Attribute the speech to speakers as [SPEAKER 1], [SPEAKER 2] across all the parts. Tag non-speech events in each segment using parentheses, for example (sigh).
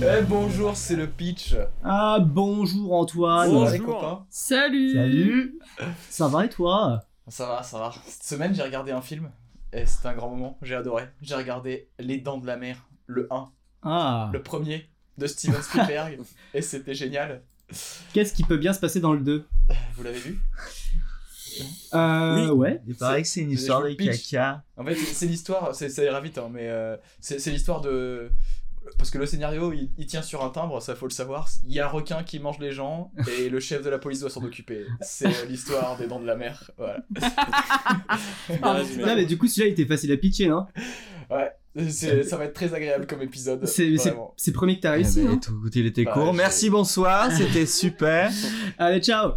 [SPEAKER 1] Eh bonjour, c'est le pitch.
[SPEAKER 2] Ah bonjour Antoine.
[SPEAKER 1] Bonjour Ah, les copains.
[SPEAKER 3] Salut
[SPEAKER 2] Salut. Ça va et toi
[SPEAKER 1] Ça va, ça va. Cette semaine, j'ai regardé un film et c'est un grand moment. J'ai adoré. J'ai regardé Les Dents de la Mer, le 1,
[SPEAKER 2] Ah.
[SPEAKER 1] le premier de Steven (laughs) Spielberg et c'était génial.
[SPEAKER 2] Qu'est-ce qui peut bien se passer dans le 2
[SPEAKER 1] Vous l'avez vu
[SPEAKER 2] Euh ouais.
[SPEAKER 4] Il paraît que c'est une
[SPEAKER 1] c'est-
[SPEAKER 4] histoire
[SPEAKER 1] je
[SPEAKER 4] de
[SPEAKER 1] vous le pitch.
[SPEAKER 4] caca.
[SPEAKER 1] En fait, c'est c'est l'histoire, c'est- ça ira vite, hein, mais euh, c'est c'est l'histoire de. Parce que le scénario, il, il tient sur un timbre, ça faut le savoir. Il y a un requin qui mange les gens et le chef de la police doit s'en occuper. C'est euh, l'histoire des dents de la mer. Voilà.
[SPEAKER 2] Non mais du coup celui-là il était facile à pitcher non
[SPEAKER 1] C'est- Ça va être très agréable comme épisode.
[SPEAKER 2] C'est c'est-
[SPEAKER 1] vraiment.
[SPEAKER 2] c'est le premier que t'as
[SPEAKER 4] Eh
[SPEAKER 2] réussi.
[SPEAKER 4] ben,
[SPEAKER 2] hein.
[SPEAKER 4] tout- il était
[SPEAKER 1] Bah,
[SPEAKER 4] court.
[SPEAKER 1] je-
[SPEAKER 2] (laughs)
[SPEAKER 4] Merci, bonsoir, c'était super.
[SPEAKER 2] Allez ciao.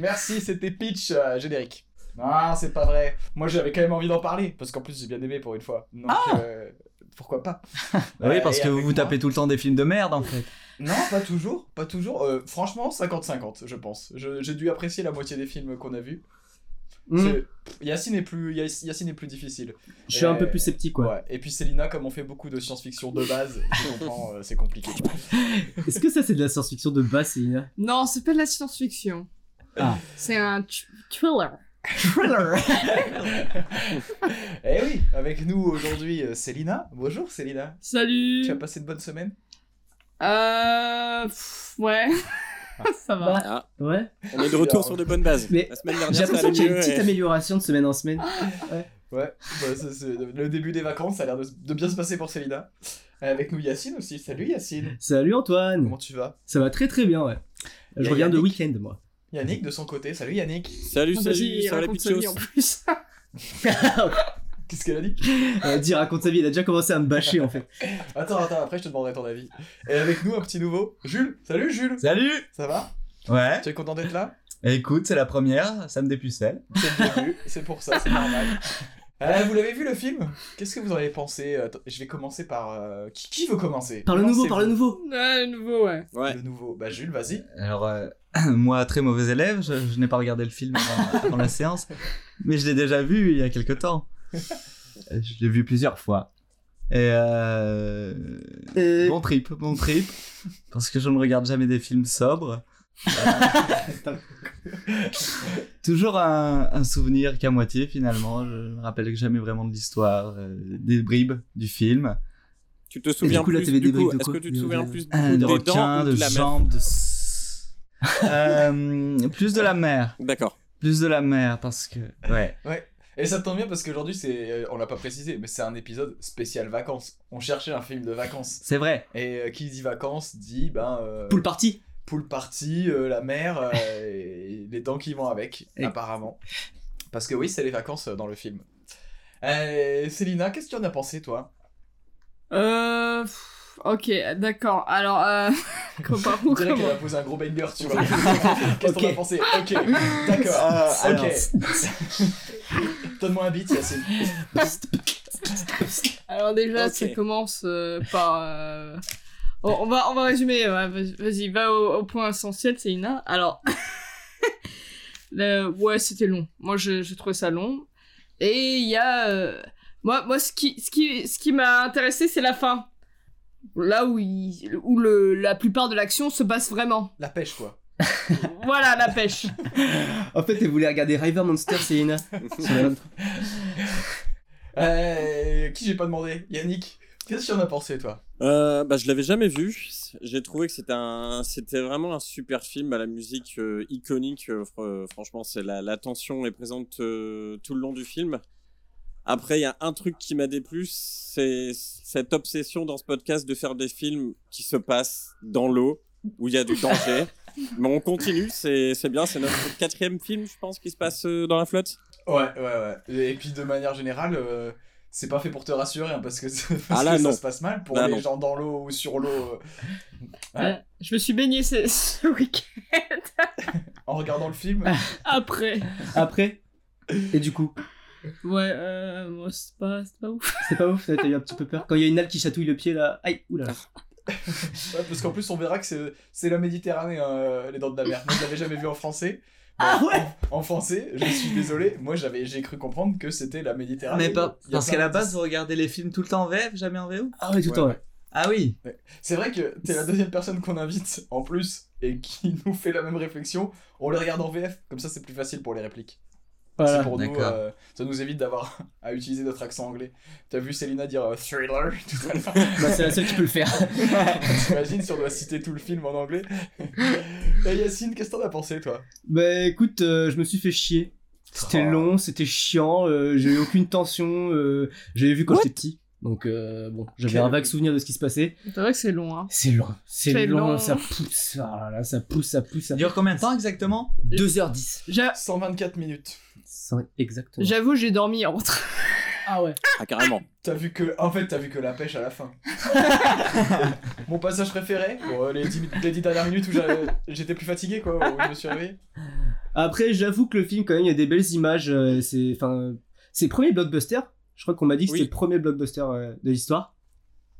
[SPEAKER 1] Merci, c'était Pitch euh, générique. Non, c'est pas vrai. Moi, j'avais quand même envie d'en parler parce qu'en plus, j'ai bien aimé pour une fois. Donc, euh, pourquoi pas
[SPEAKER 4] Bah oui, parce
[SPEAKER 1] Et
[SPEAKER 4] que vous
[SPEAKER 1] avec
[SPEAKER 4] vous
[SPEAKER 1] moi
[SPEAKER 4] tapez tout le temps des films de merde en fait.
[SPEAKER 1] Non, pas toujours, pas toujours. Euh, franchement, 50-50, je pense. Je- J'ai dû apprécier la moitié des films qu'on a vus.
[SPEAKER 2] Hmm,
[SPEAKER 1] C'est- Yacine est plus, Yac- Yacine est plus difficile.
[SPEAKER 2] je suis un peu
[SPEAKER 1] Et-
[SPEAKER 2] plus sceptique quoi.
[SPEAKER 1] Ouais. Et puis Célina, comme on fait beaucoup de science-fiction de base, je (laughs) comprends, euh, c'est compliqué.
[SPEAKER 2] Est-ce que ça c'est de la science-fiction de base Céline
[SPEAKER 3] Non, c'est pas de la science-fiction.
[SPEAKER 2] Ah.
[SPEAKER 3] C'est un tr- thriller.
[SPEAKER 2] Thriller.
[SPEAKER 1] Eh oui, avec nous aujourd'hui, euh, Célina. Bonjour Célina.
[SPEAKER 3] Salut
[SPEAKER 1] Tu as passé de bonnes semaines
[SPEAKER 3] Euh... pff, ouais. (laughs) Ça va.
[SPEAKER 5] Ah,
[SPEAKER 2] Ouais.
[SPEAKER 5] on est de retour sur de bonnes bases.
[SPEAKER 2] Mais
[SPEAKER 5] la semaine
[SPEAKER 2] J'ai
[SPEAKER 5] dernière, ça
[SPEAKER 2] l'impression
[SPEAKER 5] allait
[SPEAKER 2] qu'il y a
[SPEAKER 5] mieux.
[SPEAKER 2] une petite
[SPEAKER 5] et-
[SPEAKER 2] amélioration de semaine en semaine.
[SPEAKER 1] Ah. Ouais, bah, ça, c'est- le début des vacances, ça a l'air de, de bien se passer pour Célina. Euh, Avec nous Yacine aussi. Salut Yacine.
[SPEAKER 2] Salut Antoine.
[SPEAKER 1] Comment tu vas
[SPEAKER 2] Ça va très très bien ouais.
[SPEAKER 1] Y
[SPEAKER 2] Je
[SPEAKER 1] a
[SPEAKER 2] reviens de
[SPEAKER 1] Yannick.
[SPEAKER 2] week-end
[SPEAKER 1] (laughs)
[SPEAKER 2] moi.
[SPEAKER 1] Yannick de son côté. Salut Yannick.
[SPEAKER 5] Salut,
[SPEAKER 3] Ah,
[SPEAKER 5] salut,
[SPEAKER 3] vas-y,
[SPEAKER 5] ça va les
[SPEAKER 3] raconte sa vie en
[SPEAKER 5] pitchos
[SPEAKER 3] plus.
[SPEAKER 1] Qu'est-ce qu'elle a dit
[SPEAKER 2] Euh, Dis raconte sa vie il a déjà commencé à me bâcher en fait.
[SPEAKER 1] Attends, attends, après je te demanderai ton avis. Et avec nous un petit nouveau, Jules. Salut Jules.
[SPEAKER 4] Salut
[SPEAKER 1] Ça va
[SPEAKER 4] Ouais,
[SPEAKER 1] Tu es content d'être là
[SPEAKER 4] écoute, c'est la première, ça me dépucelle.
[SPEAKER 1] C'est le début, c'est pour ça, c'est normal. Euh, vous l'avez vu le film Qu'est-ce que vous en avez pensé Attends, Je vais commencer par... euh, Qui, qui veut commencer
[SPEAKER 2] Par le nouveau
[SPEAKER 1] Lancez-vous.
[SPEAKER 2] par le nouveau.
[SPEAKER 3] (laughs) Ouais, nouveau, ouais.
[SPEAKER 5] Ouais.
[SPEAKER 1] Le nouveau. Bah Jules, vas-y.
[SPEAKER 4] Alors, euh, (clears throat) moi, très mauvais élève, je, je n'ai pas regardé le film avant, avant la séance, mais je l'ai déjà vu il y a quelque temps. Euh, Je l'ai vu plusieurs fois. Et euh,
[SPEAKER 2] Euh,
[SPEAKER 4] bon trip, bon trip, parce que je ne regarde jamais des films sobres. Euh, (laughs) Toujours un, un souvenir qu'à moitié finalement. Je me rappelle jamais vraiment de l'histoire, euh, des bribes du film.
[SPEAKER 5] Tu te souviens
[SPEAKER 2] coup, là,
[SPEAKER 5] plus
[SPEAKER 2] t'avais des
[SPEAKER 5] du coup,
[SPEAKER 2] briques de
[SPEAKER 5] est-ce
[SPEAKER 2] quoi
[SPEAKER 5] que tu te souviens
[SPEAKER 2] De-
[SPEAKER 5] plus du
[SPEAKER 4] Euh,
[SPEAKER 5] coup,
[SPEAKER 4] de
[SPEAKER 5] des
[SPEAKER 4] requins,
[SPEAKER 5] dents ou
[SPEAKER 4] de
[SPEAKER 5] de la mer
[SPEAKER 4] jambes, de... s- Euh, plus de la mer.
[SPEAKER 5] D'accord.
[SPEAKER 4] Plus de la mer parce que... Ouais.
[SPEAKER 1] Et ça tombe bien parce qu'aujourd'hui, c'est, euh, on l'a pas précisé, mais c'est un épisode spécial vacances. On cherchait un film de vacances.
[SPEAKER 4] C'est vrai.
[SPEAKER 1] Et euh, qui dit vacances dit, ben... euh,
[SPEAKER 2] Pool party.
[SPEAKER 1] pool party, euh, la mer, euh, (laughs) et les dents qui vont avec,
[SPEAKER 2] Et-
[SPEAKER 1] apparemment. Parce que oui, c'est les vacances euh, dans le film. Euh, Célina, qu'est-ce que tu en as pensé, toi
[SPEAKER 3] Euh... pff, Ok, d'accord. Alors, euh... (laughs) comment on
[SPEAKER 1] On dirait qu'elle
[SPEAKER 3] commence
[SPEAKER 1] a posé un gros banger,
[SPEAKER 2] (laughs)
[SPEAKER 1] tu vois. qu'est-ce que t'en as
[SPEAKER 2] Ok.
[SPEAKER 1] pensé Ok, d'accord.
[SPEAKER 2] (laughs)
[SPEAKER 4] alors-
[SPEAKER 1] ok. (laughs) Donne-moi un beat, Yacine.
[SPEAKER 3] Alors déjà,
[SPEAKER 5] Ok.
[SPEAKER 3] ça commence euh, par... euh, on- on, va, on va résumer. ouais, vas- Vas-y, va au, au point essentiel, Célina. Alors... (laughs) le- ouais, c'était long. Moi, je, je trouvais ça long. Et il y a... euh, moi, moi, ce qui, ce qui, ce qui m'a intéressé, c'est la fin. Là où, il- où le, la plupart de l'action se passe vraiment.
[SPEAKER 1] La pêche, quoi.
[SPEAKER 3] voilà, la pêche.
[SPEAKER 2] En fait, elle voulait regarder River Monster, Célina. Sur la-
[SPEAKER 1] Euh, qui j'ai pas demandé Yannick Qu'est-ce que tu en as pensé, toi
[SPEAKER 5] Euh, bah, je l'avais jamais vu. J'ai trouvé que c'était un, c'était vraiment un super film. Bah, La musique euh, iconique, euh, fr- euh, franchement, c'est la, la tension est présente euh, tout le long du film. Après, il y a un truc qui m'a déplu, c'est cette obsession dans ce podcast de faire des films qui se passent dans l'eau, où il y a du (laughs) danger. Mais on continue, c'est c'est bien, c'est notre quatrième film, je pense, qui se passe euh, dans la flotte.
[SPEAKER 1] Ouais, ouais, ouais. Et puis, de manière générale, euh, c'est pas fait pour te rassurer, hein, parce que, (laughs) parce
[SPEAKER 5] Ah là,
[SPEAKER 1] que ça
[SPEAKER 5] non.
[SPEAKER 1] se passe mal pour
[SPEAKER 5] Là,
[SPEAKER 1] les
[SPEAKER 5] non.
[SPEAKER 1] gens dans l'eau ou sur l'eau. euh, Ouais.
[SPEAKER 3] Euh, (laughs) je me suis baignée ce, ce week-end
[SPEAKER 1] en regardant le
[SPEAKER 4] (laughs)
[SPEAKER 1] film.
[SPEAKER 3] après.
[SPEAKER 2] Après Et du coup,
[SPEAKER 3] Ouais, euh, moi, c'est pas, c'est pas ouf.
[SPEAKER 2] c'est pas ouf, t'as eu un petit peu peur. Quand il y a une algue qui chatouille le pied, là. Aïe,
[SPEAKER 1] euh,
[SPEAKER 2] oulala.
[SPEAKER 1] Ouais, parce qu'en plus, on verra que c'est c'est la Méditerranée, hein, les dents de la mer. Moi, je l'avais jamais vu en français.
[SPEAKER 3] Ah ouais
[SPEAKER 1] En français, je suis désolé, moi j'avais, j'ai cru comprendre que c'était la Méditerranée.
[SPEAKER 4] Ah, Mais pas,
[SPEAKER 1] Il y a
[SPEAKER 4] parce
[SPEAKER 1] plein
[SPEAKER 4] qu'à la
[SPEAKER 1] de-
[SPEAKER 4] base, vous regardez les films tout le temps en VF, jamais en VO
[SPEAKER 2] Ah oui, tout le
[SPEAKER 1] Ouais.
[SPEAKER 2] temps, ouais.
[SPEAKER 4] Ah oui
[SPEAKER 1] C'est vrai que t'es la deuxième personne qu'on invite en plus et qui (laughs) nous fait la même réflexion. On les regarde en VF, comme ça c'est plus facile pour les répliques. C'est
[SPEAKER 2] Voilà.
[SPEAKER 1] pour nous,
[SPEAKER 4] D'accord.
[SPEAKER 1] euh, ça nous évite d'avoir (laughs) à utiliser notre accent anglais. T'as vu Célina dire euh, thriller (laughs) tout à
[SPEAKER 2] (laughs)
[SPEAKER 1] l'heure
[SPEAKER 2] Bah, c'est la seule qui peut le faire.
[SPEAKER 1] T'imagines si on doit citer tout le film en anglais Et Yacine, qu'est-ce que t'en as pensé toi
[SPEAKER 2] bah écoute, euh, je me suis fait chier. C'était
[SPEAKER 1] Oh.
[SPEAKER 2] long, c'était chiant, euh, j'ai eu aucune tension, euh, j'avais vu quand j'étais petit. Donc euh, bon, j'avais
[SPEAKER 1] Quel-
[SPEAKER 2] un vague souvenir de ce qui se passait.
[SPEAKER 3] C'est vrai que c'est long, hein.
[SPEAKER 2] C'est long, c'est
[SPEAKER 3] C'est
[SPEAKER 2] long,
[SPEAKER 3] long.
[SPEAKER 2] ça pousse, ah là là, ça pousse, ça pousse. Ça...
[SPEAKER 4] Ça dure combien de temps exactement
[SPEAKER 2] 2h10.
[SPEAKER 3] J'a-
[SPEAKER 1] 124 minutes.
[SPEAKER 2] Exactement.
[SPEAKER 3] J'avoue, j'ai dormi en rentrant.
[SPEAKER 2] Ah ouais.
[SPEAKER 5] Ah, carrément.
[SPEAKER 1] T'as vu que. En fait, t'as vu que la pêche à la fin. Mon passage préféré bon, euh, les, 10, les 10 dernières minutes où j'avais- j'étais plus fatigué, quoi, où je me suis réveillé.
[SPEAKER 2] Après, j'avoue que le film, quand même, il y a des belles images. euh, c'est, enfin, c'est le premier blockbuster. Je crois qu'on m'a dit que
[SPEAKER 5] Oui.
[SPEAKER 2] c'était le premier blockbuster euh, de l'histoire.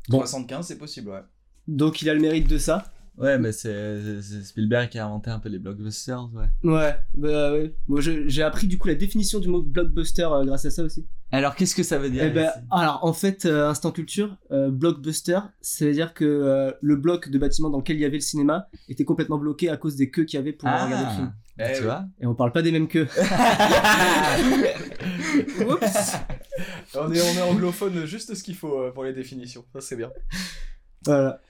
[SPEAKER 2] Bon.
[SPEAKER 1] 75, c'est possible, ouais.
[SPEAKER 2] Donc, il a le mérite de ça.
[SPEAKER 4] Ouais, mais c'est c'est Spielberg qui a inventé un peu les blockbusters, ouais.
[SPEAKER 2] Ouais, bah ouais. Moi, je- j'ai appris du coup la définition du mot blockbuster euh, grâce à ça aussi.
[SPEAKER 4] Alors, qu'est-ce que ça veut dire
[SPEAKER 2] Eh ben,
[SPEAKER 4] ici
[SPEAKER 2] alors en fait, euh, Instant Culture, euh, blockbuster, ça veut dire que euh, le bloc de bâtiment dans lequel il y avait le cinéma était complètement bloqué à cause des queues qu'il y avait pour euh,
[SPEAKER 4] Ah.
[SPEAKER 2] regarder le film.
[SPEAKER 4] Bah,
[SPEAKER 1] Eh
[SPEAKER 4] Tu
[SPEAKER 1] oui.
[SPEAKER 4] vois
[SPEAKER 2] Et on parle pas des mêmes queues. (laughs)
[SPEAKER 3] Oups.
[SPEAKER 1] On est, on est anglophone juste ce qu'il faut euh, pour les définitions, ça c'est bien.
[SPEAKER 2] Voilà.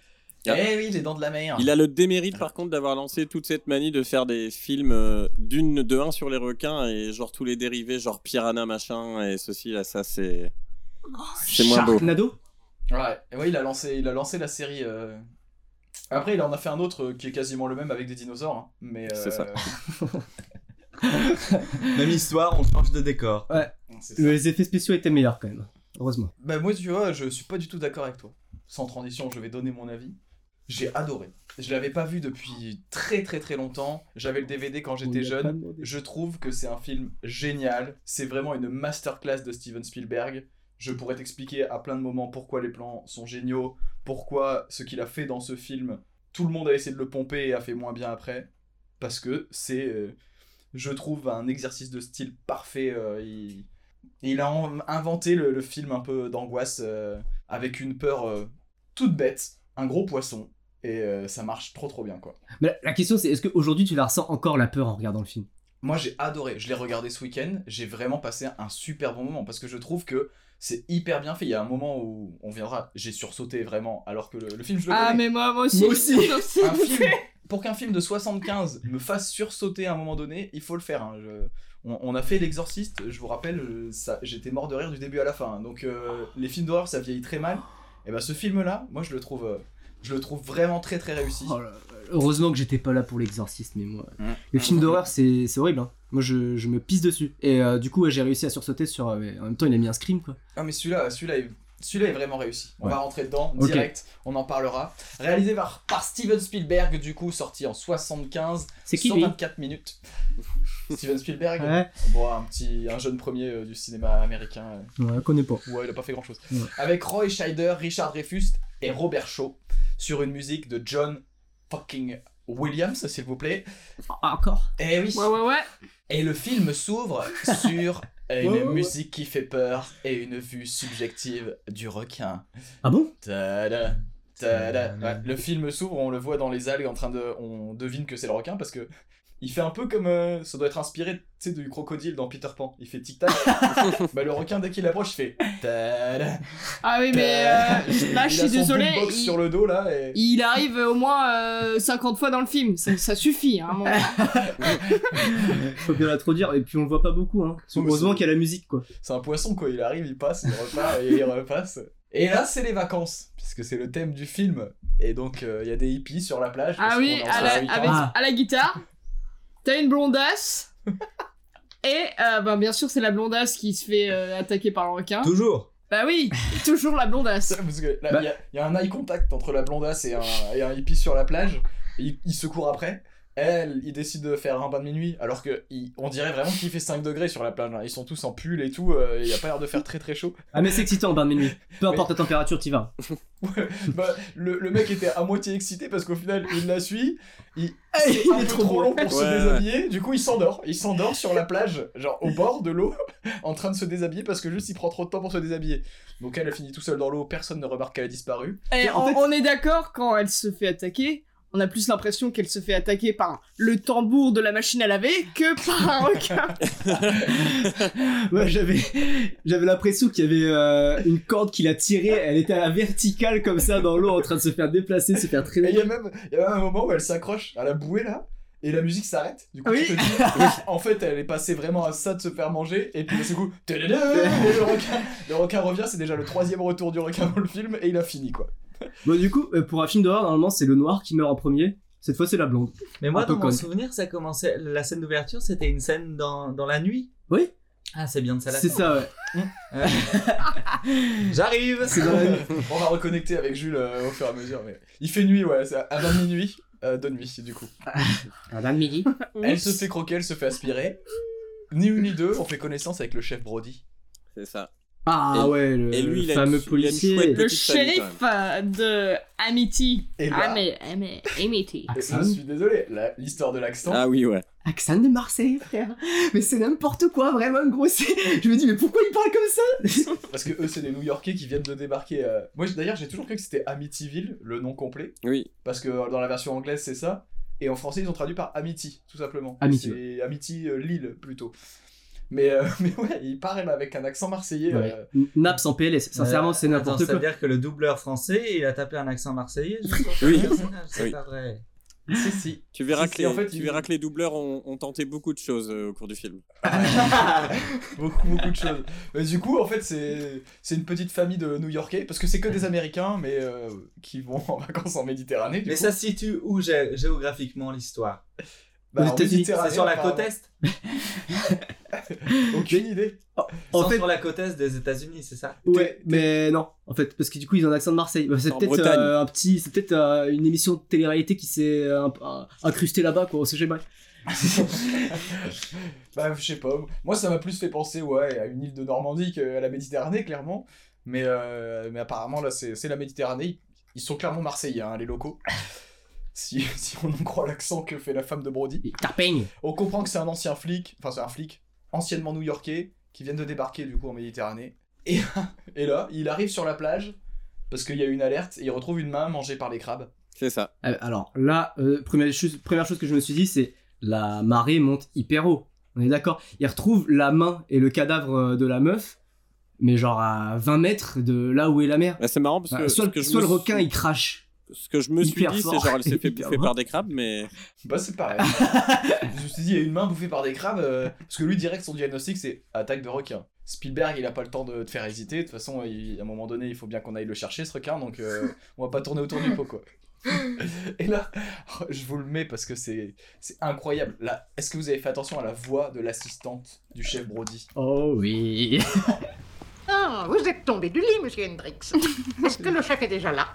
[SPEAKER 5] Yeah.
[SPEAKER 4] Eh
[SPEAKER 1] oui, les dents de la
[SPEAKER 2] Ah.
[SPEAKER 1] mer.
[SPEAKER 5] Il a le démérite par contre d'avoir lancé toute cette manie de faire des films euh, d'une de un sur les requins et genre tous les dérivés genre Piranha machin et ceci là ça c'est c'est moins beau.
[SPEAKER 2] Nado
[SPEAKER 1] Ouais, et ouais, il a lancé, il a lancé la série. euh, Après, il en a fait un autre euh, qui est quasiment le même avec des dinosaures. hein, Mais euh,
[SPEAKER 5] C'est ça.
[SPEAKER 4] Même histoire, on change de décor.
[SPEAKER 1] (laughs) c'est ça.
[SPEAKER 2] Les effets spéciaux étaient meilleurs quand même. Heureusement.
[SPEAKER 1] Bah moi tu vois, je suis pas du tout d'accord avec toi. Sans transition, je vais donner mon avis. J'ai adoré. Je l'avais pas vu depuis très très très longtemps. J'avais le DVD quand
[SPEAKER 2] On y
[SPEAKER 1] j'étais
[SPEAKER 2] a pas
[SPEAKER 1] jeune.
[SPEAKER 2] demandé.
[SPEAKER 1] Je trouve que c'est un film génial. C'est vraiment une masterclass de Steven Spielberg. Je pourrais t'expliquer à plein de moments pourquoi les plans sont géniaux, pourquoi ce qu'il a fait dans ce film, tout le monde a essayé de le pomper et a fait moins bien après. Parce que c'est, euh, je trouve, un exercice de style parfait. euh, il, il a en- inventé le, le film un peu d'angoisse euh, avec une peur euh, toute bête, un gros poisson. Et euh, ça marche trop trop bien quoi.
[SPEAKER 2] Mais la- la question c'est est-ce qu'aujourd'hui tu la ressens encore la peur en regardant le film
[SPEAKER 1] Moi, j'ai adoré. Je l'ai regardé ce week-end. J'ai vraiment passé un super bon moment parce que je trouve que c'est hyper bien fait. Il y a un moment où on viendra. J'ai sursauté vraiment, alors que le, le film, je le
[SPEAKER 3] Ah,
[SPEAKER 1] connais.
[SPEAKER 3] mais moi, moi aussi.
[SPEAKER 2] Moi aussi.
[SPEAKER 3] (laughs)
[SPEAKER 1] Un film- pour qu'un film de 75 me fasse sursauter à un moment donné, il faut le faire. hein. Je- on, on a fait L'Exorciste. Je vous rappelle, je- ça- j'étais mort de rire du début à la fin. hein. Donc, euh, les films d'horreur, ça vieillit très mal. Et ben, ce film-là, moi, je le trouve, euh, je le trouve vraiment très très réussi.
[SPEAKER 2] Oh là là, Heureusement que j'étais pas là pour l'exorciste, mais moi.
[SPEAKER 1] Mm.
[SPEAKER 2] Les films d'horreur, c'est c'est horrible. hein. Moi, je, je me pisse dessus. Et euh, du coup, ouais, j'ai réussi à sursauter sur. euh, mais en même temps, il a mis un scream, quoi.
[SPEAKER 1] Ah mais celui-là, celui-là est... Celui-là est vraiment réussi. On
[SPEAKER 2] Ouais.
[SPEAKER 1] va rentrer dedans,
[SPEAKER 2] Ok.
[SPEAKER 1] direct, on en parlera. Réalisé par, par Steven Spielberg, du coup, sorti en 75,
[SPEAKER 2] C'est qui lui
[SPEAKER 1] 124 minutes.
[SPEAKER 2] (laughs)
[SPEAKER 1] Steven Spielberg,
[SPEAKER 2] Ouais,
[SPEAKER 1] bon, un, petit, un jeune premier euh, du cinéma américain.
[SPEAKER 2] ouais, connais pas.
[SPEAKER 1] euh, ouais, il a pas fait grand-chose.
[SPEAKER 2] Ouais.
[SPEAKER 1] Avec Roy Scheider, Richard Dreyfus et Robert Shaw, sur une musique de John fucking Williams, s'il vous plaît.
[SPEAKER 2] Ah, encore
[SPEAKER 1] Eh oui
[SPEAKER 3] Ouais, ouais, ouais.
[SPEAKER 1] et le film
[SPEAKER 2] (laughs)
[SPEAKER 1] s'ouvre sur une
[SPEAKER 2] ouais, ouais.
[SPEAKER 1] musique qui fait peur et une vue subjective du requin.
[SPEAKER 2] Ah bon
[SPEAKER 1] Ta-da, ta-da.
[SPEAKER 4] Ta-da.
[SPEAKER 1] Ouais, le film s'ouvre, on le voit dans les algues en train de. On devine que c'est le requin parce que. Il fait un peu comme. euh, ça doit être inspiré tu sais, du crocodile dans Peter Pan. Il fait
[SPEAKER 2] (laughs)
[SPEAKER 1] tic-tac. bah, le requin, dès qu'il approche, il fait. ta-da,
[SPEAKER 3] Ah, oui, mais euh,
[SPEAKER 1] ta-da.
[SPEAKER 2] Bah,
[SPEAKER 3] là, je
[SPEAKER 1] Il a
[SPEAKER 3] suis
[SPEAKER 1] son
[SPEAKER 3] désolé.
[SPEAKER 1] boombox
[SPEAKER 3] il-
[SPEAKER 1] sur le dos là. Et...
[SPEAKER 3] Il arrive au moins euh, 50 fois dans le film, ça, ça suffit. Hein, à un moment.
[SPEAKER 1] (laughs)
[SPEAKER 2] Faut bien l'introduire, et puis on le voit pas beaucoup, hein.
[SPEAKER 1] Oh, mais
[SPEAKER 2] Heureusement
[SPEAKER 1] c'est-
[SPEAKER 2] qu'il y a la musique, quoi.
[SPEAKER 1] C'est un poisson quoi, il arrive, il passe, il repart et il repasse. Et là, c'est les vacances, puisque c'est le thème du film. Et donc, euh, il y a des hippies sur la plage. parce
[SPEAKER 3] Ah oui,
[SPEAKER 1] qu'on est en
[SPEAKER 3] à la,
[SPEAKER 1] Saint-Louis,
[SPEAKER 3] avec,
[SPEAKER 1] hein.
[SPEAKER 2] Ah.
[SPEAKER 3] à la guitare, t'as une blondasse, (laughs) et euh, bah, bien sûr c'est la blondasse qui se fait euh, attaquer par le
[SPEAKER 4] Ah.
[SPEAKER 3] requin.
[SPEAKER 4] Toujours
[SPEAKER 3] Bah oui, toujours la blondasse.
[SPEAKER 1] (laughs) Ça, (laughs) Parce que là, il
[SPEAKER 2] Bah.
[SPEAKER 1] y a- il y, a un eye contact entre la blondasse et un, et un hippie sur la plage. Et ils, ils se courent après. elle, il décide de faire un bain de minuit, alors que il- on dirait vraiment qu'il fait 5 degrés sur la plage. hein. Ils sont tous en pull et tout, euh, il y a pas l'air de faire très très chaud.
[SPEAKER 2] Ah, mais c'est excitant, bain de minuit. Peu importe la température, t'y vas.
[SPEAKER 1] Ouais, bah, le, le mec était à moitié excité parce qu'au final, il la suit. Il,
[SPEAKER 2] Ah, il
[SPEAKER 1] c'est un
[SPEAKER 2] est
[SPEAKER 1] peu
[SPEAKER 2] trop
[SPEAKER 1] trop,
[SPEAKER 2] beau.
[SPEAKER 1] long pour se
[SPEAKER 5] Ouais, ouais.
[SPEAKER 1] déshabiller. Du coup, il s'endort. Il s'endort sur la plage, genre au bord de l'eau, (laughs) en train de se déshabiller parce que juste il prend trop de temps pour se déshabiller. Donc elle a fini tout seul dans l'eau. Personne ne remarque qu'elle a disparu.
[SPEAKER 3] Et
[SPEAKER 2] en
[SPEAKER 3] on,
[SPEAKER 2] fait-
[SPEAKER 3] on est d'accord, quand elle se fait attaquer, on a plus l'impression qu'elle se fait attaquer par le tambour de la machine à laver que par un requin.
[SPEAKER 2] Ouais, j'avais, j'avais l'impression qu'il y avait euh, une corde qui l'a tirée. Elle était à la verticale comme ça dans l'eau, en train de se faire déplacer, se faire
[SPEAKER 1] Et il y
[SPEAKER 2] traîner.
[SPEAKER 1] a même, il y a même un moment où elle s'accroche à la bouée là. Et la musique s'arrête. Du coup,
[SPEAKER 2] Oui.
[SPEAKER 1] tu te
[SPEAKER 2] (laughs)
[SPEAKER 1] dis, oui, en fait, elle est passée vraiment à ça de se faire manger. Et puis, de ce coup, (laughs) tadadam, le requin, le requin revient. C'est déjà le troisième retour du requin dans le film. Et il a fini, quoi.
[SPEAKER 2] Bon, du coup, euh, pour un film d'horreur, normalement, c'est le noir qui meurt en premier. Cette fois, c'est la blonde.
[SPEAKER 4] Mais moi,
[SPEAKER 2] Un peu
[SPEAKER 4] dans mon
[SPEAKER 2] conne.
[SPEAKER 4] souvenir, ça commençait. La scène d'ouverture, c'était une scène dans, dans la nuit.
[SPEAKER 2] Oui.
[SPEAKER 4] Ah, c'est bien de ça la
[SPEAKER 2] C'est
[SPEAKER 4] scène.
[SPEAKER 2] ça, ouais.
[SPEAKER 4] J'arrive.
[SPEAKER 2] C'est dans la nuit.
[SPEAKER 1] On va reconnecter avec Jules euh, au fur et à mesure. Mais... Il fait nuit, ouais, c'est à- avant minuit, euh, de nuit, du coup.
[SPEAKER 2] Ah,
[SPEAKER 3] (laughs)
[SPEAKER 1] Elle se fait croquer, elle se fait aspirer. Ni une ni deux, on fait connaissance avec le chef Brody.
[SPEAKER 5] C'est ça.
[SPEAKER 2] Ah
[SPEAKER 5] Et-
[SPEAKER 2] ouais, le,
[SPEAKER 5] et lui,
[SPEAKER 2] le
[SPEAKER 5] il a une
[SPEAKER 2] fameux
[SPEAKER 5] chou- il a une
[SPEAKER 2] policier.
[SPEAKER 5] chouette-
[SPEAKER 3] le
[SPEAKER 5] Petite famille,
[SPEAKER 3] shérif euh, de Amity.
[SPEAKER 1] Et là-
[SPEAKER 3] Ami- Ami- Amity.
[SPEAKER 1] Et
[SPEAKER 2] Accent.
[SPEAKER 1] je suis désolé, la- l'histoire de l'accent.
[SPEAKER 5] Ah oui, ouais.
[SPEAKER 2] Accent de Marseille, frère. Mais c'est n'importe quoi, vraiment, gros. c'est- Je me dis, mais pourquoi il parle comme ça
[SPEAKER 1] Parce que eux, c'est des New Yorkais qui viennent de débarquer. euh. Moi, j- d'ailleurs, j'ai toujours cru que c'était Amityville, le nom complet.
[SPEAKER 5] Oui.
[SPEAKER 1] Parce que euh, dans la version anglaise, c'est ça. Et en français, ils ont traduit par Amity, tout simplement.
[SPEAKER 2] Amity,
[SPEAKER 1] C'est Amity euh, Lille, plutôt. Mais, euh, (laughs) mais ouais, il paraît mais avec un accent marseillais.
[SPEAKER 2] Ouais.
[SPEAKER 1] euh,
[SPEAKER 2] Naps en PLS, sincèrement, c'est n'importe quoi.
[SPEAKER 4] C'est-à-dire que le doubleur français, il a tapé un accent marseillais. juste pour
[SPEAKER 5] Oui.
[SPEAKER 4] faire le personnage, C'est
[SPEAKER 5] Oui.
[SPEAKER 4] pas vrai.
[SPEAKER 1] si, euh, si.
[SPEAKER 5] Tu verras,
[SPEAKER 1] Si,
[SPEAKER 5] que,
[SPEAKER 1] si,
[SPEAKER 5] les,
[SPEAKER 1] en fait,
[SPEAKER 5] tu
[SPEAKER 1] il-
[SPEAKER 5] verras que les doubleurs ont, ont tenté beaucoup de choses euh, au cours du film.
[SPEAKER 1] beaucoup beaucoup de choses mais du coup en fait c'est c'est une petite famille de New Yorkais parce que c'est que des Américains mais euh, qui vont en vacances en Méditerranée du
[SPEAKER 4] Mais
[SPEAKER 1] coup.
[SPEAKER 4] ça se situe où gé- géographiquement l'histoire
[SPEAKER 1] Bah,
[SPEAKER 2] aux
[SPEAKER 1] en
[SPEAKER 2] États-Unis,
[SPEAKER 1] Méditerranée,
[SPEAKER 4] C'est sur la côte
[SPEAKER 1] apparemment.
[SPEAKER 4] est
[SPEAKER 1] aucune idée
[SPEAKER 2] En
[SPEAKER 4] Sans
[SPEAKER 2] fait,
[SPEAKER 4] sur la côte est des États-Unis, c'est ça
[SPEAKER 2] Ouais, mais non, en fait, parce que du coup, ils ont un accent de Marseille. Bah, c'est
[SPEAKER 5] En
[SPEAKER 2] peut-être
[SPEAKER 5] Bretagne.
[SPEAKER 2] euh, un petit, c'est peut-être euh, une émission de télé-réalité qui s'est euh, un- un- incrustée là-bas, quoi. On sait jamais.
[SPEAKER 1] bah je sais pas moi ça m'a plus fait penser ouais à une île de Normandie qu'à la Méditerranée clairement mais euh, mais apparemment là c'est c'est la Méditerranée ils sont clairement marseillais hein, les locaux si, si on en croit l'accent que fait la femme de Brody
[SPEAKER 2] Et Tarpeigne.
[SPEAKER 1] On comprend que c'est un ancien flic, enfin c'est un flic anciennement new-yorkais qui vient de débarquer du coup en Méditerranée. Et, (laughs) et là, il arrive sur la plage parce qu'il y a une alerte et il retrouve une main mangée par les crabes.
[SPEAKER 5] C'est ça.
[SPEAKER 2] Euh, alors là, euh, première chose, première chose que je me suis dit, c'est la marée monte hyper haut. On est d'accord. Ils retrouvent la main et le cadavre euh, de la meuf, mais genre à 20 mètres de là où est la mer.
[SPEAKER 5] Bah, c'est marrant parce
[SPEAKER 2] Bah,
[SPEAKER 5] que.
[SPEAKER 2] soit
[SPEAKER 5] ce que je
[SPEAKER 2] soit
[SPEAKER 5] me
[SPEAKER 2] le requin
[SPEAKER 5] suis-
[SPEAKER 2] il crache.
[SPEAKER 5] Ce que je me suis
[SPEAKER 2] hyper
[SPEAKER 5] dit, c'est
[SPEAKER 2] fort
[SPEAKER 5] genre elle s'est
[SPEAKER 2] et (laughs)
[SPEAKER 5] fait
[SPEAKER 2] hyper
[SPEAKER 5] bouffer
[SPEAKER 2] droit.
[SPEAKER 5] par des crabes, mais.
[SPEAKER 1] Bah c'est pareil. je me suis dit, il y a une main bouffée par des crabes euh, parce que lui direct son diagnostic c'est attaque de requin. Spielberg il a pas le temps de te faire hésiter. De toute façon, il- à un moment donné, il faut bien qu'on aille le chercher ce requin donc euh, on va pas tourner autour du pot quoi. Et là, (laughs) je vous le mets parce que c'est c'est incroyable. Là, est-ce que vous avez fait attention à la voix de l'assistante du chef Brody
[SPEAKER 2] Oh oui.
[SPEAKER 6] Ah, vous êtes tombé du lit, monsieur Hendrix. Est-ce que le chef est déjà là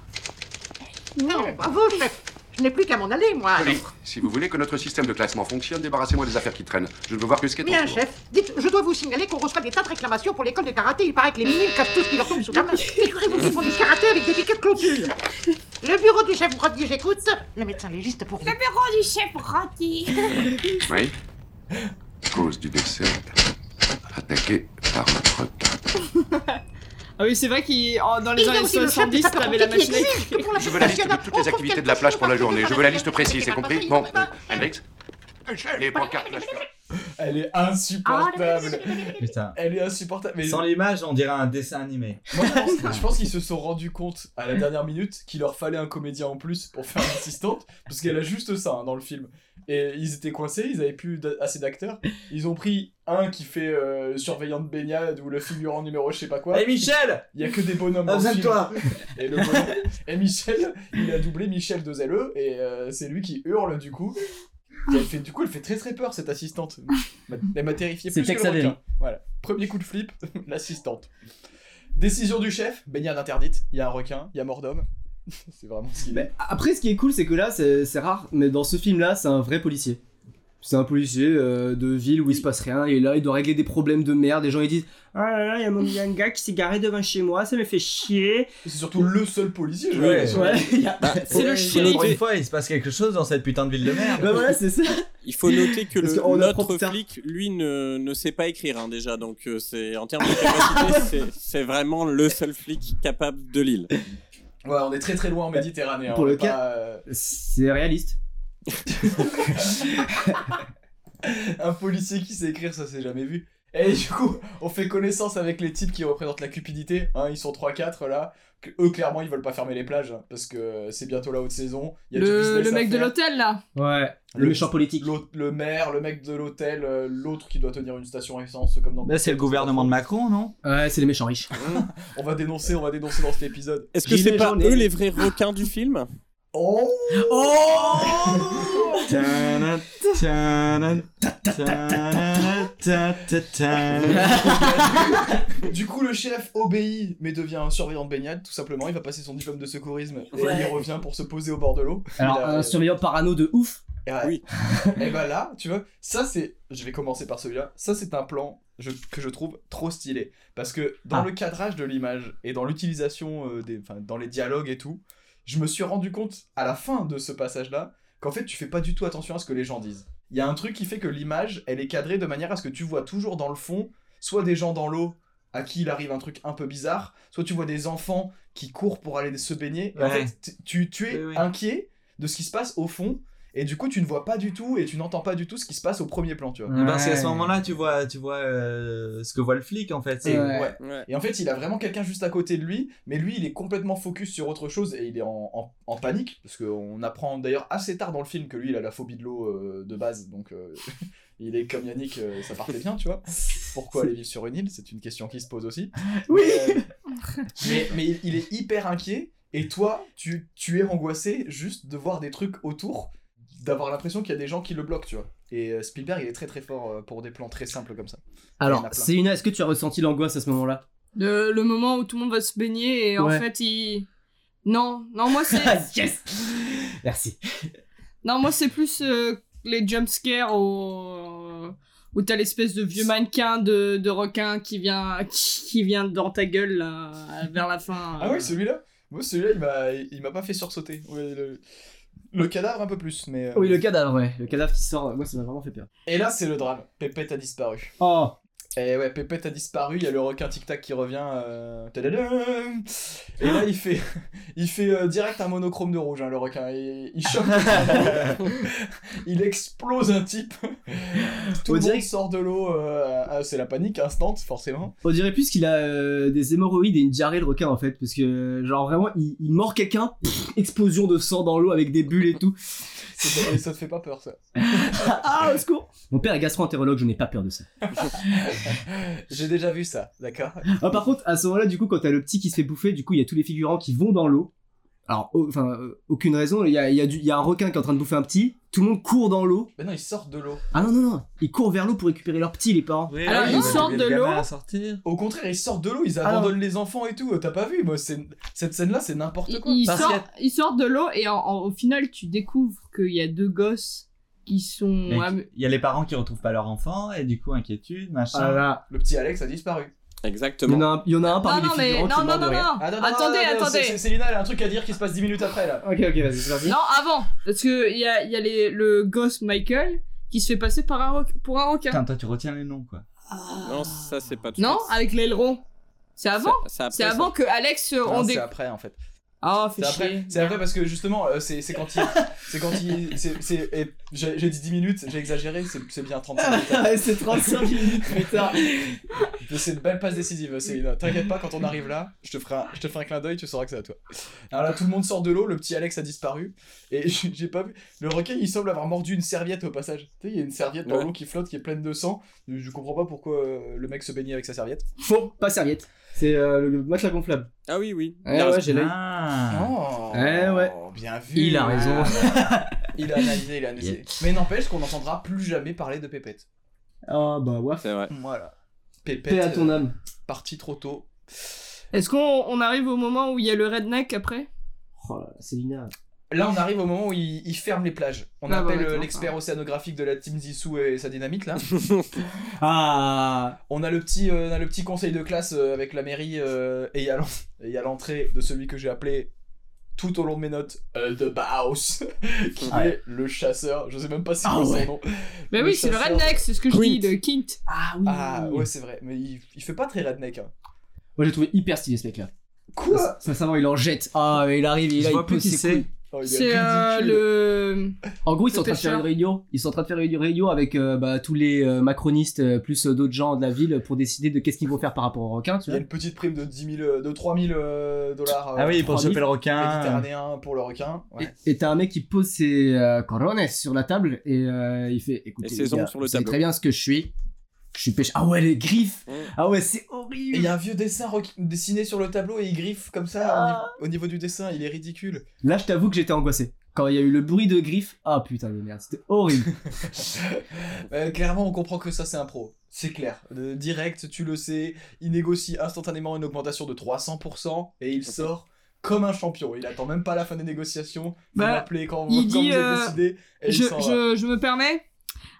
[SPEAKER 6] Non, bravo, chef. Je n'ai plus qu'à m'en aller, moi. alors.
[SPEAKER 7] Allez, si vous voulez que notre système de classement fonctionne, débarrassez-moi des affaires qui traînent. Je ne veux voir que ce qui est en
[SPEAKER 6] Bien,
[SPEAKER 7] cours.
[SPEAKER 6] chef. Dites, je dois vous signaler qu'on reçoit des tas de réclamations pour l'école de karaté. Il paraît que les minimes cachent tout ce qui leur tombe sous la main. Figurez-vous qu'ils font du karaté avec des piquets de clôture. Le bureau du chef Brody, j'écoute. Le médecin légiste pour vous.
[SPEAKER 8] bureau du chef Rocky.
[SPEAKER 7] Oui Cause du décès. Attaqué par un requin.
[SPEAKER 3] Ah oui, c'est vrai qu'il en- dans
[SPEAKER 6] Il
[SPEAKER 3] les
[SPEAKER 6] y a
[SPEAKER 3] années
[SPEAKER 6] aussi le chef
[SPEAKER 3] 70,
[SPEAKER 6] des
[SPEAKER 3] t'avais la
[SPEAKER 6] sapeurs-pompiers qui
[SPEAKER 3] machine à laver.
[SPEAKER 6] exige que pour la
[SPEAKER 7] Je veux la liste de
[SPEAKER 6] nationale,
[SPEAKER 7] toutes les
[SPEAKER 6] on
[SPEAKER 7] activités
[SPEAKER 6] confie
[SPEAKER 7] de la plage
[SPEAKER 6] le
[SPEAKER 7] pour la journée. Je veux la liste
[SPEAKER 6] contrôle
[SPEAKER 7] précise, c'est
[SPEAKER 6] des
[SPEAKER 7] compris Bon,
[SPEAKER 6] partenaires.
[SPEAKER 7] Alex Les pancartes nationales.
[SPEAKER 1] Elle est
[SPEAKER 6] Ah,
[SPEAKER 1] insupportable.
[SPEAKER 4] Putain.
[SPEAKER 1] Elle est insupportable. Mais
[SPEAKER 4] Sans l'image, on dirait un dessin animé.
[SPEAKER 1] moi, je pense, je pense qu'ils se sont rendus compte à la dernière minute qu'il leur fallait un comédien en plus pour faire l'assistante, parce qu'elle a juste ça hein, dans le film. Et ils étaient coincés, ils avaient plus d'a- assez d'acteurs. Ils ont pris un qui fait euh, surveillant de baignade ou le figurant numéro je sais pas quoi.
[SPEAKER 4] Hey Eh, Michel
[SPEAKER 1] Il y a que des bonhommes.
[SPEAKER 4] Ah,
[SPEAKER 1] dans le film.
[SPEAKER 4] Absente-toi
[SPEAKER 1] Et, le bonhomme- (laughs) et Michel, il a doublé Michel de Zelleux et euh, c'est lui qui hurle du coup. Et elle fait, du coup, elle fait très très peur cette assistante. M'a- Elle m'a terrifié
[SPEAKER 2] C'est
[SPEAKER 1] plus que
[SPEAKER 2] Tex
[SPEAKER 1] le
[SPEAKER 2] Avery.
[SPEAKER 1] requin. Voilà. Premier coup de flip, (laughs) l'assistante. Décision du chef, baignade interdite. Il y a un requin, il y a mort d'homme. (laughs) c'est vraiment ce qu'il est.
[SPEAKER 2] (laughs) Mais après, ce qui est cool, c'est que là, c'est c'est rare, mais dans ce film-là, c'est un vrai policier. C'est un policier euh, de ville où il se passe rien, et là, il doit régler des problèmes de merde. Les gens, ils disent Ah là là, il y a mon- il y a un gars qui s'est garé devant chez moi, ça me fait chier.
[SPEAKER 1] C'est surtout le seul policier, je veux
[SPEAKER 4] Ouais.
[SPEAKER 1] dire.
[SPEAKER 2] Ouais, il y a-
[SPEAKER 3] C'est le shérif.
[SPEAKER 4] Encore une fois, il se passe quelque chose dans cette putain de ville de merde.
[SPEAKER 2] Bah voilà, c'est ça.
[SPEAKER 5] Il faut noter que
[SPEAKER 2] Parce
[SPEAKER 5] le-
[SPEAKER 2] qu'on apprend
[SPEAKER 5] notre
[SPEAKER 2] plus tard.
[SPEAKER 5] flic, lui, ne, ne sait pas écrire hein, déjà. Donc, euh, c'est en termes de capacité,
[SPEAKER 2] (laughs)
[SPEAKER 5] c'est- c'est vraiment le seul flic capable de l'île.
[SPEAKER 1] Ouais, on est très très loin en Méditerranée. hein,
[SPEAKER 2] Pour
[SPEAKER 1] on
[SPEAKER 2] le
[SPEAKER 1] est
[SPEAKER 2] cas-
[SPEAKER 1] pas, euh,
[SPEAKER 2] C'est réaliste.
[SPEAKER 1] un policier qui sait écrire, ça c'est jamais vu. Et du coup, on fait connaissance avec les types qui représentent la cupidité. hein, ils sont 3-4 là. Que eux, clairement, ils veulent pas fermer les plages hein, parce que c'est bientôt la haute saison. Il y a du
[SPEAKER 3] Le,
[SPEAKER 1] business
[SPEAKER 3] le
[SPEAKER 1] à
[SPEAKER 3] mec de
[SPEAKER 1] faire.
[SPEAKER 3] l'hôtel là.
[SPEAKER 2] Ouais, le,
[SPEAKER 1] Le-
[SPEAKER 2] méchant politique.
[SPEAKER 1] L'autre- Le maire, le mec de l'hôtel, euh, l'autre qui doit tenir une station essence comme dans.
[SPEAKER 3] Bah.
[SPEAKER 4] Là, c'est le gouvernement de Macron, non
[SPEAKER 2] Ouais, c'est les méchants riches.
[SPEAKER 1] On va dénoncer, on va dénoncer dans cet épisode.
[SPEAKER 5] Est-ce que
[SPEAKER 2] Gilet
[SPEAKER 5] c'est pas
[SPEAKER 2] jaune et-
[SPEAKER 5] eux les vrais requins du film
[SPEAKER 3] (laughs)
[SPEAKER 1] Oh
[SPEAKER 4] Tadam, tadam, tadam, tadam.
[SPEAKER 1] Du coup, le chef obéit, mais devient un surveillant de baignade, tout simplement. Il va passer son diplôme de secourisme et
[SPEAKER 2] Ouais.
[SPEAKER 1] il revient pour se poser au bord de l'eau.
[SPEAKER 2] Alors,
[SPEAKER 1] Il a-
[SPEAKER 2] un surveillant parano de ouf.
[SPEAKER 1] Ouais.
[SPEAKER 5] Oui.
[SPEAKER 1] (laughs) et bah là, tu vois, ça c'est. Je vais commencer par celui-là. Ça c'est un plan je- que je trouve trop stylé. Parce que dans
[SPEAKER 2] Ah.
[SPEAKER 1] le cadrage de l'image et dans l'utilisation euh, des. Enfin, dans les dialogues et tout, je me suis rendu compte à la fin de ce passage-là qu'en fait tu fais pas du tout attention à ce que les gens disent. Il y a un truc qui fait que l'image, elle est cadrée de manière à ce que tu vois toujours dans le fond, soit des gens dans l'eau à qui il arrive un truc un peu bizarre, soit tu vois des enfants qui courent pour aller se baigner. Et en
[SPEAKER 4] Ouais.
[SPEAKER 1] fait, t- tu, tu es
[SPEAKER 4] Oui, oui.
[SPEAKER 1] inquiet de ce qui se passe au fond, et du coup, tu ne vois pas du tout et tu n'entends pas du tout ce qui se passe au premier plan, tu vois.
[SPEAKER 4] Eh ben, c'est à ce moment-là, tu vois, tu vois euh, ce que voit le flic en fait. C'est-
[SPEAKER 2] Ouais.
[SPEAKER 5] Ouais.
[SPEAKER 1] Et en fait, il a vraiment quelqu'un juste à côté de lui, mais lui, il est complètement focus sur autre chose et il est en, en- en panique, parce qu'on apprend d'ailleurs assez tard dans le film que lui, il a la phobie de l'eau euh, de base, donc euh, (laughs) il est comme Yannick, euh, ça partait bien, tu vois. Pourquoi aller vivre sur une île C'est une question qui se pose aussi.
[SPEAKER 2] Oui.
[SPEAKER 1] Mais, euh, (laughs) mais, mais il, il est hyper inquiet, et toi, tu, tu es angoissé juste de voir des trucs autour, d'avoir l'impression qu'il y a des gens qui le bloquent, tu vois. Et euh, Spielberg, il est très très fort euh, pour des plans très simples comme ça. Il y en
[SPEAKER 2] Alors,
[SPEAKER 1] a plein.
[SPEAKER 2] Célina, est-ce que tu as ressenti l'angoisse à ce (laughs) moment-là
[SPEAKER 3] Le, le moment où tout le monde va se baigner et en
[SPEAKER 2] Ouais.
[SPEAKER 3] fait il. Non, non, moi c'est.
[SPEAKER 2] Ah, (laughs) Yes Merci.
[SPEAKER 3] Non, moi, c'est plus euh, les jumpscares au... où t'as l'espèce de vieux mannequin de, de requin qui vient, qui, qui vient dans ta gueule là, vers la fin.
[SPEAKER 1] Ah
[SPEAKER 3] euh.
[SPEAKER 1] oui, celui-là Moi, celui-là, il m'a, il m'a pas fait sursauter. Ouais, le... le cadavre, un peu plus, mais... euh,
[SPEAKER 2] Oui, le cadavre, ouais. Le cadavre qui sort, moi, ça m'a vraiment fait peur.
[SPEAKER 1] Et là, c'est le drame. Pépette a disparu.
[SPEAKER 2] Oh
[SPEAKER 1] Et ouais, Pépette a disparu, il y a le requin tic-tac qui revient... euh, tadadam Et là, il fait... (laughs) Il fait euh, direct un monochrome de rouge, hein, le requin. Il, il
[SPEAKER 4] (laughs)
[SPEAKER 1] choque. il explose un type. Tout
[SPEAKER 2] On
[SPEAKER 1] le
[SPEAKER 2] dirait
[SPEAKER 1] monde sort de l'eau. euh, ah, c'est la panique instante, forcément.
[SPEAKER 2] On dirait plus qu'il a euh, des hémorroïdes et une diarrhée le requin en fait, parce que euh, genre vraiment il, il mord quelqu'un, pff, explosion de sang dans l'eau avec des bulles et tout.
[SPEAKER 1] C'est-
[SPEAKER 4] (laughs)
[SPEAKER 1] et ça te fait pas peur, ça.
[SPEAKER 2] Ah au secours Mon père est gastro-entérologue, je n'ai pas peur de ça.
[SPEAKER 1] J'ai déjà vu ça, d'accord
[SPEAKER 2] Ah, par contre, à ce moment-là, du coup, quand t'as le petit qui se fait bouffer, du coup il y a tous les figurants qui vont dans l'eau. Alors, au- enfin, euh, aucune raison, il y a, il y a du- il y a un requin qui est en train de bouffer un petit, tout le monde court dans l'eau.
[SPEAKER 1] Maintenant, ils sortent de l'eau.
[SPEAKER 2] Ah non, non, non, ils courent vers l'eau pour récupérer leur petit, les parents.
[SPEAKER 4] Oui,
[SPEAKER 3] Alors,
[SPEAKER 4] oui,
[SPEAKER 3] ils
[SPEAKER 4] bah,
[SPEAKER 3] sortent
[SPEAKER 4] le
[SPEAKER 3] de
[SPEAKER 4] gamin
[SPEAKER 3] l'eau.
[SPEAKER 4] à sortir.
[SPEAKER 1] Au contraire, ils sortent de l'eau, ils
[SPEAKER 2] Ah non.
[SPEAKER 1] abandonnent les enfants et tout. T'as pas vu, moi, c'est... cette scène-là, c'est n'importe
[SPEAKER 3] Ils,
[SPEAKER 1] quoi.
[SPEAKER 3] ils
[SPEAKER 4] Parce
[SPEAKER 3] sortent,
[SPEAKER 4] qu'il y
[SPEAKER 3] ils sortent de l'eau et en- en- au final, tu découvres qu'il y a deux gosses qui sont.
[SPEAKER 4] Mais
[SPEAKER 3] am-
[SPEAKER 4] Il y a les parents qui retrouvent pas leur enfant et du coup inquiétude, machin.
[SPEAKER 2] Ah là là.
[SPEAKER 1] Le petit Alex a disparu.
[SPEAKER 2] Il y
[SPEAKER 5] Exactement.
[SPEAKER 2] en a un, il y en a un
[SPEAKER 3] Non,
[SPEAKER 2] parmi
[SPEAKER 3] non,
[SPEAKER 2] les
[SPEAKER 3] mais.
[SPEAKER 2] figurants
[SPEAKER 3] Non,
[SPEAKER 2] qui
[SPEAKER 3] non,
[SPEAKER 2] meurt de
[SPEAKER 3] non,
[SPEAKER 2] rire.
[SPEAKER 3] non.
[SPEAKER 1] Ah, non, non,
[SPEAKER 3] Attendez,
[SPEAKER 1] non, non,
[SPEAKER 3] attendez.
[SPEAKER 1] c'est- c'est- Célina, elle a un truc à dire qui se passe 10 minutes après, là.
[SPEAKER 2] Ok, ok, vas-y, vas-y.
[SPEAKER 3] Non, avant. Parce qu'il y a, il y a les- le gosse Michael qui se fait passer par un roc- pour un requin.
[SPEAKER 4] Putain, toi tu retiens les noms quoi.
[SPEAKER 5] Non, ça c'est pas tout.
[SPEAKER 3] Non,
[SPEAKER 5] de suite.
[SPEAKER 3] avec l'aileron. C'est avant
[SPEAKER 5] C'est après,
[SPEAKER 3] C'est
[SPEAKER 5] ça.
[SPEAKER 3] avant que Alex euh,
[SPEAKER 1] Non,
[SPEAKER 3] on
[SPEAKER 1] c'est
[SPEAKER 3] dé...
[SPEAKER 1] après, en fait.
[SPEAKER 3] Oh, fais
[SPEAKER 1] C'est après,
[SPEAKER 3] chier.
[SPEAKER 1] c'est après parce que justement, euh, c'est c'est quand il. C'est quand il. c'est- c'est- et J'ai j'ai dit 10 minutes, j'ai exagéré, c'est c'est bien 35
[SPEAKER 3] (laughs)
[SPEAKER 1] minutes.
[SPEAKER 2] (laughs) c'est 35 minutes plus tard.
[SPEAKER 1] C'est une belle passe décisive, Célina. T'inquiète pas, quand on arrive là, je te ferai un, je te ferai un clin d'œil, tu sauras que c'est à toi. Alors là, tout le monde sort de l'eau, le petit Alex a disparu, et (laughs) j'ai j'ai pas vu. Le requin, il semble avoir mordu une serviette au passage. Tu sais, il y a une serviette dans
[SPEAKER 5] Ouais.
[SPEAKER 1] l'eau qui flotte, qui est pleine de sang. Je je comprends pas pourquoi euh, le mec se baignait avec sa serviette.
[SPEAKER 2] Faux, pas serviette. C'est euh, le matelas gonflable.
[SPEAKER 5] Ah oui, oui.
[SPEAKER 2] Ouais,
[SPEAKER 5] Il a
[SPEAKER 2] ouais,
[SPEAKER 5] raison.
[SPEAKER 2] j'ai l'œil.
[SPEAKER 4] Ah.
[SPEAKER 1] Oh,
[SPEAKER 2] Eh ouais.
[SPEAKER 1] Bien vu. Ah,
[SPEAKER 2] Il a raison. (laughs)
[SPEAKER 1] il a analysé, il a analysé. Mais n'empêche qu'on n'entendra plus jamais parler de Pépette.
[SPEAKER 2] Ah bah, waf.
[SPEAKER 5] C'est vrai.
[SPEAKER 1] Voilà.
[SPEAKER 2] Paix à
[SPEAKER 1] Pépette,
[SPEAKER 2] ton
[SPEAKER 1] euh,
[SPEAKER 2] âme.
[SPEAKER 1] parti trop tôt.
[SPEAKER 3] Est-ce qu'on on arrive au moment où il y a le redneck après
[SPEAKER 2] Oh là là, Célina.
[SPEAKER 1] Là, on arrive au moment où ils, ils ferment les plages. On
[SPEAKER 3] Ah, bah,
[SPEAKER 1] appelle
[SPEAKER 3] ouais,
[SPEAKER 1] euh,
[SPEAKER 3] attends,
[SPEAKER 1] l'expert
[SPEAKER 3] ouais.
[SPEAKER 1] océanographique de la team Zissou et sa dynamite là.
[SPEAKER 2] (laughs) Ah
[SPEAKER 1] On a le petit, euh, on a le petit conseil de classe euh, avec la mairie euh, et il y a l'en- et il y a l'entrée de celui que j'ai appelé tout au long de mes notes euh, The Baus, (laughs) qui
[SPEAKER 2] Ouais.
[SPEAKER 1] est le chasseur. Je sais même pas c'est
[SPEAKER 2] Ah
[SPEAKER 1] quoi
[SPEAKER 2] ouais.
[SPEAKER 1] son nom.
[SPEAKER 3] Bah
[SPEAKER 1] Le
[SPEAKER 3] oui, c'est le
[SPEAKER 1] chasseur.
[SPEAKER 3] redneck, c'est ce que je
[SPEAKER 5] Quint.
[SPEAKER 3] dis, de Kint.
[SPEAKER 2] Ah oui
[SPEAKER 1] Ah ouais, c'est vrai. Mais il, il fait pas très redneck. Hein.
[SPEAKER 2] Moi j'ai trouvé hyper stylé ce mec là.
[SPEAKER 1] Quoi
[SPEAKER 2] Ça savoir, il en jette. Ah, mais il arrive, il
[SPEAKER 4] Je
[SPEAKER 2] a
[SPEAKER 4] vois
[SPEAKER 2] il
[SPEAKER 4] plus
[SPEAKER 2] pose
[SPEAKER 4] qui
[SPEAKER 2] ses
[SPEAKER 4] c'est.
[SPEAKER 2] couilles.
[SPEAKER 1] Oh, il est
[SPEAKER 3] C'est euh,
[SPEAKER 1] ridicule.
[SPEAKER 3] le.
[SPEAKER 2] En gros, ils sont en train de
[SPEAKER 3] C'était
[SPEAKER 2] faire une
[SPEAKER 3] cher.
[SPEAKER 2] réunion. Ils sont en train de faire une réunion avec euh, bah, tous les euh, macronistes euh, plus euh, d'autres gens de la ville pour décider de qu'est-ce qu'ils vont faire par rapport au requin, tu
[SPEAKER 1] Il y a
[SPEAKER 2] vois.
[SPEAKER 1] une petite prime de 10 000, euh, de 3 000 euh, dollars.
[SPEAKER 4] Ah oui, pour
[SPEAKER 2] Oh, trois mille
[SPEAKER 4] choper le requin.
[SPEAKER 1] Méditerranéen pour le requin. Ouais.
[SPEAKER 2] Et et t'as un mec qui pose ses euh, corones sur la table et euh, il fait écoutez,
[SPEAKER 5] Et ses
[SPEAKER 2] les gars,
[SPEAKER 5] ongles sur le
[SPEAKER 2] vous savez
[SPEAKER 5] tableau.
[SPEAKER 2] très bien ce que je suis. Je suis pêche. Ah ouais, les griffes.
[SPEAKER 5] Mm.
[SPEAKER 2] Ah ouais, c'est
[SPEAKER 1] Et il
[SPEAKER 2] horrible.
[SPEAKER 1] y a un vieux dessin requ- dessiné sur le tableau et il griffe comme ça au niveau- au, niveau du dessin, il est ridicule. (laughs)
[SPEAKER 2] Là, je t'avoue que j'étais angoissé. Quand il y a eu le bruit de griffes, ah putain de merde, c'était
[SPEAKER 5] (laughs)
[SPEAKER 2] horrible.
[SPEAKER 1] Euh, clairement, on comprend que ça c'est un pro. C'est clair. Euh, direct, tu le sais, il négocie instantanément une augmentation de 300% et il sort comme un champion. Il attend même pas la fin des négociations. Vous
[SPEAKER 3] Bah,
[SPEAKER 1] m'appelez quand, vous-
[SPEAKER 3] il
[SPEAKER 1] quand
[SPEAKER 3] dit,
[SPEAKER 1] vous êtes
[SPEAKER 3] euh,
[SPEAKER 1] décidé. Et
[SPEAKER 3] Je,
[SPEAKER 1] il s'en va.
[SPEAKER 3] je, je me permets.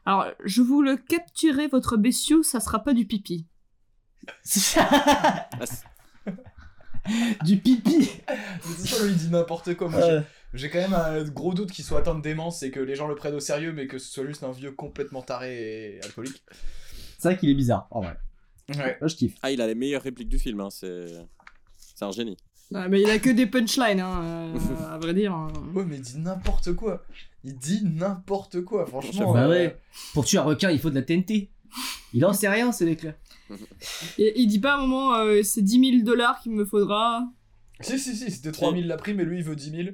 [SPEAKER 3] Alors, je vous le capturez, votre bestiau, ça sera pas du pipi.
[SPEAKER 5] Ah, c'est-
[SPEAKER 2] du pipi.
[SPEAKER 1] Mais c'est ça, lui, il dit n'importe quoi. Moi, j'ai-
[SPEAKER 4] Euh,
[SPEAKER 1] j'ai quand même un gros doute qu'il soit atteint de démence et que les gens le prennent au sérieux, mais que ce soit juste un vieux complètement taré et alcoolique.
[SPEAKER 2] C'est vrai qu'il est bizarre.
[SPEAKER 4] Oh,
[SPEAKER 2] En vrai,
[SPEAKER 1] Ouais.
[SPEAKER 2] moi je kiffe.
[SPEAKER 5] Ah, il a les meilleures répliques du film, hein, c'est. C'est un génie.
[SPEAKER 3] Ouais, mais il a que des punchlines, hein, euh, à vrai dire. hein.
[SPEAKER 1] Ouais, mais il dit n'importe quoi. Il dit n'importe quoi, franchement.
[SPEAKER 2] Bah
[SPEAKER 1] euh,
[SPEAKER 2] ouais. Pour tuer un requin, il faut de la TNT. Il en sait rien, ce mec-là.
[SPEAKER 3] Et, il dit pas à un moment, euh, c'est 10 000 dollars qu'il me faudra.
[SPEAKER 1] Si, si, si, c'était 3000 la prime et lui il veut 10 000.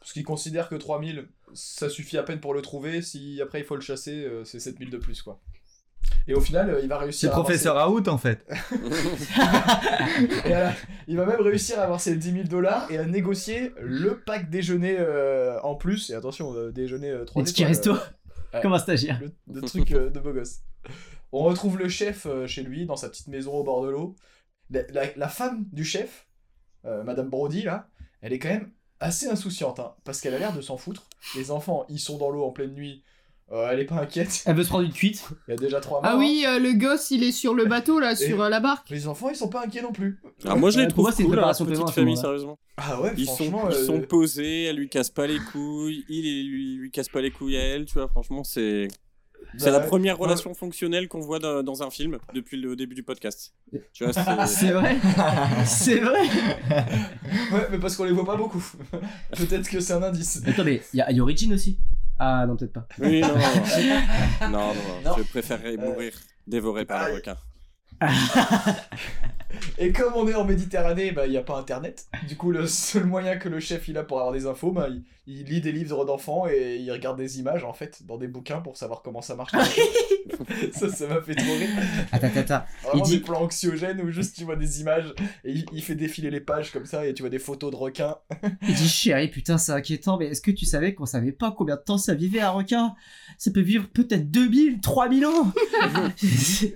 [SPEAKER 1] Parce qu'il considère que 3000 ça suffit à peine pour le trouver. Si après il faut le chasser, euh, c'est 7000 de plus quoi. Et au final, euh, il va
[SPEAKER 4] C'est
[SPEAKER 1] réussir.
[SPEAKER 4] le
[SPEAKER 1] à avancer-
[SPEAKER 4] professeur Out
[SPEAKER 2] (laughs)
[SPEAKER 4] en fait.
[SPEAKER 1] Et à la- Il va même réussir à avancer les 10 000 dollars et à négocier le pack déjeuner euh, en plus. Et attention, euh, déjeuner 3
[SPEAKER 2] Un petit resto.
[SPEAKER 5] euh,
[SPEAKER 2] Comme un stagiaire.
[SPEAKER 1] le, le truc euh, de beau gosse. On retrouve le chef euh, chez lui, dans sa petite maison au bord de l'eau. La, la- la femme du chef, euh, Madame Brody, là, elle est quand même assez insouciante, hein, parce qu'elle a l'air de s'en foutre. Les enfants, ils sont dans l'eau en pleine nuit. Euh, elle est pas inquiète.
[SPEAKER 2] Elle veut se prendre une cuite.
[SPEAKER 1] Il y a déjà trois morts.
[SPEAKER 2] Oh.
[SPEAKER 3] Ah oui, euh, le gosse, il est sur le bateau, là, sur euh, la barque.
[SPEAKER 1] Les enfants, ils sont pas inquiets non plus.
[SPEAKER 5] Ah, moi, je les
[SPEAKER 2] Ouais, pour
[SPEAKER 5] trouve
[SPEAKER 2] moi, c'est une
[SPEAKER 5] cool, hein,
[SPEAKER 2] préparation
[SPEAKER 5] petite
[SPEAKER 2] paiement à ce
[SPEAKER 5] famille,
[SPEAKER 2] moment-là.
[SPEAKER 5] sérieusement.
[SPEAKER 1] Ah ouais,
[SPEAKER 5] Ils sont,
[SPEAKER 1] franchement.
[SPEAKER 5] ils
[SPEAKER 1] euh,
[SPEAKER 5] sont posés, elle lui casse pas les couilles, il il lui, lui casse pas les couilles à elle, tu vois, franchement, c'est. C'est
[SPEAKER 1] bah,
[SPEAKER 5] la première
[SPEAKER 1] ouais.
[SPEAKER 5] relation fonctionnelle qu'on voit dans, dans un film depuis le début du podcast. Tu vois, c'est.
[SPEAKER 2] C'est vrai. c'est vrai.
[SPEAKER 1] Ouais, mais parce qu'on les voit pas beaucoup. (laughs) Peut-être que c'est un indice. (laughs)
[SPEAKER 2] Attends, mais il y a Yorichin aussi. Ah non, peut-être pas.
[SPEAKER 5] Oui, non, non, non, non,
[SPEAKER 1] Non.
[SPEAKER 5] je préférerais
[SPEAKER 1] Euh,
[SPEAKER 5] mourir dévoré par
[SPEAKER 1] aïe.
[SPEAKER 5] un requin.
[SPEAKER 1] Et comme on est en Méditerranée, bah, il n'y a pas internet. Du coup, le seul moyen que le chef il a pour avoir des infos, bah, il, il lit des livres d'enfants et il regarde des images en fait dans des bouquins pour savoir comment ça marche. ça, ça m'a fait trop rire.
[SPEAKER 2] Attends, attends, attends.
[SPEAKER 1] Vraiment
[SPEAKER 2] dit-
[SPEAKER 1] des plans anxiogènes où juste tu vois des images et il, il fait défiler les pages comme ça et tu vois des photos de requins.
[SPEAKER 2] Il dit chérie, putain, c'est inquiétant, mais est-ce que tu savais qu'on savait pas combien de temps ça vivait un requin Ça peut vivre peut-être 2000, 3000 (laughs) ans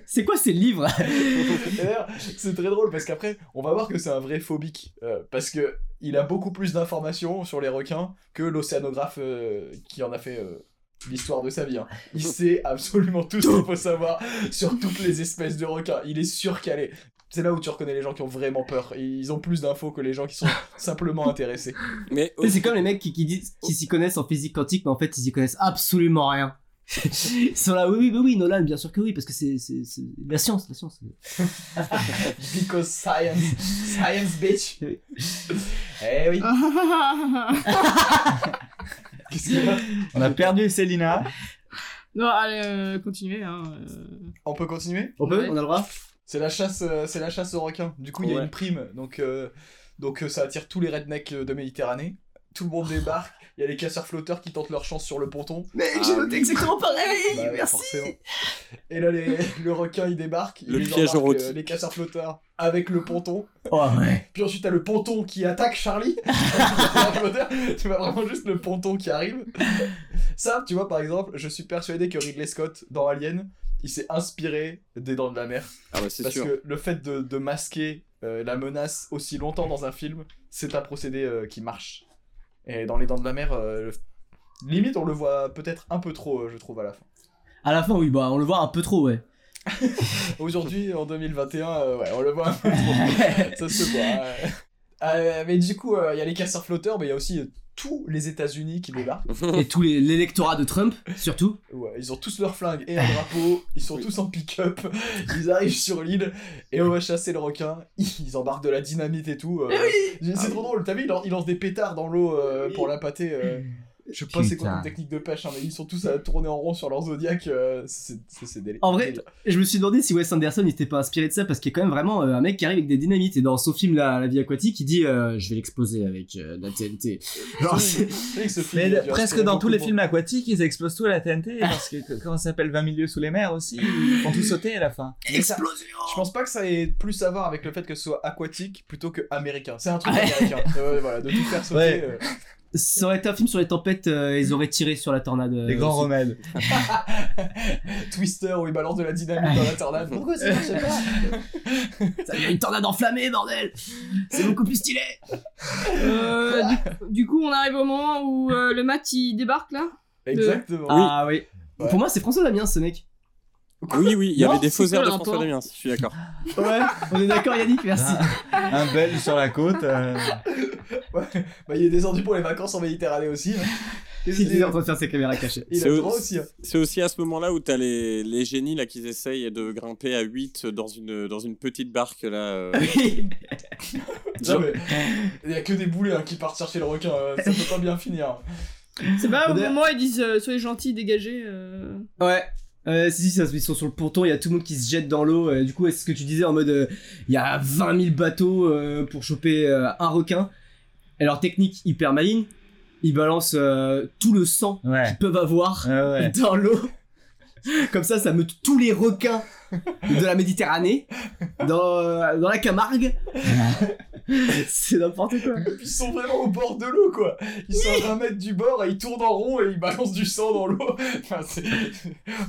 [SPEAKER 2] C'est quoi ces livres
[SPEAKER 1] Et d'ailleurs, c'est très drôle parce qu'après, on va voir que c'est un vrai phobique euh, parce que il a beaucoup plus d'informations sur les requins que l'océanographe euh, qui en a fait euh, l'histoire de sa vie. hein. (laughs) Il sait absolument tout ce qu'il faut savoir sur toutes les espèces de requins. Il est surcalé. C'est là où tu reconnais les gens qui ont vraiment peur. Ils ont plus d'infos que les gens qui (laughs) sont simplement intéressés.
[SPEAKER 5] Mais
[SPEAKER 2] Mais (laughs) C'est comme les mecs qui, qui disent qui s'y connaissent en physique quantique, mais en fait ils y connaissent absolument rien. Ils sont là, oui, oui, oui, oui, Nolan, bien sûr que oui, parce que c'est c'est- c'est la science, la science.
[SPEAKER 1] Because science. Science, (laughs) bitch.
[SPEAKER 3] (laughs)
[SPEAKER 1] eh oui.
[SPEAKER 3] non,
[SPEAKER 1] Ah, Qu'est-ce qu'il y a
[SPEAKER 4] On a perdu Célina.
[SPEAKER 3] allez, euh, continuez. Hein, euh.
[SPEAKER 1] On peut continuer
[SPEAKER 2] On peut, on a le droit
[SPEAKER 1] C'est la chasse, euh, c'est la chasse aux requins. Du coup, il y a
[SPEAKER 5] Ouais.
[SPEAKER 1] une prime, donc euh, donc euh, ça attire tous les rednecks euh, de Méditerranée. Tout le monde débarque. Il y a les casseurs flotteurs qui tentent leur chance sur le ponton.
[SPEAKER 2] Mais
[SPEAKER 5] j'ai noté
[SPEAKER 2] exactement pareil
[SPEAKER 1] Bah, forcément. Et là,
[SPEAKER 5] (laughs)
[SPEAKER 1] les- le requin il débarque.
[SPEAKER 5] Le
[SPEAKER 1] il
[SPEAKER 5] piège
[SPEAKER 1] embarque,
[SPEAKER 5] en route.
[SPEAKER 1] euh, les casseurs flotteurs avec le ponton.
[SPEAKER 2] Oh ouais
[SPEAKER 1] Puis ensuite, t'as le ponton qui attaque
[SPEAKER 5] (laughs)
[SPEAKER 1] Charlie. tu vois vraiment juste le ponton qui arrive. Ça, tu vois, par exemple, je suis persuadé que Ridley Scott dans Alien, il s'est inspiré des Dents de la Mer.
[SPEAKER 5] Ah, bah, c'est
[SPEAKER 1] Parce
[SPEAKER 5] sûr.
[SPEAKER 1] que le fait de, de masquer euh, la menace aussi longtemps dans un film, c'est un procédé euh, qui marche. Et dans Les Dents de la Mer, euh, limite, on le voit peut-être un peu trop, euh, je trouve, à la fin.
[SPEAKER 2] À la fin, oui, bah on le voit un peu trop, ouais.
[SPEAKER 5] (laughs)
[SPEAKER 1] Aujourd'hui, en 2021, euh, ouais, on le voit un peu trop. Ça se voit. ouais. Euh, mais du coup, euh, il y a les casseurs flotteurs, mais il y a aussi euh, tous les États-Unis qui débarquent.
[SPEAKER 2] (laughs) Et tous les l'électorat de Trump, surtout.
[SPEAKER 1] Ouais, ils ont tous leurs flingues
[SPEAKER 4] (laughs)
[SPEAKER 1] et un drapeau, ils sont tous en pick-up, (laughs) ils arrivent sur l'île et on va chasser le requin, (laughs) ils embarquent de la dynamite et tout. euh, C'est
[SPEAKER 5] Ah
[SPEAKER 1] trop drôle, t'as vu, ils lan- ils lancent des pétards dans l'eau euh, pour l'appâter. euh, Je sais pas c'est quoi
[SPEAKER 4] Putain.
[SPEAKER 1] comme technique de pêche, hein, mais ils sont tous à tourner en rond sur leur zodiaque, euh, c'est c'est- c'est délire.
[SPEAKER 2] En vrai,
[SPEAKER 1] Délire.
[SPEAKER 2] Et je me suis demandé si Wes Anderson n'était pas inspiré de ça parce qu'il y a quand même vraiment euh, un mec qui arrive avec des dynamites et dans son film La, La vie aquatique, il dit euh, je vais l'exploser avec euh, de la
[SPEAKER 1] (laughs)
[SPEAKER 2] TNT. Genre, c'est-
[SPEAKER 1] C'est vrai que ce film,
[SPEAKER 4] Mais
[SPEAKER 1] il a dû
[SPEAKER 4] presque
[SPEAKER 1] inspirer
[SPEAKER 4] dans tous les
[SPEAKER 1] beaucoup
[SPEAKER 4] films aquatiques, ils explosent tout à
[SPEAKER 2] (laughs)
[SPEAKER 4] la TNT parce que que- comment ça s'appelle 20 milieux sous les mers aussi, ils font tout sauter à la fin.
[SPEAKER 1] Mais ça- Je pense pas que ça ait plus à voir avec le fait que ce soit aquatique plutôt que américain. C'est un truc américain. Euh, voilà, de tout
[SPEAKER 4] (laughs)
[SPEAKER 1] faire sauter.
[SPEAKER 4] Ah Ouais.
[SPEAKER 1] euh.
[SPEAKER 2] ça aurait été un film sur les tempêtes, euh, ils auraient tiré sur la tornade. euh,
[SPEAKER 4] Les grands
[SPEAKER 2] aussi.
[SPEAKER 4] remèdes.
[SPEAKER 1] Twister où il balance de la dynamite dans la tornade. Pourquoi ça marche
[SPEAKER 4] (laughs)
[SPEAKER 1] pas
[SPEAKER 2] Ça devient une tornade enflammée, bordel C'est beaucoup
[SPEAKER 1] (laughs)
[SPEAKER 2] plus stylé
[SPEAKER 3] Euh, du, du coup, on arrive au moment où euh, le mat il débarque là.
[SPEAKER 1] Exactement.
[SPEAKER 2] Ah oui.
[SPEAKER 1] Ouais.
[SPEAKER 2] Pour moi, c'est François Damien, ce mec.
[SPEAKER 5] (laughs) Oui, oui, il y
[SPEAKER 3] Non,
[SPEAKER 5] avait des
[SPEAKER 3] c'est
[SPEAKER 5] faux
[SPEAKER 3] quoi
[SPEAKER 5] airs
[SPEAKER 3] le
[SPEAKER 5] de François
[SPEAKER 3] rapport
[SPEAKER 5] Damiens, je suis d'accord.
[SPEAKER 2] Ouais, on est d'accord, Yannick, merci.
[SPEAKER 1] Ah.
[SPEAKER 4] (laughs) Un bel sur la côte. euh,
[SPEAKER 1] Bah, il est descendu pour les vacances en Méditerranée aussi. (laughs) hein. Il,
[SPEAKER 2] Il est en train de faire ses
[SPEAKER 1] (laughs)
[SPEAKER 2] caméras cachées.
[SPEAKER 1] il a
[SPEAKER 5] C'est
[SPEAKER 1] le
[SPEAKER 5] au-
[SPEAKER 1] droit aussi. hein.
[SPEAKER 5] C'est aussi à ce moment-là où t'as les, les génies là qui essayent de grimper à 8 dans une, dans une petite barque là. euh,
[SPEAKER 1] Non, mais il y a que des boulets hein, qui partent chercher le requin. euh, Ça peut pas bien finir.
[SPEAKER 3] C'est pas au
[SPEAKER 2] D'ailleurs-
[SPEAKER 3] moment où ils disent euh, soyez gentils, dégagez. euh.
[SPEAKER 2] Ouais. Euh, si, si, ça, ils sont sur le ponton, il y a tout le monde qui se jette dans l'eau. euh, du coup, c'est ce que tu disais en mode euh, il y a 20 000 bateaux euh, pour choper euh, un requin. Et leur technique hyper maligne, ils balancent euh, tout le sang
[SPEAKER 4] Ouais.
[SPEAKER 2] qu'ils peuvent avoir
[SPEAKER 4] Ouais, ouais.
[SPEAKER 2] (laughs) dans l'eau. Comme ça, ça meute tous les requins de la Méditerranée, dans, euh, dans la
[SPEAKER 4] (laughs)
[SPEAKER 2] Camargue. c'est n'importe quoi.
[SPEAKER 1] Ils sont vraiment au bord de l'eau quoi. Ils sont à 20 mètres du bord et ils tournent en rond et ils balancent du sang dans l'eau. (laughs) Enfin, c'est.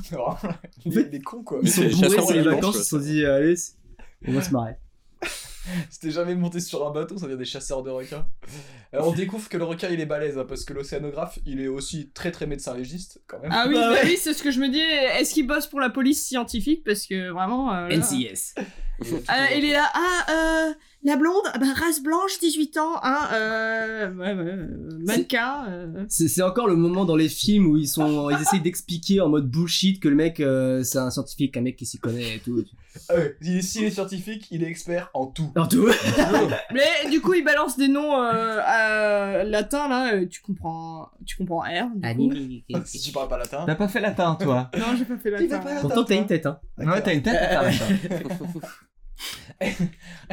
[SPEAKER 1] c'est vraiment- Des, des cons quoi.
[SPEAKER 5] Mais
[SPEAKER 2] Ils sont
[SPEAKER 5] c'est
[SPEAKER 2] bourrés
[SPEAKER 5] chasseur
[SPEAKER 2] sur les
[SPEAKER 5] de la
[SPEAKER 2] vacances,
[SPEAKER 5] Manche,
[SPEAKER 2] ils se sont dit euh, allez, c'est- on va se marrer.
[SPEAKER 1] C'était jamais monté sur un bateau, ça vient des chasseurs de requins. Alors, on découvre que le requin il est balèze hein, parce que l'océanographe il est aussi très très médecin légiste quand même.
[SPEAKER 3] Ah oui,
[SPEAKER 2] Bah
[SPEAKER 3] bah
[SPEAKER 2] ouais.
[SPEAKER 3] oui, c'est ce que je me dis. Est-ce qu'il bosse pour la police scientifique Parce que vraiment. euh, là-
[SPEAKER 2] NCIS.
[SPEAKER 3] Ah, il est là. Ah, euh, la blonde, ah bah, race blanche, 18 ans, hein, euh, ouais, ouais, euh, mannequin. euh.
[SPEAKER 2] C'est c'est encore le moment dans les films où ils sont, ils essayent d'expliquer en mode bullshit que le mec euh, c'est un scientifique, un mec qui s'y connaît et tout.
[SPEAKER 1] Ah ouais, il est- S'il est scientifique, il est expert en tout.
[SPEAKER 2] En tout.
[SPEAKER 3] Mais du coup, il balance des noms euh, euh, latins là. euh, Tu comprends, tu comprends R. du coup.
[SPEAKER 1] si tu parles pas latin.
[SPEAKER 4] T'as pas fait latin, toi
[SPEAKER 3] Non, j'ai pas fait
[SPEAKER 1] Il a
[SPEAKER 3] latin.
[SPEAKER 1] pas latin,
[SPEAKER 2] Pourtant t'as
[SPEAKER 1] toi.
[SPEAKER 2] une tête hein.
[SPEAKER 4] Ouais, t'as une tête à faire latin.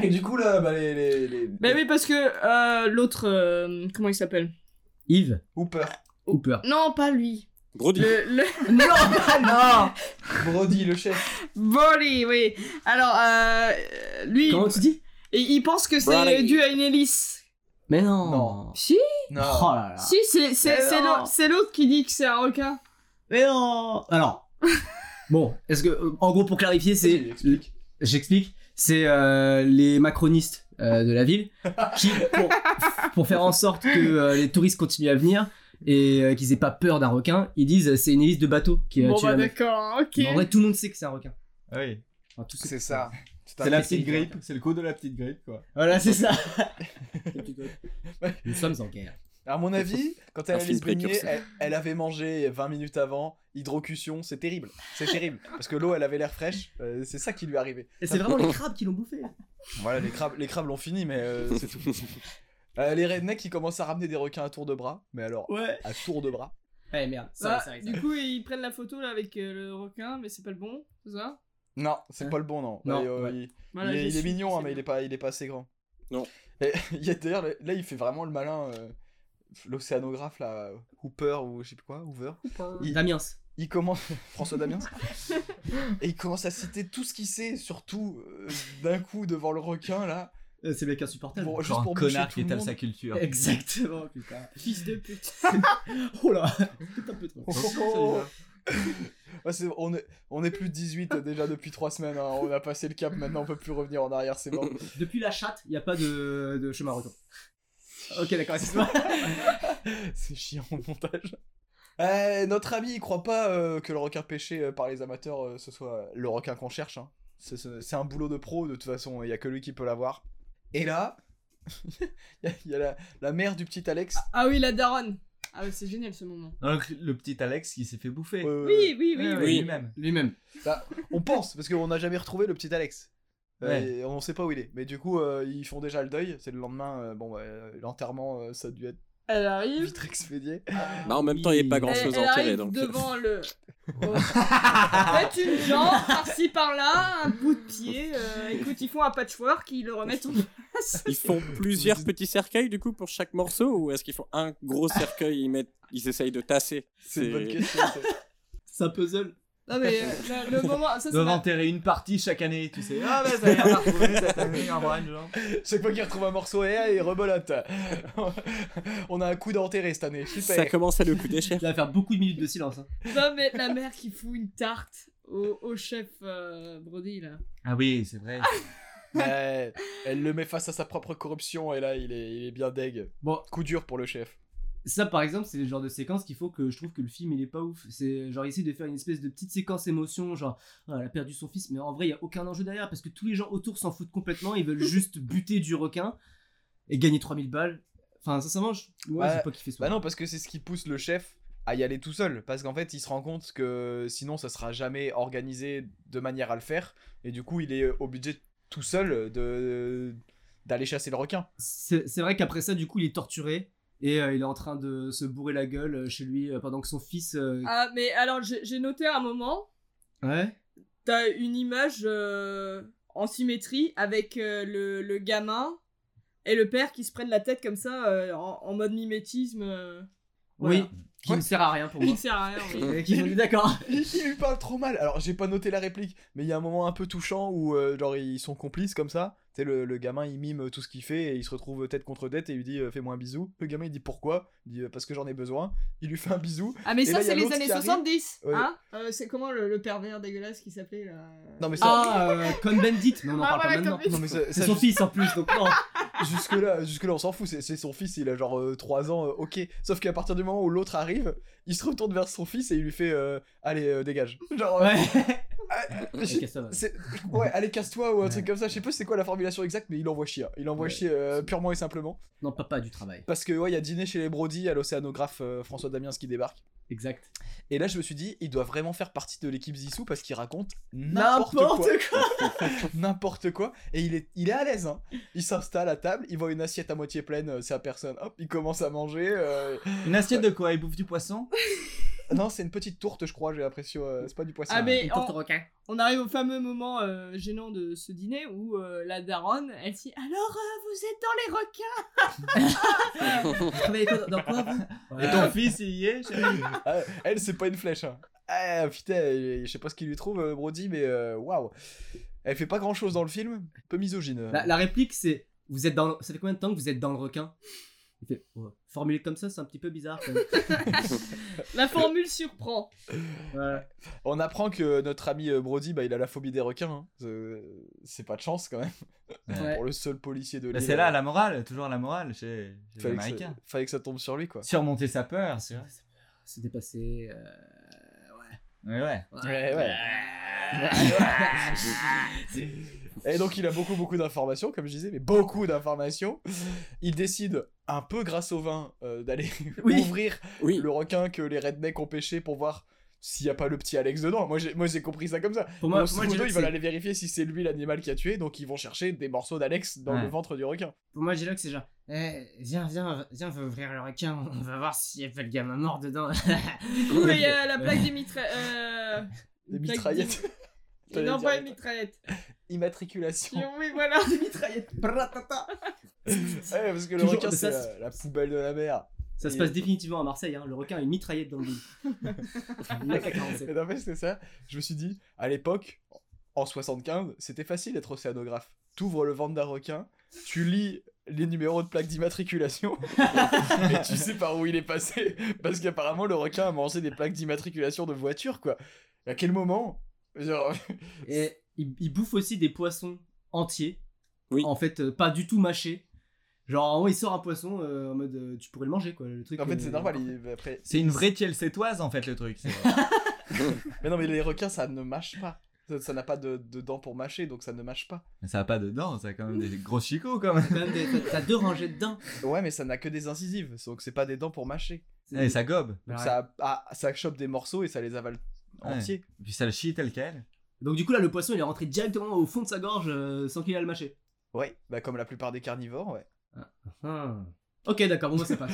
[SPEAKER 1] Et du coup, là, bah, les. les, les-
[SPEAKER 3] Mais
[SPEAKER 1] les-
[SPEAKER 3] oui, parce que euh, l'autre, euh, comment il s'appelle
[SPEAKER 2] Yves
[SPEAKER 1] Hooper,
[SPEAKER 2] Hooper.
[SPEAKER 3] Non, pas lui.
[SPEAKER 5] Brody.
[SPEAKER 3] Le, (laughs) le...
[SPEAKER 2] non, non.
[SPEAKER 1] Brody, le chef.
[SPEAKER 3] Bolly, oui. Alors, euh, euh, lui,
[SPEAKER 2] Comment tu dis
[SPEAKER 3] et il pense que c'est
[SPEAKER 5] Bolly.
[SPEAKER 3] dû à une hélice.
[SPEAKER 2] Mais non.
[SPEAKER 1] Non.
[SPEAKER 3] Si,
[SPEAKER 1] Non.
[SPEAKER 2] Oh là là.
[SPEAKER 3] si, c'est c'est-
[SPEAKER 2] Mais
[SPEAKER 3] c'est
[SPEAKER 2] non.
[SPEAKER 3] l'autre- c'est l'autre qui dit que c'est un requin.
[SPEAKER 2] Mais non. Alors. Bon, est-ce que euh, en gros pour clarifier c'est,
[SPEAKER 1] Vas-y, explique.
[SPEAKER 2] j'explique, c'est euh, les macronistes euh, de la ville qui pour, pour faire en sorte que euh, les touristes continuent à venir et euh, qu'ils aient pas peur d'un requin, ils disent euh, c'est une hélice de bateau qui a
[SPEAKER 3] Bon,
[SPEAKER 2] tué
[SPEAKER 3] bah
[SPEAKER 2] la meuf.
[SPEAKER 3] d'accord, ok.
[SPEAKER 2] Mais En vrai, tout le monde sait que c'est un requin.
[SPEAKER 4] Ah Oui.
[SPEAKER 2] Enfin, tous ceux
[SPEAKER 1] C'est
[SPEAKER 2] qui-
[SPEAKER 1] ça.
[SPEAKER 4] C'est la petite
[SPEAKER 2] spécifique,
[SPEAKER 4] grippe, c'est le coup de la petite grippe, quoi.
[SPEAKER 2] Voilà, c'est
[SPEAKER 4] (laughs)
[SPEAKER 2] ça. Nous sommes en guerre.
[SPEAKER 1] À mon avis, quand elle
[SPEAKER 5] Un
[SPEAKER 1] a les
[SPEAKER 5] film
[SPEAKER 1] Brunier,
[SPEAKER 5] précurseur.
[SPEAKER 1] elle, elle avait mangé 20 minutes avant, hydrocution, c'est terrible. C'est terrible. Parce que l'eau, elle avait l'air fraîche, euh, c'est ça qui lui est arrivé.
[SPEAKER 2] Et c'est vraiment les crabes qui l'ont bouffé.
[SPEAKER 1] Voilà, les crabes, les crabes l'ont fini, mais euh, c'est tout. Euh, les rednecks, ils commencent à ramener des requins à tour de bras, mais alors,
[SPEAKER 2] Ouais.
[SPEAKER 1] à tour de bras.
[SPEAKER 2] Ouais, merde.
[SPEAKER 3] Bah,
[SPEAKER 2] Sorry, sorry, sorry.
[SPEAKER 3] du coup, ils prennent la photo là avec euh, le requin, mais c'est pas le bon, c'est ça
[SPEAKER 1] Non, c'est pas le bon, non.
[SPEAKER 2] Non,
[SPEAKER 1] Et, euh,
[SPEAKER 2] ouais.
[SPEAKER 1] il-
[SPEAKER 3] Voilà,
[SPEAKER 1] il est,
[SPEAKER 3] j'ai
[SPEAKER 1] il est
[SPEAKER 3] su,
[SPEAKER 1] mignon, hein,
[SPEAKER 3] c'est
[SPEAKER 1] mais il
[SPEAKER 3] bon.
[SPEAKER 1] est, pas, il est pas assez grand.
[SPEAKER 5] Non.
[SPEAKER 1] (laughs) Et, il y a d'ailleurs, le- là, il fait vraiment le malin. euh, L'océanographe, là, Hooper ou je sais plus quoi, Hoover. il-
[SPEAKER 2] Damiens.
[SPEAKER 1] Il commence. (laughs) François Damiens. et il commence à citer tout ce qu'il sait, surtout euh, d'un coup devant le requin, là.
[SPEAKER 2] Euh, C'est le mec insupportable. (laughs)
[SPEAKER 1] Pour,
[SPEAKER 4] Genre
[SPEAKER 1] juste
[SPEAKER 4] un
[SPEAKER 1] pour boucher
[SPEAKER 4] connard
[SPEAKER 1] tout
[SPEAKER 4] qui
[SPEAKER 1] le
[SPEAKER 4] étale
[SPEAKER 1] monde.
[SPEAKER 4] sa culture.
[SPEAKER 2] Exactement, putain.
[SPEAKER 3] Fils de pute.
[SPEAKER 2] (laughs) Oh là, c'est un peu trop.
[SPEAKER 1] Oh, oh, oh. (laughs) Ouais, c'est- on, est, on est plus de 18 euh, déjà depuis 3 semaines. hein. On a passé le cap maintenant, on peut plus revenir en arrière, c'est bon.
[SPEAKER 2] Depuis la chatte, il n'y a pas de, de chemin retour. Ok, d'accord, excuse-moi.
[SPEAKER 1] (laughs) C'est chiant au montage. Euh, notre ami, il croit pas euh, que le requin pêché euh, par les amateurs, euh, ce soit le requin qu'on cherche. hein. C'est- C'est c'est un boulot de pro, de toute façon, il y a que lui qui peut l'avoir. Et là, (laughs) il y a, il y a la, la mère du petit Alex.
[SPEAKER 3] Ah oui, la daronne. Ah ouais, c'est génial ce moment.
[SPEAKER 4] Donc, le petit Alex qui s'est fait bouffer.
[SPEAKER 1] Euh,
[SPEAKER 3] Oui, oui, oui.
[SPEAKER 4] Ouais,
[SPEAKER 3] oui.
[SPEAKER 4] ouais,
[SPEAKER 5] oui.
[SPEAKER 4] Lui-même.
[SPEAKER 2] Lui-même.
[SPEAKER 1] On pense, parce qu'on n'a jamais retrouvé le petit Alex. Euh,
[SPEAKER 4] Ouais.
[SPEAKER 1] et on sait pas où il est. Mais du coup, euh, ils font déjà le deuil. C'est le lendemain. euh, bon, bah, euh, l'enterrement, euh, ça a dû être
[SPEAKER 3] Elle arrive.
[SPEAKER 1] vite (laughs) Ah. expédié.
[SPEAKER 5] Bah, en même temps, il n'y a pas grand
[SPEAKER 3] Elle,
[SPEAKER 5] chose
[SPEAKER 3] elle
[SPEAKER 5] à enterrer
[SPEAKER 3] arrive
[SPEAKER 5] donc. euh,
[SPEAKER 3] devant le. Oh. Faites une jambe, par-ci par-là, un bout de pied. euh, écoute, ils font un patchwork, ils le remettent en
[SPEAKER 5] (laughs)
[SPEAKER 3] place.
[SPEAKER 5] (laughs) Ils font plusieurs petits cercueils du coup pour chaque morceau ou est-ce qu'ils font un gros cercueil et ils, mettent... ils essayent de tasser
[SPEAKER 1] C'est une bonne
[SPEAKER 5] C'est-
[SPEAKER 1] question. ça.
[SPEAKER 2] C'est un puzzle.
[SPEAKER 3] Non mais euh, le, le moment, ça c'est
[SPEAKER 4] Doivent
[SPEAKER 3] la-
[SPEAKER 4] enterrer une partie chaque année, tu sais. Ah, bah, ça y est, on a retrouvé cette
[SPEAKER 2] (laughs)
[SPEAKER 4] année, un brin de genre.
[SPEAKER 1] Chaque fois qu'il retrouve un morceau, et ah, il rebolote. (laughs) On a un coup d'enterré cette année, super.
[SPEAKER 5] Ça commence à le
[SPEAKER 1] (laughs)
[SPEAKER 5] coûter cher.
[SPEAKER 2] Il va faire beaucoup de minutes de silence. hein.
[SPEAKER 3] Non mais la mère qui fout une tarte au, au chef euh, Brody là.
[SPEAKER 4] Ah, oui,
[SPEAKER 1] (laughs)
[SPEAKER 4] c'est vrai.
[SPEAKER 1] Ouais. elle le met face à sa propre corruption et là, il est, il est bien deg.
[SPEAKER 2] Bon.
[SPEAKER 1] Coup dur pour le chef.
[SPEAKER 2] Ça, par exemple, c'est le genre de séquence qu'il faut que je trouve que le film il est pas ouf. C'est genre il essaie de faire une espèce de petite séquence émotion, genre Ah, elle a perdu son fils, mais en vrai il y a aucun enjeu derrière parce que tous les gens autour s'en foutent complètement, ils
[SPEAKER 1] (laughs)
[SPEAKER 2] veulent juste buter du requin et gagner 3000 balles. Enfin, sincèrement, je... ouais,
[SPEAKER 1] Bah,
[SPEAKER 2] j'ai pas kiffé ce
[SPEAKER 1] Bah
[SPEAKER 2] moment.
[SPEAKER 1] non, parce que c'est ce qui pousse le chef à y aller tout seul. Parce qu'en fait, il se rend compte que sinon, ça sera jamais organisé de manière à le faire. Et du coup, il est obligé tout seul de d'aller chasser le requin.
[SPEAKER 2] C'est c'est vrai qu'après ça, du coup, il est torturé et euh, il est en train de se bourrer la gueule euh, chez lui euh, pendant que son fils. euh,
[SPEAKER 3] Ah mais alors j'ai j'ai noté un moment,
[SPEAKER 2] Ouais.
[SPEAKER 3] t'as une image euh, en symétrie avec euh, le, le gamin et le père qui se prennent la tête comme ça euh, en, en mode mimétisme. euh, voilà.
[SPEAKER 2] Oui. Qui ne sert à rien
[SPEAKER 3] (laughs)
[SPEAKER 2] pour
[SPEAKER 3] Il
[SPEAKER 2] moi.
[SPEAKER 3] ne sert à rien.
[SPEAKER 1] (laughs)
[SPEAKER 3] oui.
[SPEAKER 2] Et qui on est d'accord.
[SPEAKER 1] Il, il lui parle trop mal. Alors, j'ai pas noté la réplique, mais il y a un moment un peu touchant où, euh, genre, ils sont complices comme ça. Tu sais, le, le gamin, il mime tout ce qu'il fait et il se retrouve tête contre tête et il lui dit euh, Fais-moi un bisou. Le gamin, il dit Pourquoi Il dit euh, Parce que j'en ai besoin. Il lui fait un bisou.
[SPEAKER 3] Ah mais
[SPEAKER 1] Et
[SPEAKER 3] ça
[SPEAKER 1] là, il y a
[SPEAKER 3] c'est les
[SPEAKER 1] l'autre
[SPEAKER 3] années
[SPEAKER 1] qui arrive.
[SPEAKER 3] 70.
[SPEAKER 1] Ouais.
[SPEAKER 3] Hein Euh, c'est comment le, le pervers dégueulasse qui s'appelait là
[SPEAKER 1] Non, mais ça.
[SPEAKER 2] Ah, euh, Con Bandit. Non, on en
[SPEAKER 3] Ah,
[SPEAKER 2] parle pas
[SPEAKER 3] voilà, Cohn
[SPEAKER 2] maintenant.
[SPEAKER 3] Bendit.
[SPEAKER 1] Non, mais ça-
[SPEAKER 2] C'est
[SPEAKER 1] ça,
[SPEAKER 2] son fils en plus, donc
[SPEAKER 1] (laughs)
[SPEAKER 2] non.
[SPEAKER 1] Jusque-là, (laughs) jusque-là, on s'en fout, c'est c'est son fils, il a genre 3 ans, euh, ok. Sauf qu'à partir du moment où l'autre arrive, il se retourne vers son fils et il lui fait euh, Allez, euh, dégage. Genre, euh,
[SPEAKER 2] Ouais. (laughs)
[SPEAKER 1] je- c'est- ouais, allez, casse-toi ou un
[SPEAKER 2] Ouais.
[SPEAKER 1] truc comme ça. Je sais pas c'est quoi la formulation exacte, mais il envoie chier. Il envoie
[SPEAKER 2] Ouais.
[SPEAKER 1] chier euh, purement et simplement.
[SPEAKER 2] Non, papa du travail.
[SPEAKER 1] Parce que, ouais, il y a dîner chez les Brody, à l'océanographe euh, François Damiens qui débarque.
[SPEAKER 2] Exact.
[SPEAKER 1] Et là, je me suis dit, il doit vraiment faire partie de l'équipe Zissou parce qu'il raconte n'importe quoi. N'importe quoi. Et il est, il est à l'aise. hein. Il s'installe à table, il voit une assiette à moitié pleine, euh, c'est à personne. Hop, il commence à manger. euh,
[SPEAKER 4] Une assiette de quoi Il bouffe du poisson
[SPEAKER 1] Non, c'est une petite tourte, je crois, j'ai l'impression. euh, c'est pas du poisson.
[SPEAKER 3] Ah mais en- (laughs)
[SPEAKER 2] requin.
[SPEAKER 3] On arrive au fameux moment euh, gênant de ce dîner où euh, la daronne, elle dit Alors, euh, vous êtes dans les requins
[SPEAKER 2] dans quoi vous
[SPEAKER 4] Et ton fils, il y est chérie
[SPEAKER 1] Ah, elle, c'est pas une flèche. hein. Ah putain, euh, je sais pas ce qu'il lui trouve, euh, Brody, mais euh, waouh. Elle fait pas grand chose dans le film, un peu misogyne. euh.
[SPEAKER 2] la, la réplique, c'est vous êtes dans. le- Ça fait combien de temps que vous êtes dans le requin Il fait, ouais, formulé comme ça, c'est un petit peu bizarre.
[SPEAKER 3] (laughs)
[SPEAKER 2] quand même.
[SPEAKER 3] La formule surprend.
[SPEAKER 2] Voilà.
[SPEAKER 1] On apprend que notre ami euh, Brody, bah, il a la phobie des requins. hein. Euh, C'est pas de chance quand même.
[SPEAKER 3] Ouais.
[SPEAKER 1] Pour le seul policier de
[SPEAKER 4] Bah,
[SPEAKER 1] l'île,
[SPEAKER 4] C'est là
[SPEAKER 1] euh,
[SPEAKER 4] la morale, toujours la morale chez chez les
[SPEAKER 1] fallait que,
[SPEAKER 4] Américains.
[SPEAKER 1] ça, fallait que ça tombe sur lui, quoi.
[SPEAKER 4] Surmonter sa peur, c'est vrai.
[SPEAKER 2] C'est dépassé. euh,
[SPEAKER 4] Ouais, ouais.
[SPEAKER 1] Ouais, ouais. Et donc il a beaucoup beaucoup d'informations, comme je disais, mais beaucoup d'informations. Il décide, un peu grâce au vin, euh, d'aller
[SPEAKER 2] (laughs) Oui.
[SPEAKER 1] ouvrir
[SPEAKER 5] Oui,
[SPEAKER 1] le requin que les rednecks ont pêché pour voir s'il n'y a pas le petit Alex dedans. Moi j'ai, moi, j'ai compris ça comme ça.
[SPEAKER 2] (laughs) Pour moi,
[SPEAKER 1] Grosso
[SPEAKER 2] pour moi, je
[SPEAKER 1] modo,
[SPEAKER 2] dirais
[SPEAKER 1] ils
[SPEAKER 2] que
[SPEAKER 1] veulent
[SPEAKER 2] c'est-
[SPEAKER 1] aller vérifier si c'est lui l'animal qui a tué, donc ils vont chercher des morceaux d'Alex dans
[SPEAKER 4] Ouais.
[SPEAKER 1] le ventre du requin.
[SPEAKER 2] pour moi, je dirais que c'est genre. eh, viens, viens, viens, on va ouvrir le requin, on va voir s'il y a pas le gamin mort dedans.
[SPEAKER 3] Du coup, il y
[SPEAKER 2] (laughs)
[SPEAKER 3] a la plaque des mitraillettes. Euh,
[SPEAKER 1] Des
[SPEAKER 3] plaque
[SPEAKER 1] mitraillettes.
[SPEAKER 3] des- Non,
[SPEAKER 1] (laughs) T'allais
[SPEAKER 3] pas
[SPEAKER 1] dire-
[SPEAKER 3] des
[SPEAKER 1] (laughs)
[SPEAKER 3] mitraillettes.
[SPEAKER 1] Immatriculation.
[SPEAKER 3] Oui, voilà, des mitraillettes.
[SPEAKER 1] (laughs) Ouais, parce que le
[SPEAKER 2] Toujours-
[SPEAKER 1] requin,
[SPEAKER 2] mais
[SPEAKER 1] c'est
[SPEAKER 2] ça,
[SPEAKER 1] la, la poubelle de la mer.
[SPEAKER 2] Ça se
[SPEAKER 1] euh,
[SPEAKER 2] passe définitivement à Marseille, hein. le requin a une mitraillette dans le dos.
[SPEAKER 1] (laughs)
[SPEAKER 2] Le mec a 47.
[SPEAKER 1] Et en fait, c'est ça. Je me suis dit, à l'époque, en 75, c'était facile d'être océanographe. T'ouvres le ventre d'un requin, tu lis les numéros de plaque d'immatriculation (laughs) et tu sais par où il est passé. Parce qu'apparemment, le requin a mangé des plaques d'immatriculation de voiture, quoi. Et à quel moment Genre,
[SPEAKER 2] Et il, il bouffe aussi des poissons entiers.
[SPEAKER 5] Oui.
[SPEAKER 2] En fait, euh, pas du tout mâchés. Genre, en gros, il sort un poisson euh, en mode euh, tu pourrais le manger, quoi. Le truc,
[SPEAKER 1] En fait,
[SPEAKER 2] euh,
[SPEAKER 1] c'est normal. il- après...
[SPEAKER 4] C'est une vraie tielle sétoise en fait le truc. c'est vrai.
[SPEAKER 1] Mais non, mais les requins, ça ne mâche pas. Ça- Ça n'a pas de, de dents pour mâcher, donc ça ne mâche pas.
[SPEAKER 4] (laughs) Mais ça a pas de dents, ça a quand même des gros chicots quand même.
[SPEAKER 2] Quand même, des- t'as- t'as deux rangées
[SPEAKER 1] (laughs)
[SPEAKER 2] de dents.
[SPEAKER 1] Ouais, mais ça n'a que des incisives, donc c'est pas des dents pour mâcher.
[SPEAKER 4] (laughs) Et ça gobe.
[SPEAKER 1] Donc
[SPEAKER 2] Ouais.
[SPEAKER 1] ça, ah, ça chope des morceaux et ça les avale
[SPEAKER 4] Ouais.
[SPEAKER 1] entiers.
[SPEAKER 4] Et Puis ça le chie tel quel.
[SPEAKER 2] Donc du coup là le poisson il est rentré directement au fond de sa gorge euh, sans qu'il ait à le mâcher.
[SPEAKER 1] Ouais, bah comme la plupart des carnivores, ouais. Hmm.
[SPEAKER 2] Ok d'accord bon moi ça passe.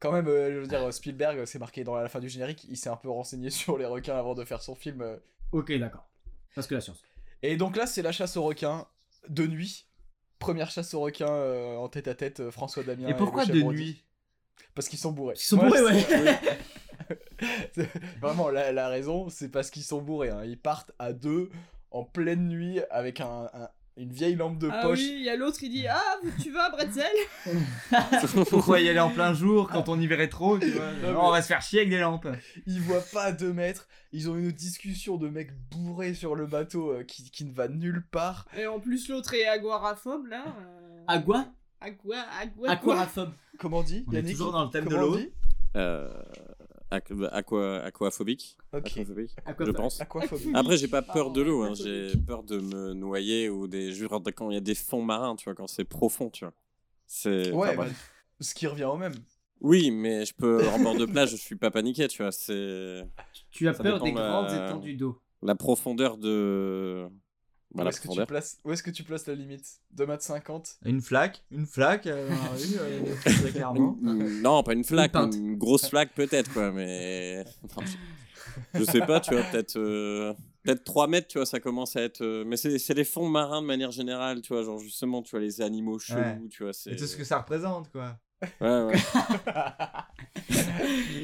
[SPEAKER 1] Quand même, euh, je veux dire, euh, Spielberg, euh, c'est marqué dans la fin du générique, il s'est un peu renseigné (laughs) sur les requins avant de faire son film. euh.
[SPEAKER 2] ok d'accord. Parce que la science.
[SPEAKER 1] Et donc là, c'est la chasse aux requins de nuit. Première chasse aux requins euh, en tête à tête, euh, François Damien.
[SPEAKER 4] Et pourquoi
[SPEAKER 1] le
[SPEAKER 4] de
[SPEAKER 1] chef Brody.
[SPEAKER 4] nuit
[SPEAKER 1] Parce qu'ils sont bourrés.
[SPEAKER 2] Ils sont bourrés ouais. (laughs)
[SPEAKER 1] c'est- Vraiment, la, la raison, c'est parce qu'ils sont bourrés. hein. Ils partent à deux en pleine nuit avec un- un- une vieille lampe de
[SPEAKER 3] Ah
[SPEAKER 1] poche.
[SPEAKER 3] oui, il y a l'autre, il dit Ah, tu vas à Bretzel
[SPEAKER 5] (laughs)
[SPEAKER 4] Pourquoi y aller en plein jour quand on y verrait trop tu vois
[SPEAKER 1] Non, mais-
[SPEAKER 4] On va se faire chier avec des lampes.
[SPEAKER 1] Ils voient pas à deux mètres. Ils ont une discussion de mecs bourrés sur le bateau euh, qui, qui ne va nulle part.
[SPEAKER 3] Et en plus, l'autre est aguaraphobe, là. euh,
[SPEAKER 2] Agua
[SPEAKER 3] Agua, agua,
[SPEAKER 2] Aquaraphobe.
[SPEAKER 1] Comment on dit
[SPEAKER 4] On est
[SPEAKER 1] Yannick
[SPEAKER 4] toujours dans le thème de
[SPEAKER 1] Comment on
[SPEAKER 4] l'eau.
[SPEAKER 1] dit
[SPEAKER 5] Euh, bah, aqu- aqua- aquaphobique.
[SPEAKER 1] Ok.
[SPEAKER 5] Aquaphobique, je
[SPEAKER 2] Aquaphobe.
[SPEAKER 5] pense.
[SPEAKER 4] (laughs)
[SPEAKER 1] Aquaphobique.
[SPEAKER 5] Après, j'ai pas peur de l'eau, hein.
[SPEAKER 3] Aquaphobique.
[SPEAKER 5] j'ai peur de me noyer ou des. je veux dire, Quand il y a des fonds marins, tu vois, quand c'est profond, tu vois. C'est. enfin,
[SPEAKER 1] Ouais,
[SPEAKER 5] bref.
[SPEAKER 1] bah, ce qui revient au même.
[SPEAKER 5] Oui, mais je peux, en bord de plage, je suis pas paniqué, tu vois. C'est
[SPEAKER 2] Tu as
[SPEAKER 5] Ça
[SPEAKER 2] peur
[SPEAKER 5] dépend
[SPEAKER 2] des
[SPEAKER 5] de la-
[SPEAKER 2] grandes étendues d'eau.
[SPEAKER 5] la profondeur de. Bah,
[SPEAKER 1] où
[SPEAKER 5] la
[SPEAKER 1] est-ce que, tu
[SPEAKER 5] profondeur.
[SPEAKER 1] places... où est-ce que tu places la limite 2m50
[SPEAKER 4] Une flaque, une flaque. euh, dans la rue,
[SPEAKER 3] (laughs)
[SPEAKER 4] euh, très clairement.
[SPEAKER 5] Une- Non, pas une flaque,
[SPEAKER 2] Une pinte.
[SPEAKER 5] une, grosse flaque peut-être, quoi, mais. (laughs) Non, je... je sais pas, tu vois, peut-être. euh, Peut-être 3 mètres, tu vois, ça commence à être. euh, Mais c'est c'est les fonds marins de manière générale, tu vois, genre justement, tu vois, les animaux chelous,
[SPEAKER 4] Ouais.
[SPEAKER 5] tu vois. c'est-
[SPEAKER 4] Et tout ce que ça représente quoi.
[SPEAKER 5] Ouais,
[SPEAKER 1] (laughs)
[SPEAKER 5] ouais.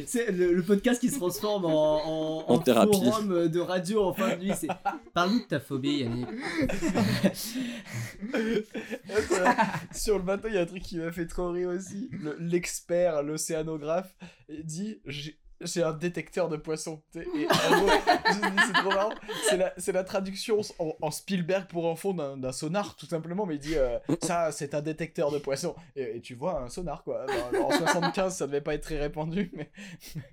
[SPEAKER 2] C'est le, le podcast qui se transforme en, en,
[SPEAKER 5] En
[SPEAKER 2] en
[SPEAKER 5] thérapie.
[SPEAKER 2] forum de radio en fin de nuit. c'est Parle-nous de ta phobie Yannick.
[SPEAKER 1] (laughs) Sur le bateau, il y a un truc qui m'a fait trop rire aussi. Le- L'expert, l'océanographe, dit J'ai j'ai un détecteur de poissons. Tu sais, Et en gros, je me dis, c'est trop marrant. C'est la, c'est la traduction en, en Spielberg pour enfant d'un d'un sonar, tout simplement. Mais il dit euh, Ça, c'est un détecteur de poissons. Et, et tu vois un sonar, quoi. En, en 75, ça devait pas être très répandu. Mais...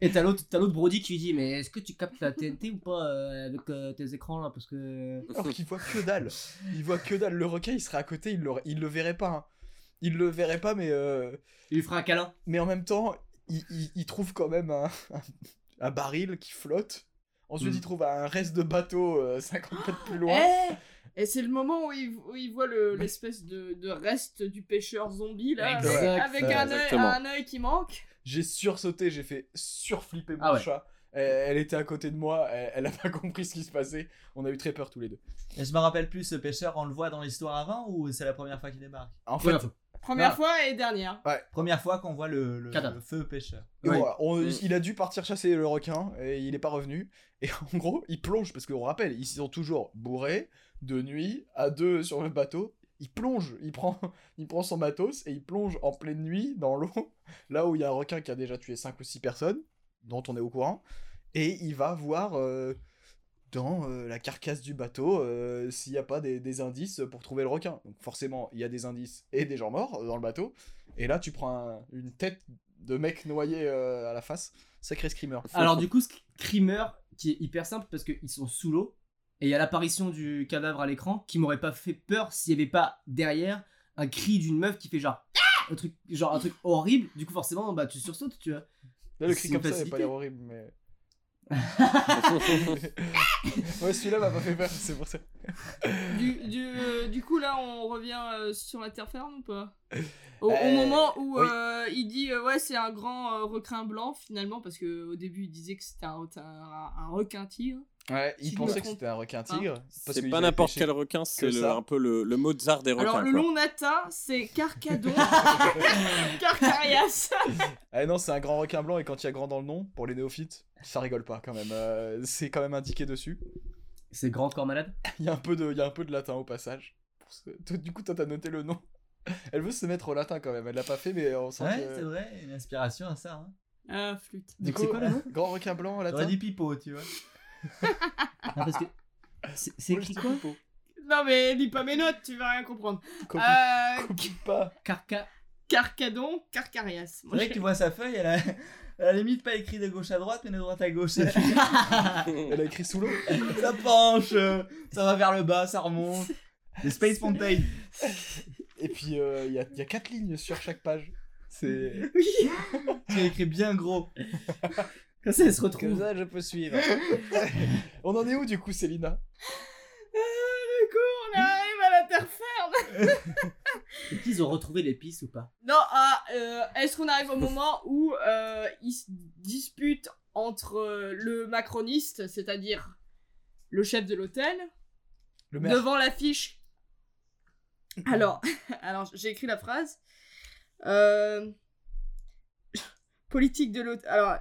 [SPEAKER 2] Et t'as l'autre t'as l'autre Brody qui lui dit mais est-ce que tu captes la TNT ou pas euh, avec euh, tes écrans là parce que
[SPEAKER 1] Alors qu'il voit que dalle. Il voit que dalle. Le requin, il serait à côté, il, l'aurait- il le verrait pas. hein. Il le verrait pas, mais. euh,
[SPEAKER 2] il lui fera un câlin.
[SPEAKER 1] mais en même temps, il, il- il trouve quand même un, un- un baril qui flotte. Ensuite,
[SPEAKER 2] Mm.
[SPEAKER 1] il trouve un reste de bateau euh, 50 mètres plus loin.
[SPEAKER 3] Eh Et c'est le moment où il, où il voit le- l'espèce de, de reste du pêcheur zombie, là, avec,
[SPEAKER 2] Exact.
[SPEAKER 3] avec un, œil,
[SPEAKER 5] Exactement.
[SPEAKER 3] un œil qui manque.
[SPEAKER 1] J'ai sursauté, j'ai fait surflipper mon
[SPEAKER 2] Ah ouais.
[SPEAKER 1] chat. Elle, elle était à côté de moi, elle, elle a pas (laughs) compris ce qui se passait. On a eu très peur tous les deux.
[SPEAKER 4] Et je me rappelle plus, ce pêcheur, on le voit dans l'histoire avant ou c'est la première fois qu'il débarque
[SPEAKER 1] En fait,
[SPEAKER 2] Voilà.
[SPEAKER 3] Première
[SPEAKER 4] Ah.
[SPEAKER 3] fois et dernière.
[SPEAKER 4] Première fois qu'on voit le, le-
[SPEAKER 2] Cadavre.
[SPEAKER 4] le feu pêcheur.
[SPEAKER 1] Et
[SPEAKER 2] Ouais.
[SPEAKER 1] voilà, on-
[SPEAKER 5] Mm.
[SPEAKER 1] il a dû partir chasser le requin et il est pas revenu. Et (laughs) en gros, il plonge parce qu'on rappelle, ils sont toujours bourrés de nuit à deux sur le bateau. Il plonge, il prend, (laughs) il prend son matos et il plonge en pleine nuit dans l'eau, (laughs) là où il y a un requin qui a déjà tué cinq ou six personnes, dont on est au courant. Et il va voir euh, dans euh, la carcasse du bateau euh, s'il n'y a pas des, des indices pour trouver le requin. Donc forcément, il y a des indices et des gens morts euh, dans le bateau. Et là, tu prends un- une tête de mec noyé euh, à la face. Sacré screamer.
[SPEAKER 2] Alors du coup, Screamer, qui est hyper simple parce qu'ils sont sous l'eau, et il y a l'apparition du cadavre à l'écran qui m'aurait pas fait peur s'il n'y avait pas derrière un cri d'une meuf qui fait genre Ah un truc, genre un truc horrible. Du coup, forcément, bah tu sursautes, tu vois.
[SPEAKER 1] Là, le cri
[SPEAKER 2] c'est
[SPEAKER 1] comme ça, il a
[SPEAKER 2] facilité.
[SPEAKER 1] pas l'air horrible, mais. (laughs) ouais, celui-là m'a pas fait peur, c'est pour ça.
[SPEAKER 3] Du, du, euh, du coup, là, on revient euh, sur la terre ferme ou
[SPEAKER 4] (laughs)
[SPEAKER 3] pas au, au
[SPEAKER 1] Euh,
[SPEAKER 3] moment où
[SPEAKER 1] oui.
[SPEAKER 3] euh, il dit euh, ouais c'est un grand euh, requin blanc finalement parce que au début il disait que c'était un, requin- un, un requin tigre
[SPEAKER 1] Ouais, il
[SPEAKER 3] Si je me
[SPEAKER 1] pensait que
[SPEAKER 3] trompe
[SPEAKER 1] c'était un requin
[SPEAKER 3] pas.
[SPEAKER 1] tigre. parce
[SPEAKER 5] C'est
[SPEAKER 1] qu'il
[SPEAKER 5] pas
[SPEAKER 1] avait
[SPEAKER 5] n'importe
[SPEAKER 1] pêché.
[SPEAKER 5] quel requin, c'est le-
[SPEAKER 1] ça.
[SPEAKER 5] un peu le, le Mozart des requins.
[SPEAKER 3] alors le
[SPEAKER 5] quoi.
[SPEAKER 3] long latin c'est
[SPEAKER 4] (laughs)
[SPEAKER 3] carcadon (laughs) carcarias
[SPEAKER 1] Ah non, c'est un grand requin blanc, et quand il y a grand dans le nom, pour les néophytes, ça rigole pas quand même. Euh, c'est quand même indiqué dessus.
[SPEAKER 2] C'est grand corps malade.
[SPEAKER 1] Il y, a un peu de, il y a un peu de latin au passage. Pour ce- toi, Du coup, toi, t'as noté le nom. (laughs) Elle veut se mettre au latin quand même, elle l'a pas fait, mais on sent
[SPEAKER 4] Ouais,
[SPEAKER 1] que-
[SPEAKER 4] c'est vrai, une inspiration à ça. Hein.
[SPEAKER 3] ah flûte
[SPEAKER 1] Du
[SPEAKER 2] Donc, c'est
[SPEAKER 1] coup,
[SPEAKER 2] quoi le nom
[SPEAKER 1] grand requin blanc, latin.
[SPEAKER 4] J'aurais dit pipeau, tu vois.
[SPEAKER 2] Ah, parce que c'est c'est écrit quoi
[SPEAKER 3] Non, mais lis pas mes notes, tu vas rien comprendre.
[SPEAKER 1] Copie,
[SPEAKER 3] Euh,
[SPEAKER 1] copie pas.
[SPEAKER 2] Carca.
[SPEAKER 3] Carcadon, Carcarias.
[SPEAKER 4] C'est vrai que tu vois sa feuille, elle a, (laughs) elle a limite pas écrit de gauche à droite, mais de droite à
[SPEAKER 3] (laughs)
[SPEAKER 4] gauche.
[SPEAKER 1] Elle a écrit sous l'eau.
[SPEAKER 4] ça penche, euh, ça va vers le bas, ça remonte. Les Space Mountain.
[SPEAKER 1] Et puis, euh, il y, a, y a quatre lignes sur chaque page. C'est. (laughs)
[SPEAKER 4] Tu as écrit bien gros.
[SPEAKER 2] Comme ça, elle se
[SPEAKER 1] Comme
[SPEAKER 2] retrouve.
[SPEAKER 1] ça, je peux suivre. (laughs) On en est où du coup, Célina
[SPEAKER 3] Du coup, on arrive à la terre ferme.
[SPEAKER 2] Est-ce qu'ils ont retrouvé l'épice ou pas
[SPEAKER 3] Non, ah, euh, est-ce qu'on arrive au moment (laughs) où euh, ils se disputent entre euh, le macroniste, c'est-à-dire le chef de l'hôtel,
[SPEAKER 1] Le maire.
[SPEAKER 3] devant l'affiche Alors, (laughs) alors j'ai écrit la phrase. Euh, (laughs) politique de l'hôtel. Alors,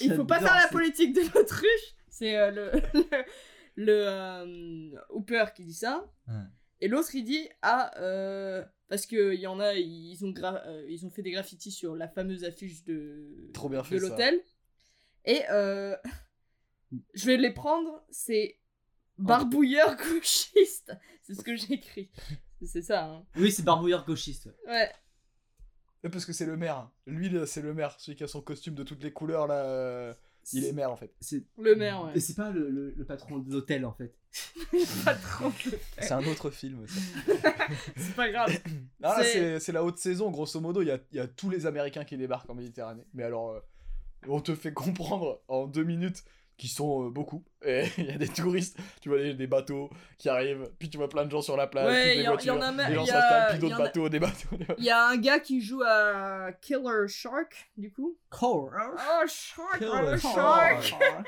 [SPEAKER 3] Il faut pas faire la politique de l'autruche. C'est euh, le, (laughs) le, le, euh, Hooper qui dit ça.
[SPEAKER 4] Ouais.
[SPEAKER 3] Et l'autre il dit ah euh, parce que il y en a ils ont gra- euh, ils ont fait des graffitis sur la fameuse affiche de
[SPEAKER 1] Trop bien fait
[SPEAKER 3] de
[SPEAKER 1] ça.
[SPEAKER 3] l'hôtel. Et euh, (laughs) je vais les prendre c'est (laughs) barbouilleur gauchiste. C'est ce que j'ai écrit. C'est ça. Hein.
[SPEAKER 2] Oui, c'est barbouilleur gauchiste.
[SPEAKER 3] Ouais.
[SPEAKER 1] Euh, Parce que c'est le maire. Lui, là, c'est le maire. Celui qui a son costume de toutes les couleurs, là. euh, Il est maire, en fait.
[SPEAKER 2] C'est-
[SPEAKER 3] Le maire.
[SPEAKER 1] (laughs)
[SPEAKER 3] Ouais.
[SPEAKER 2] Et c'est pas le, le- le patron de l'hôtel en fait.
[SPEAKER 3] pas trop.
[SPEAKER 1] C'est un autre film, ça.
[SPEAKER 3] C'est pas grave.
[SPEAKER 1] Ah, là,
[SPEAKER 3] C'est-
[SPEAKER 1] c'est c'est la haute saison, grosso modo. Il y a, il y a tous les Américains qui débarquent en Méditerranée. Mais alors, euh, on te fait comprendre en deux minutes qu'ils sont euh, beaucoup. Et (laughs) il y a des touristes, tu vois des, des bateaux qui arrivent, puis tu vois plein de gens sur la plage,
[SPEAKER 3] Ouais,
[SPEAKER 1] puis
[SPEAKER 3] il
[SPEAKER 1] des
[SPEAKER 3] y en- il y en
[SPEAKER 1] voitures,
[SPEAKER 3] a même-
[SPEAKER 1] des gens
[SPEAKER 3] il y
[SPEAKER 1] sur la
[SPEAKER 3] a-
[SPEAKER 1] plage,
[SPEAKER 3] il
[SPEAKER 1] puis
[SPEAKER 3] y
[SPEAKER 1] d'autres
[SPEAKER 3] en a-
[SPEAKER 1] bateaux, des bateaux. des bateaux.
[SPEAKER 3] Il y a un gars qui joue à Killer Shark, du coup. Oh, Shark, oh, le Shark Oh.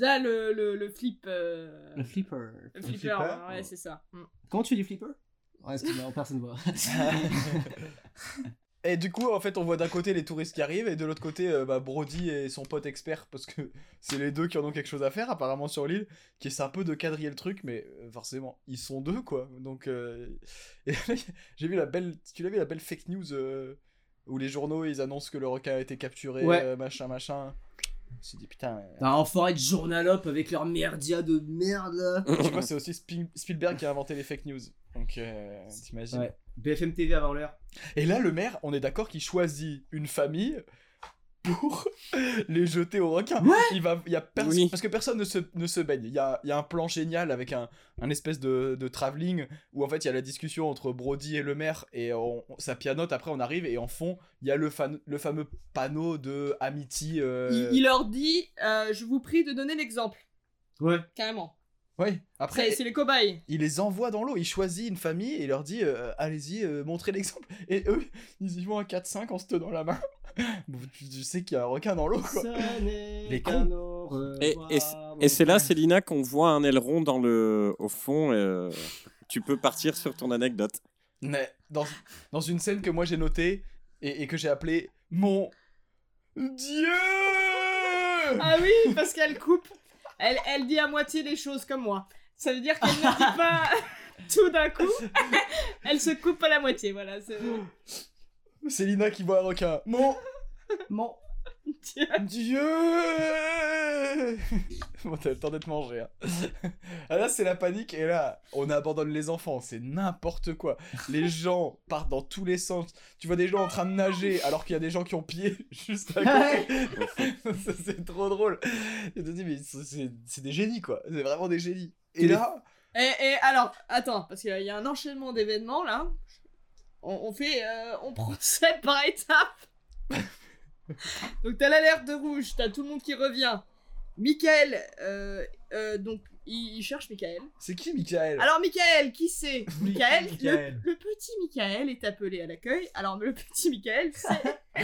[SPEAKER 3] Là, le, le, le flip. euh,
[SPEAKER 2] Le flipper.
[SPEAKER 3] le flipper,
[SPEAKER 4] flipper,
[SPEAKER 3] ouais,
[SPEAKER 4] oh.
[SPEAKER 3] c'est ça. Mm.
[SPEAKER 2] Comment tu fais du flipper Ouais, excuse-moi, personne voit.
[SPEAKER 1] Et du coup, en fait, on voit d'un côté les touristes qui arrivent, et de l'autre côté, euh, bah, Brody et son pote expert, parce que (laughs) c'est les deux qui en ont quelque chose à faire, apparemment, sur l'île, qui essaient un peu de quadriller le truc, mais euh, forcément, ils sont deux, quoi. Donc, euh, (laughs) et là, j'ai vu la belle. Tu l'as vu, la belle fake news euh, où les journaux, ils annoncent que le requin a été capturé,
[SPEAKER 2] Ouais.
[SPEAKER 1] euh, machin, machin. Je me suis dit, putain. euh,
[SPEAKER 2] en forêt de journalope avec leur merdia de merde là.
[SPEAKER 1] Tu vois, c'est aussi Spi- Spielberg qui a inventé les fake news. Donc, euh, t'imagines.
[SPEAKER 2] Ouais. BFM TV avant l'heure.
[SPEAKER 1] Et là, le maire, on est d'accord qu'il choisit une famille pour (laughs) les jeter au requin. il va, il y a personne,
[SPEAKER 5] Oui.
[SPEAKER 1] parce que personne ne se, ne se baigne. Il y a, il y a un plan génial avec un, un espèce de, de travelling où en fait il y a la discussion entre Brody et le maire et on, on- ça pianote. Après, on arrive et en fond, il y a le, fan- le fameux panneau de Amity. euh,
[SPEAKER 3] Il, il leur dit euh, Je vous prie de donner l'exemple,
[SPEAKER 2] Ouais.
[SPEAKER 3] carrément.
[SPEAKER 1] ouais.
[SPEAKER 3] Après,
[SPEAKER 1] Après,
[SPEAKER 3] c'est les cobayes.
[SPEAKER 1] il les envoie dans l'eau, il choisit une famille et il leur dit euh, allez-y, euh, montrez l'exemple. Et eux, ils y vont à 4-5 en se tenant la main. (laughs) Bon, tu, tu sais qu'il y a un requin dans l'eau, quoi. Les cons.
[SPEAKER 5] Et- et c'est- Et c'est là, Célina, qu'on voit un aileron dans le... au fond. et, euh, Tu peux partir sur
[SPEAKER 1] (laughs)
[SPEAKER 5] ton anecdote.
[SPEAKER 1] Mais dans, dans une scène que moi j'ai notée et, et que j'ai appelée Mon Dieu
[SPEAKER 3] Ah oui, parce qu'elle coupe. Elle, elle dit à moitié les choses comme moi. Ça veut dire qu'elle ne (laughs) dit pas tout d'un coup. elle se coupe à la moitié, voilà. C'est...
[SPEAKER 1] Célina qui voit un requin. Mon
[SPEAKER 2] Mon
[SPEAKER 1] Dieu Bon, t'as le temps d'être mangé. Hein. Ah, là, c'est la panique et là, on abandonne les enfants. C'est n'importe quoi. Les gens partent dans tous les sens. Tu vois des gens en train de nager alors qu'il y a des gens qui ont pied (laughs) juste à côté. (laughs) Ça, c'est trop drôle. Et tu te dis, mais c'est- c'est c'est des génies, quoi. C'est vraiment des génies. Et là,
[SPEAKER 3] Et, et alors, attends, parce qu'il y a un enchaînement d'événements là. On, on fait, euh, on (laughs) procède par étapes. donc t'as l'alerte de rouge, t'as tout le monde qui revient. Michael, euh, euh, donc il, il cherche Michael.
[SPEAKER 1] c'est qui, Michael
[SPEAKER 3] Alors Michael, qui c'est Michael, le-
[SPEAKER 4] Michael.
[SPEAKER 3] Le, petit Michael est appelé à l'accueil. Alors le petit Michael, c'est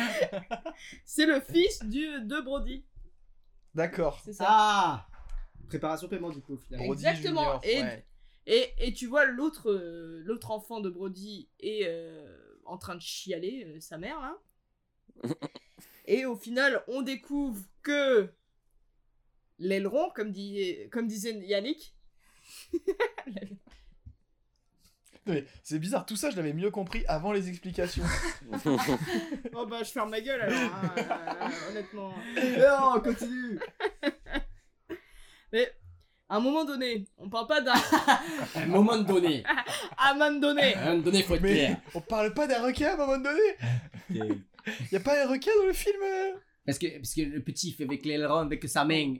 [SPEAKER 3] c'est le fils du de Brody.
[SPEAKER 1] D'accord.
[SPEAKER 3] C'est ça.
[SPEAKER 2] Ah Préparation paiement du coup au final.
[SPEAKER 1] Brody
[SPEAKER 3] Exactement.
[SPEAKER 1] Junior,
[SPEAKER 3] et,
[SPEAKER 1] ouais.
[SPEAKER 3] et, et tu vois l'autre euh, l'autre enfant de Brody est euh, en train de chialer euh, sa mère là. et au final, on découvre que l'aileron, comme dit comme disait Yannick,
[SPEAKER 1] Non, mais C'est bizarre, tout ça, je l'avais mieux compris avant les explications.
[SPEAKER 3] oh bah je ferme ma gueule alors hein, euh, honnêtement.
[SPEAKER 2] Non, continue
[SPEAKER 3] (laughs) Mais À un moment donné, on parle pas d'un
[SPEAKER 2] À un moment donné,
[SPEAKER 3] à un moment donné.
[SPEAKER 2] à un moment donné, faut être
[SPEAKER 1] Mais
[SPEAKER 2] clair.
[SPEAKER 1] on parle pas d'un requin à un moment donné Y a pas un requin dans le film euh
[SPEAKER 2] Parce que, parce que le petit fait avec l'aileron, avec sa main.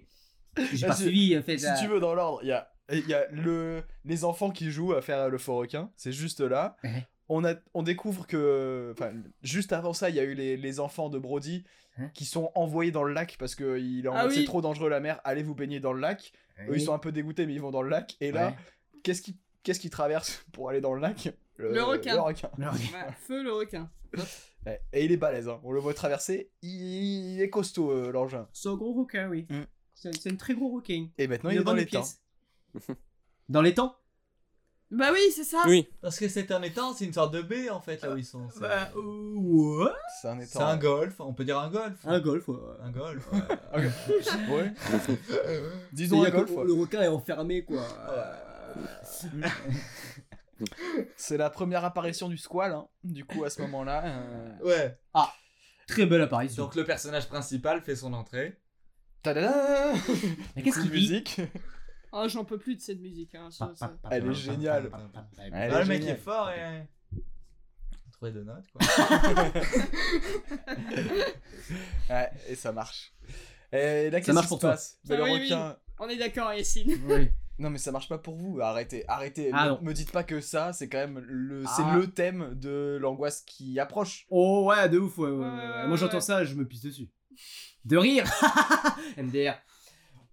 [SPEAKER 2] J'ai
[SPEAKER 1] Ah,
[SPEAKER 2] pas
[SPEAKER 1] si-
[SPEAKER 2] suivi en fait.
[SPEAKER 1] Si
[SPEAKER 2] là.
[SPEAKER 1] tu veux, dans l'ordre, il y a, il y a le, les enfants qui jouent à faire le faux requin, c'est juste là.
[SPEAKER 2] Ouais.
[SPEAKER 1] On, a, on découvre que. Enfin, juste avant ça, il y a eu les, les enfants de Brody
[SPEAKER 2] Hein
[SPEAKER 1] qui sont envoyés dans le lac parce que il est en
[SPEAKER 3] Ah
[SPEAKER 1] mode,
[SPEAKER 3] oui.
[SPEAKER 1] c'est trop dangereux la mer, allez vous baigner dans le lac. Eux, ils sont un peu dégoûtés, mais ils vont dans le lac. Et là,
[SPEAKER 2] Ouais.
[SPEAKER 1] qu'est-ce qu'ils qu'est-ce qu'ils traversent pour aller dans le lac
[SPEAKER 3] Le requin.
[SPEAKER 1] Le requin.
[SPEAKER 3] Ouais, feu le requin.
[SPEAKER 1] Ouais, Et il est balèze, hein. on le voit traverser, il, il est costaud euh, l'engin.
[SPEAKER 2] C'est un gros requin, oui.
[SPEAKER 1] Mm.
[SPEAKER 2] C'est un, très gros requin.
[SPEAKER 1] Et maintenant il, est dans les temps.
[SPEAKER 2] Dans
[SPEAKER 1] (laughs)
[SPEAKER 2] les temps
[SPEAKER 3] Bah oui, c'est ça.
[SPEAKER 5] Oui.
[SPEAKER 4] Parce que c'est un étang, c'est une sorte de baie en fait là où ils sont. C'est
[SPEAKER 2] Bah, euh, ouais.
[SPEAKER 1] C'est un
[SPEAKER 4] c'est
[SPEAKER 1] étang.
[SPEAKER 4] un golf, on peut dire un golf.
[SPEAKER 2] Un golf, ouais.
[SPEAKER 4] Un (laughs) golf.
[SPEAKER 1] Ouais. Disons un
[SPEAKER 2] C'est-à-dire
[SPEAKER 1] golf.
[SPEAKER 2] que
[SPEAKER 1] ouais.
[SPEAKER 2] Le requin est enfermé, quoi.
[SPEAKER 1] C'est la première apparition du squal, hein. du coup à ce moment-là. euh,
[SPEAKER 4] ouais.
[SPEAKER 2] Très belle apparition.
[SPEAKER 4] Donc le personnage principal fait son entrée.
[SPEAKER 1] tadada
[SPEAKER 2] Mais qu'est-ce
[SPEAKER 1] Petite
[SPEAKER 2] qu'il dit
[SPEAKER 1] musique
[SPEAKER 3] Ah, j'en peux plus de cette musique. hein, ça- ça-
[SPEAKER 1] Elle est géniale. Elle
[SPEAKER 4] Ah,
[SPEAKER 1] est
[SPEAKER 4] le mec
[SPEAKER 1] géniale.
[SPEAKER 4] est fort hein. et. Trouver deux notes quoi.
[SPEAKER 1] Ouais, et ça marche. Et là, qu'est-ce
[SPEAKER 2] marche
[SPEAKER 1] qui
[SPEAKER 2] pour
[SPEAKER 1] se
[SPEAKER 2] toi.
[SPEAKER 1] passe Mais
[SPEAKER 3] Ah
[SPEAKER 1] le
[SPEAKER 3] oui, oui.
[SPEAKER 1] requin-
[SPEAKER 3] On est d'accord, Yacine.
[SPEAKER 2] Oui.
[SPEAKER 1] Non, mais ça marche pas pour vous. Arrêtez, arrêtez.
[SPEAKER 2] Ah,
[SPEAKER 1] me,
[SPEAKER 2] non.
[SPEAKER 1] me dites pas que ça, c'est quand même le, c'est
[SPEAKER 2] Ah.
[SPEAKER 1] le thème de l'angoisse qui approche.
[SPEAKER 2] Oh ouais, de ouf, ouais, ouais,
[SPEAKER 3] Ouais,
[SPEAKER 2] ouais.
[SPEAKER 3] ouais,
[SPEAKER 2] Moi
[SPEAKER 3] ouais.
[SPEAKER 2] j'entends ça, je me pisse dessus. De rire MDR.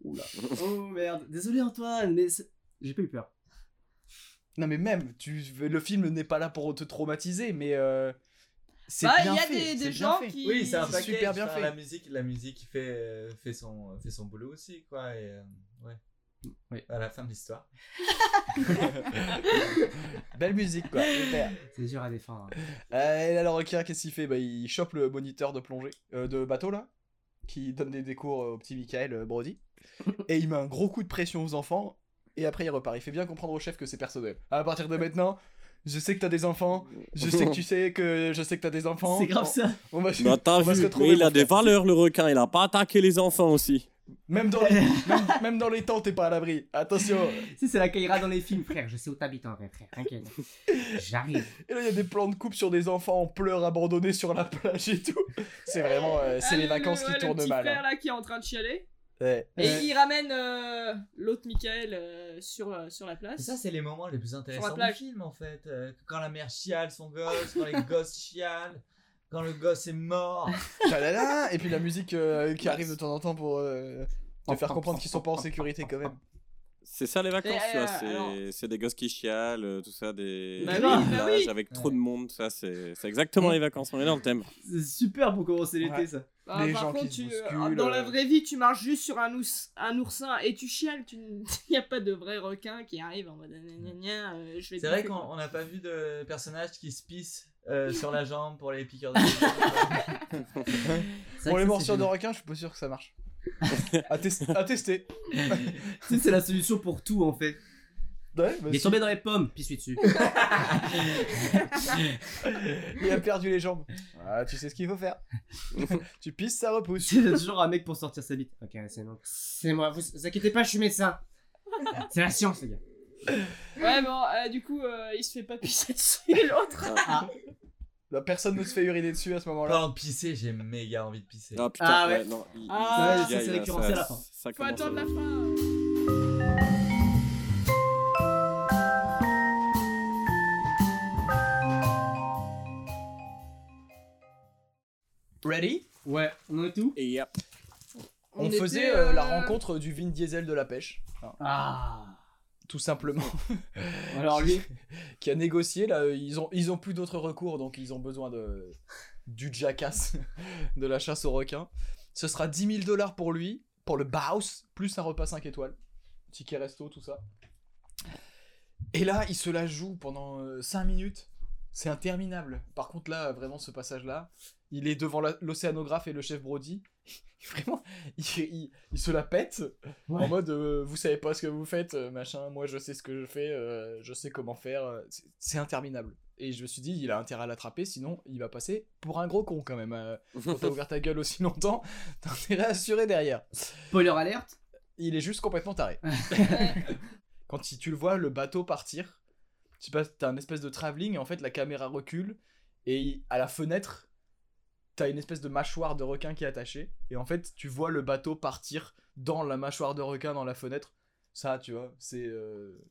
[SPEAKER 2] Oula. Oh merde. Désolé Antoine, mais c'est- j'ai pas eu peur.
[SPEAKER 1] Non, mais même, tu, le film n'est pas là pour te traumatiser, mais euh, c'est
[SPEAKER 3] Bah,
[SPEAKER 1] bien
[SPEAKER 3] il y a
[SPEAKER 1] fait,
[SPEAKER 3] des,
[SPEAKER 1] c'est
[SPEAKER 3] des
[SPEAKER 1] bien
[SPEAKER 3] gens
[SPEAKER 1] fait.
[SPEAKER 3] qui. (laughs)
[SPEAKER 4] (laughs) Oui, c'est un
[SPEAKER 1] C'est
[SPEAKER 4] package.
[SPEAKER 1] super bien
[SPEAKER 4] enfin,
[SPEAKER 1] fait.
[SPEAKER 4] La musique, la musique fait, euh, fait, son, fait son boulot aussi, quoi. Et, euh, ouais.
[SPEAKER 2] Oui.
[SPEAKER 4] À la fin de l'histoire.
[SPEAKER 1] (laughs) Belle musique, quoi. Super.
[SPEAKER 2] C'est dur à défendre. hein.
[SPEAKER 1] Euh, et là, le requin, qu'est-ce qu'il fait bah, Il chope le moniteur de plongée, euh, de bateau, là, qui donne des, des cours euh, au petit Michael
[SPEAKER 3] (laughs)
[SPEAKER 1] euh, Brody. Et il met un gros coup de pression aux enfants, et après, il repart. Il fait bien comprendre au chef que c'est personnel. À partir de maintenant, je sais que t'as des enfants, je sais que tu sais que je sais que t'as des enfants.
[SPEAKER 2] C'est grave ça.
[SPEAKER 1] On, on va...
[SPEAKER 5] Bah, t'as
[SPEAKER 1] On va se
[SPEAKER 5] vu,
[SPEAKER 1] retrouver,
[SPEAKER 5] mais il
[SPEAKER 1] mon
[SPEAKER 5] a des
[SPEAKER 1] frère.
[SPEAKER 5] valeurs, le requin. Il a pas attaqué les enfants aussi.
[SPEAKER 3] (laughs)
[SPEAKER 1] même, dans les... même, même dans les temps, t'es pas à l'abri. Attention
[SPEAKER 2] Si c'est la Kaira dans les films, frère. Je sais où t'habites en vrai, frère. T'inquiète. J'arrive.
[SPEAKER 1] Et là, il y a des plans de coupe sur des enfants en pleurs abandonnés sur la plage et tout. C'est vraiment... euh,
[SPEAKER 3] Ah,
[SPEAKER 1] c'est les
[SPEAKER 3] le-
[SPEAKER 1] vacances
[SPEAKER 3] ouais,
[SPEAKER 1] qui tournent
[SPEAKER 3] Le petit
[SPEAKER 1] mal.
[SPEAKER 3] frère
[SPEAKER 1] hein.
[SPEAKER 3] là qui est en train de chialer.
[SPEAKER 1] Ouais.
[SPEAKER 3] Et
[SPEAKER 2] Ouais.
[SPEAKER 3] il ramène euh, l'autre Michael euh, sur, euh, sur la
[SPEAKER 4] Et
[SPEAKER 3] place.
[SPEAKER 4] Ah, ça, c'est les moments les plus intéressants du
[SPEAKER 3] plage.
[SPEAKER 4] film, en fait. Euh, Quand la mère chiale son gosse, quand les gosses chialent, quand le gosse
[SPEAKER 3] (laughs)
[SPEAKER 4] est mort.
[SPEAKER 1] Tadada et puis la musique euh, qui arrive de temps en temps pour euh, te faire comprendre qu'ils sont pas en sécurité quand même.
[SPEAKER 5] C'est ça les vacances,
[SPEAKER 3] Et,
[SPEAKER 5] tu vois,
[SPEAKER 3] euh,
[SPEAKER 5] c'est-
[SPEAKER 3] alors-
[SPEAKER 5] c'est des gosses qui chialent, euh, tout ça, des
[SPEAKER 3] Bah
[SPEAKER 5] des
[SPEAKER 3] oui, bah
[SPEAKER 5] plages
[SPEAKER 3] oui.
[SPEAKER 5] avec trop de monde, ça c'est c'est exactement les vacances, on est dans le thème.
[SPEAKER 2] C'est super pour commencer l'été
[SPEAKER 1] Ouais.
[SPEAKER 2] ça.
[SPEAKER 3] Ah,
[SPEAKER 1] Les
[SPEAKER 3] par
[SPEAKER 1] gens qui
[SPEAKER 3] contre,
[SPEAKER 1] se
[SPEAKER 3] tu-
[SPEAKER 1] bousculent,
[SPEAKER 3] ah, dans la
[SPEAKER 1] euh.
[SPEAKER 3] vraie vie, tu marches juste sur un, ous- un oursin et tu chiales. Tu... (laughs) Il n'y a pas de vrai requin qui arrive en mode gna gna gna, euh, je vais te
[SPEAKER 4] C'est vrai
[SPEAKER 3] bouffer.
[SPEAKER 4] qu'on on n'a pas vu de personnage qui se pisse euh, sur la jambe pour les
[SPEAKER 3] (laughs)
[SPEAKER 4] piqûres de
[SPEAKER 1] Pour les morsures de requin, je suis pas sûr que ça (laughs) marche. à, tes- à tester.
[SPEAKER 2] Tu sais, c'est la solution pour tout en fait.
[SPEAKER 1] Ouais, bah
[SPEAKER 2] Il est
[SPEAKER 1] si.
[SPEAKER 2] tombé dans les pommes, puis suis dessus.
[SPEAKER 1] Il a perdu les jambes. Ah, tu sais ce qu'il faut (laughs) faire. tu pisses, ça repousse.
[SPEAKER 2] C'est (laughs) toujours un mec pour sortir sa bite. Ok, c'est non. C'est moi, vous, vous inquiétez pas, je suis médecin. (laughs) C'est la science, les gars.
[SPEAKER 3] Ouais, bon, euh, du coup, euh, il se fait pas (laughs) pisser dessus et l'autre.
[SPEAKER 1] Là, Bah, personne ne se fait uriner dessus à ce moment-là.
[SPEAKER 4] Parlant de pisser, j'ai méga envie de pisser.
[SPEAKER 5] Ah putain,
[SPEAKER 2] Ah ouais.
[SPEAKER 5] ouais. non, il-
[SPEAKER 3] Ah
[SPEAKER 5] il-
[SPEAKER 2] ouais, ça,
[SPEAKER 5] il-
[SPEAKER 2] c'est
[SPEAKER 5] il-
[SPEAKER 2] récurrent,
[SPEAKER 5] ça-
[SPEAKER 2] c'est à la fin.
[SPEAKER 5] Ça
[SPEAKER 3] Faut
[SPEAKER 5] commence
[SPEAKER 3] attendre la
[SPEAKER 5] à-
[SPEAKER 3] fin.
[SPEAKER 1] Ready
[SPEAKER 2] Ouais, on en est où
[SPEAKER 5] Et
[SPEAKER 3] (laughs)
[SPEAKER 5] yep.
[SPEAKER 1] On,
[SPEAKER 3] était,
[SPEAKER 1] faisait euh, la
[SPEAKER 3] euh,
[SPEAKER 1] rencontre du Vin Diesel de la pêche. hein,
[SPEAKER 2] Ah
[SPEAKER 1] tout simplement.
[SPEAKER 2] Alors lui,
[SPEAKER 1] Qui a négocié, là, euh, ils ont, ils ont plus d'autres recours, donc ils ont besoin de, du jackass, (laughs) de la chasse aux requins. Ce sera 10 000 dollars pour lui, pour le Bauhaus, plus un repas 5 étoiles. Ticket resto, tout ça. Et là, il se la joue pendant 5 minutes. C'est interminable. Par contre, là, vraiment, ce passage-là, il est devant la- l'océanographe et le chef Brody. (laughs) Vraiment, il, il- il se la pète
[SPEAKER 2] Ouais.
[SPEAKER 1] en mode euh, vous savez pas ce que vous faites, euh, machin. Moi, je sais ce que je fais, euh, je sais comment faire. euh, c'est- C'est interminable. Et je me suis dit, il a intérêt à l'attraper, sinon il va passer pour un gros con quand (laughs) même. euh, quand t'as ouvert ta gueule aussi longtemps, t'as intérêt à assurer derrière.
[SPEAKER 2] spoiler alerte.
[SPEAKER 1] il est juste complètement taré. (laughs) Quand il- tu le vois, le bateau partir, je sais pas, t'as un espèce de travelling, et en fait, la caméra recule, et il- à la fenêtre, t'as une espèce de mâchoire de requin qui est attachée, et en fait, tu vois le bateau partir dans la mâchoire de requin, dans la fenêtre. Ça, tu vois, c'est euh,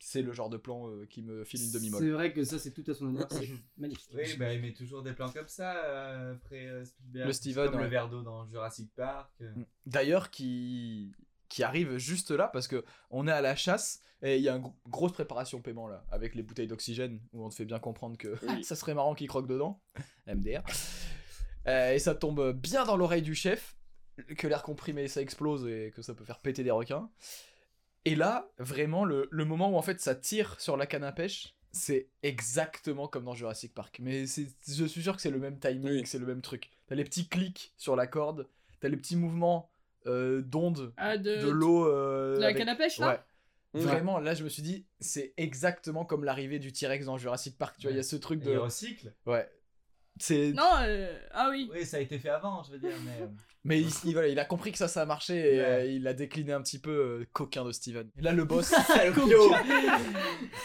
[SPEAKER 1] c'est le genre de plan euh, qui me file une demi-molle.
[SPEAKER 2] C'est vrai que ça, c'est tout à son honneur. C'est magnifique.
[SPEAKER 4] Oui, bah, il met toujours des plans comme ça euh, après euh, Spielberg.
[SPEAKER 1] Le Steven,
[SPEAKER 4] Comme
[SPEAKER 1] ouais.
[SPEAKER 4] le verre d'eau dans Jurassic Park. euh.
[SPEAKER 1] Mm. D'ailleurs, qui qui arrive juste là parce que on est à la chasse et il y a une gro- grosse préparation paiement là avec les bouteilles d'oxygène où on te fait bien comprendre que
[SPEAKER 5] Oui.
[SPEAKER 1] (coughs)
[SPEAKER 5] (laughs)
[SPEAKER 1] ça serait marrant qu'il croque dedans MDR Euh, et ça tombe bien dans l'oreille du chef que l'air comprimé ça explose et que ça peut faire péter des requins et là vraiment le, le moment où en fait ça tire sur la canne à pêche c'est exactement comme dans Jurassic Park mais c'est- je suis sûr que c'est le même timing
[SPEAKER 5] Oui.
[SPEAKER 1] que c'est le même truc t'as les petits clics sur la corde t'as les petits mouvements euh, d'ondes
[SPEAKER 3] Ah, de,
[SPEAKER 1] de l'eau. euh,
[SPEAKER 3] de la
[SPEAKER 1] avec-
[SPEAKER 3] canne à pêche, là
[SPEAKER 1] Ouais.
[SPEAKER 5] Ouais.
[SPEAKER 1] Vraiment, là, je me suis dit, c'est exactement comme l'arrivée du T-Rex dans Jurassic Park. Tu vois, il y a ce truc
[SPEAKER 4] Et Il
[SPEAKER 1] de.
[SPEAKER 4] recycle.
[SPEAKER 1] Ouais. C'est.
[SPEAKER 3] Non, euh, ah oui.
[SPEAKER 4] Oui, ça a été fait avant, je veux dire. Mais... euh,
[SPEAKER 1] Mais il, il- voilà, il a compris que ça, ça a marché et
[SPEAKER 4] Ouais.
[SPEAKER 1] euh, il a décliné un petit peu euh, coquin de Steven. Et là, le boss.
[SPEAKER 2] Coquin.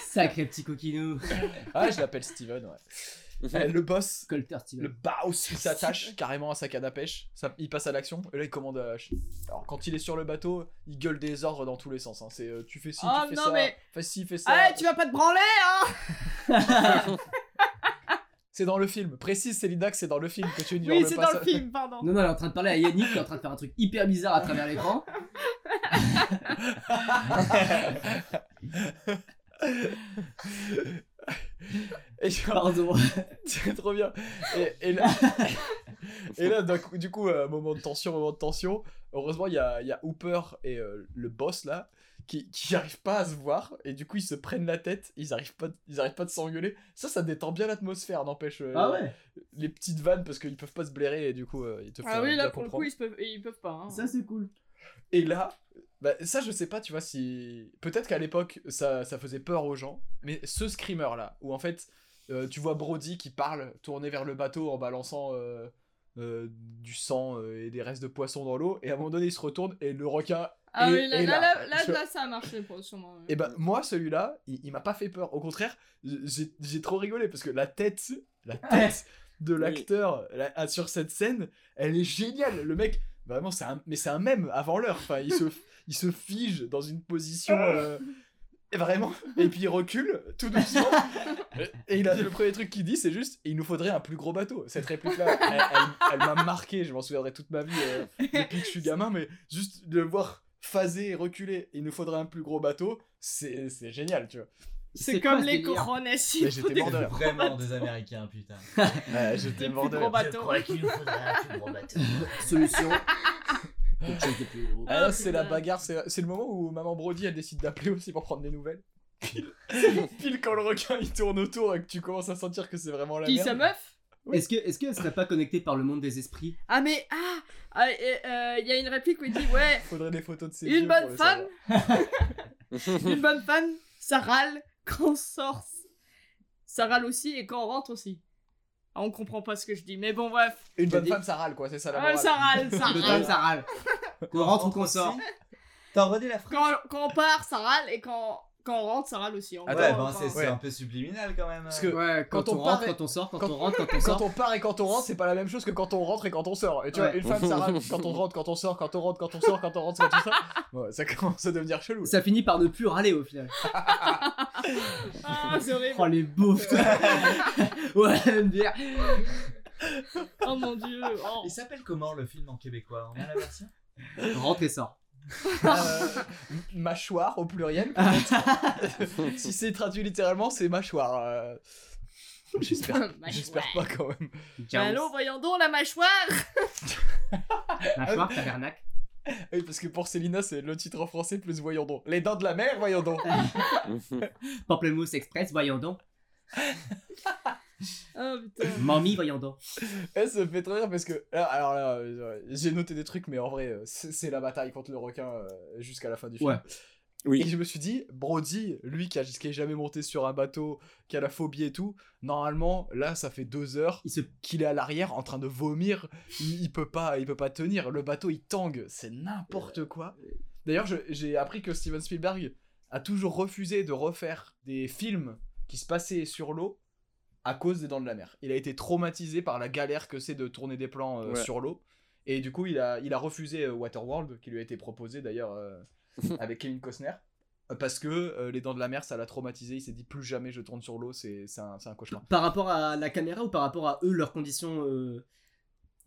[SPEAKER 2] Sacré petit coquinou.
[SPEAKER 1] ah, je l'appelle Steven, ouais. Euh, le
[SPEAKER 2] (laughs)
[SPEAKER 1] boss.
[SPEAKER 2] Colter
[SPEAKER 1] Le
[SPEAKER 2] Steven.
[SPEAKER 1] Baus il s'attache carrément à sa canne à pêche, ça, il passe à l'action, et là il commande à la hache. Alors quand il est sur le bateau, il gueule des ordres dans tous les sens. hein. C'est euh, tu fais ci,
[SPEAKER 3] Ah,
[SPEAKER 1] tu fais
[SPEAKER 3] non,
[SPEAKER 1] ça,
[SPEAKER 3] mais-
[SPEAKER 1] fais ci, fais ça.
[SPEAKER 3] Ah, tu vas pas te branler, hein
[SPEAKER 1] C'est dans le film. Précise, Célina, que c'est dans le film que tu ignores
[SPEAKER 3] Oui,
[SPEAKER 1] le
[SPEAKER 3] c'est dans
[SPEAKER 1] passage.
[SPEAKER 3] le film, pardon.
[SPEAKER 2] Non, non, elle est en train de parler à Yannick, qui est en train de faire un truc hyper bizarre à travers l'écran.
[SPEAKER 1] Et genre,
[SPEAKER 2] (laughs) Pardon.
[SPEAKER 1] c'est trop bien. Et, et là, et là, d'un coup- du coup, euh, moment de tension, moment de tension. Heureusement, il y a, il y a Hooper et euh, le boss là qui qui arrivent pas à se voir et du coup ils se prennent la tête. Ils arrivent pas, ils arrivent pas de s'engueuler. Ça, ça détend bien l'atmosphère, n'empêche. euh,
[SPEAKER 2] Ah ouais
[SPEAKER 1] Les petites vannes parce qu'ils peuvent pas se blairer et du coup euh, ils te font
[SPEAKER 3] Ah oui,
[SPEAKER 1] bien
[SPEAKER 3] là, pour le
[SPEAKER 1] comprendre.
[SPEAKER 3] coup, ils se peuvent, ils peuvent pas. hein.
[SPEAKER 2] Ça, c'est cool.
[SPEAKER 1] Et là, bah, ça je sais pas, tu vois, si... Peut-être qu'à l'époque, ça, ça faisait peur aux gens, mais ce screamer-là, où en fait, euh, tu vois Brody qui parle, tourné vers le bateau en balançant euh, euh, du sang euh, et des restes de poissons dans l'eau, et à un moment donné, il se retourne, et le requin...
[SPEAKER 3] Ah
[SPEAKER 1] et-
[SPEAKER 3] oui, là,
[SPEAKER 1] et
[SPEAKER 3] là,
[SPEAKER 1] là,
[SPEAKER 3] là, là,
[SPEAKER 1] je-
[SPEAKER 3] là, ça a marché, pour- sûrement. ouais.
[SPEAKER 1] Et bah, moi, celui-là, il, il m'a pas fait peur. Au contraire, j'ai j'ai trop rigolé, parce que la tête, la
[SPEAKER 2] Eh,
[SPEAKER 1] tête de l'acteur la- ah, sur cette scène, elle est géniale. Le mec... bah, Vraiment, c'est un... mais c'est un même avant l'heure. Enfin, il se, il se fige dans une position euh, vraiment. Et puis il recule tout doucement. et il a le premier truc qu'il dit, c'est juste il nous faudrait un plus gros bateau. Cette réplique-là, elle, elle- elle m'a marqué. Je m'en souviendrai toute ma vie euh, depuis que je suis gamin. Mais juste de le voir phaser et reculer, il nous faudrait un plus gros bateau, c'est c'est génial, tu vois.
[SPEAKER 3] C'est comme
[SPEAKER 2] quoi, ce
[SPEAKER 3] les
[SPEAKER 2] délire
[SPEAKER 3] coronets,
[SPEAKER 1] Mais
[SPEAKER 3] si
[SPEAKER 1] Bah, j'étais mort de rire.
[SPEAKER 4] Vraiment des Américains, putain.
[SPEAKER 1] Ouais, J'étais
[SPEAKER 3] des
[SPEAKER 1] mort
[SPEAKER 3] plus
[SPEAKER 1] de
[SPEAKER 3] gros
[SPEAKER 1] rire.
[SPEAKER 3] bateaux.
[SPEAKER 4] (laughs)
[SPEAKER 2] (laughs) Solution. Quelque chose de plus gros.
[SPEAKER 1] Ah là,
[SPEAKER 3] Ah,
[SPEAKER 1] c'est la
[SPEAKER 3] putain.
[SPEAKER 1] bagarre, c'est c'est le moment où maman Brody elle décide d'appeler aussi pour prendre des nouvelles.
[SPEAKER 3] (laughs)
[SPEAKER 1] Pile pile quand le requin il tourne autour et que tu commences à sentir que c'est vraiment la
[SPEAKER 3] Qui,
[SPEAKER 1] merde.
[SPEAKER 3] sa meuf
[SPEAKER 2] Est-ce que, est-ce qu'elle serait pas connectée par le monde des esprits
[SPEAKER 3] Ah, mais, ah ah, et, euh, Il y a une réplique où il dit,
[SPEAKER 1] (laughs)
[SPEAKER 3] ouais,
[SPEAKER 1] Faudrait des photos de ses yeux
[SPEAKER 3] une
[SPEAKER 1] pour
[SPEAKER 3] bonne
[SPEAKER 1] le
[SPEAKER 3] femme,
[SPEAKER 1] savoir.
[SPEAKER 5] Mhm.
[SPEAKER 3] une bonne femme, ça râle quand on sort. Ça râle aussi et quand on rentre aussi. Ah, on comprend pas ce que je dis, mais bon, bref.
[SPEAKER 1] Une bonne
[SPEAKER 2] dit-
[SPEAKER 1] femme, ça râle quoi, c'est ça la
[SPEAKER 3] Ah,
[SPEAKER 1] morale.
[SPEAKER 3] ça râle,
[SPEAKER 1] (laughs)
[SPEAKER 3] ça
[SPEAKER 2] Le
[SPEAKER 3] râle.
[SPEAKER 2] temps, ah, ça râle. Qu'on rentre ou qu'on sort.
[SPEAKER 4] (laughs) T'as redit la phrase
[SPEAKER 3] Quand, quand on part, ça râle et quand, quand on rentre, ça râle aussi. En
[SPEAKER 1] Attends,
[SPEAKER 4] Ouais,
[SPEAKER 3] gros,
[SPEAKER 4] ben,
[SPEAKER 3] enfin,
[SPEAKER 4] c'est c'est
[SPEAKER 1] Ouais.
[SPEAKER 4] un peu subliminal quand même.
[SPEAKER 1] Parce
[SPEAKER 4] hein.
[SPEAKER 1] que
[SPEAKER 2] Ouais, quand,
[SPEAKER 1] Quand
[SPEAKER 2] on,
[SPEAKER 1] on
[SPEAKER 2] rentre,
[SPEAKER 1] part et-
[SPEAKER 2] quand on sort, quand,
[SPEAKER 1] quand-
[SPEAKER 2] on rentre, quand on
[SPEAKER 1] Quand
[SPEAKER 2] sort.
[SPEAKER 1] on part et quand on rentre, c'est pas la même chose que quand on rentre et quand on sort. Et tu vois,
[SPEAKER 2] Ouais.
[SPEAKER 1] une femme,
[SPEAKER 3] (laughs)
[SPEAKER 1] ça râle quand on rentre, quand on sort, quand on rentre, quand on sort, quand on rentre, quand on sort. Ouais, ça commence à devenir chelou.
[SPEAKER 2] Ça finit par ne plus râler au final.
[SPEAKER 3] Ah, c'est horrible.
[SPEAKER 1] (laughs)
[SPEAKER 2] Oh les beaufs toi. Ouais, MDR.
[SPEAKER 3] Oh mon dieu. oh.
[SPEAKER 4] Il s'appelle comment le film en québécois On a la
[SPEAKER 5] (laughs)
[SPEAKER 4] version
[SPEAKER 2] Rentre et sort.
[SPEAKER 1] Euh, mâchoire
[SPEAKER 3] (laughs)
[SPEAKER 1] au pluriel. peut-être. si c'est traduit littéralement, c'est mâchoire. euh. J'espère.
[SPEAKER 3] Mâchoire. (laughs)
[SPEAKER 1] J'espère pas quand même.
[SPEAKER 3] Mais allons, voyons donc la mâchoire.
[SPEAKER 2] Mâchoire, tabernacle.
[SPEAKER 1] Ah Oui, parce que pour Célina, c'est le titre en français plus voyons donc. Les dents de la mer, voyons donc.
[SPEAKER 2] Pamplemousse express, voyons donc.
[SPEAKER 3] Oh putain.
[SPEAKER 2] Mamie, voyons donc.
[SPEAKER 1] Eh, ça me fait trop rire parce que. là, Alors là, euh, j'ai noté des trucs, mais en vrai, euh, c'est c'est la bataille contre le requin euh, jusqu'à la fin du film.
[SPEAKER 2] Ouais.
[SPEAKER 1] Et
[SPEAKER 5] (laughs) Oui.
[SPEAKER 1] je me suis dit, Brody, lui qui, a, qui est jamais monté sur un bateau, qui a la phobie et tout, normalement, là, ça fait deux heures
[SPEAKER 2] Il se...
[SPEAKER 1] qu'il est à l'arrière en train de vomir. Il, il peut pas, il peut pas tenir. Le bateau, il tangue. C'est n'importe quoi. D'ailleurs, je- j'ai appris que Steven Spielberg a toujours refusé de refaire des films qui se passaient sur l'eau à cause des dents de la mer. Il a été traumatisé par la galère que c'est de tourner des plans euh,
[SPEAKER 5] Ouais.
[SPEAKER 1] sur l'eau. Et du coup, il a, il a refusé euh, Waterworld, qui lui a été proposé d'ailleurs euh, avec Kevin Costner. euh, Parce que euh, les dents de la mer, ça l'a traumatisé. Il s'est dit plus jamais je tourne sur l'eau, c'est c'est un, c'est un cauchemar.
[SPEAKER 2] Par rapport à la caméra ou par rapport à eux, leurs conditions euh,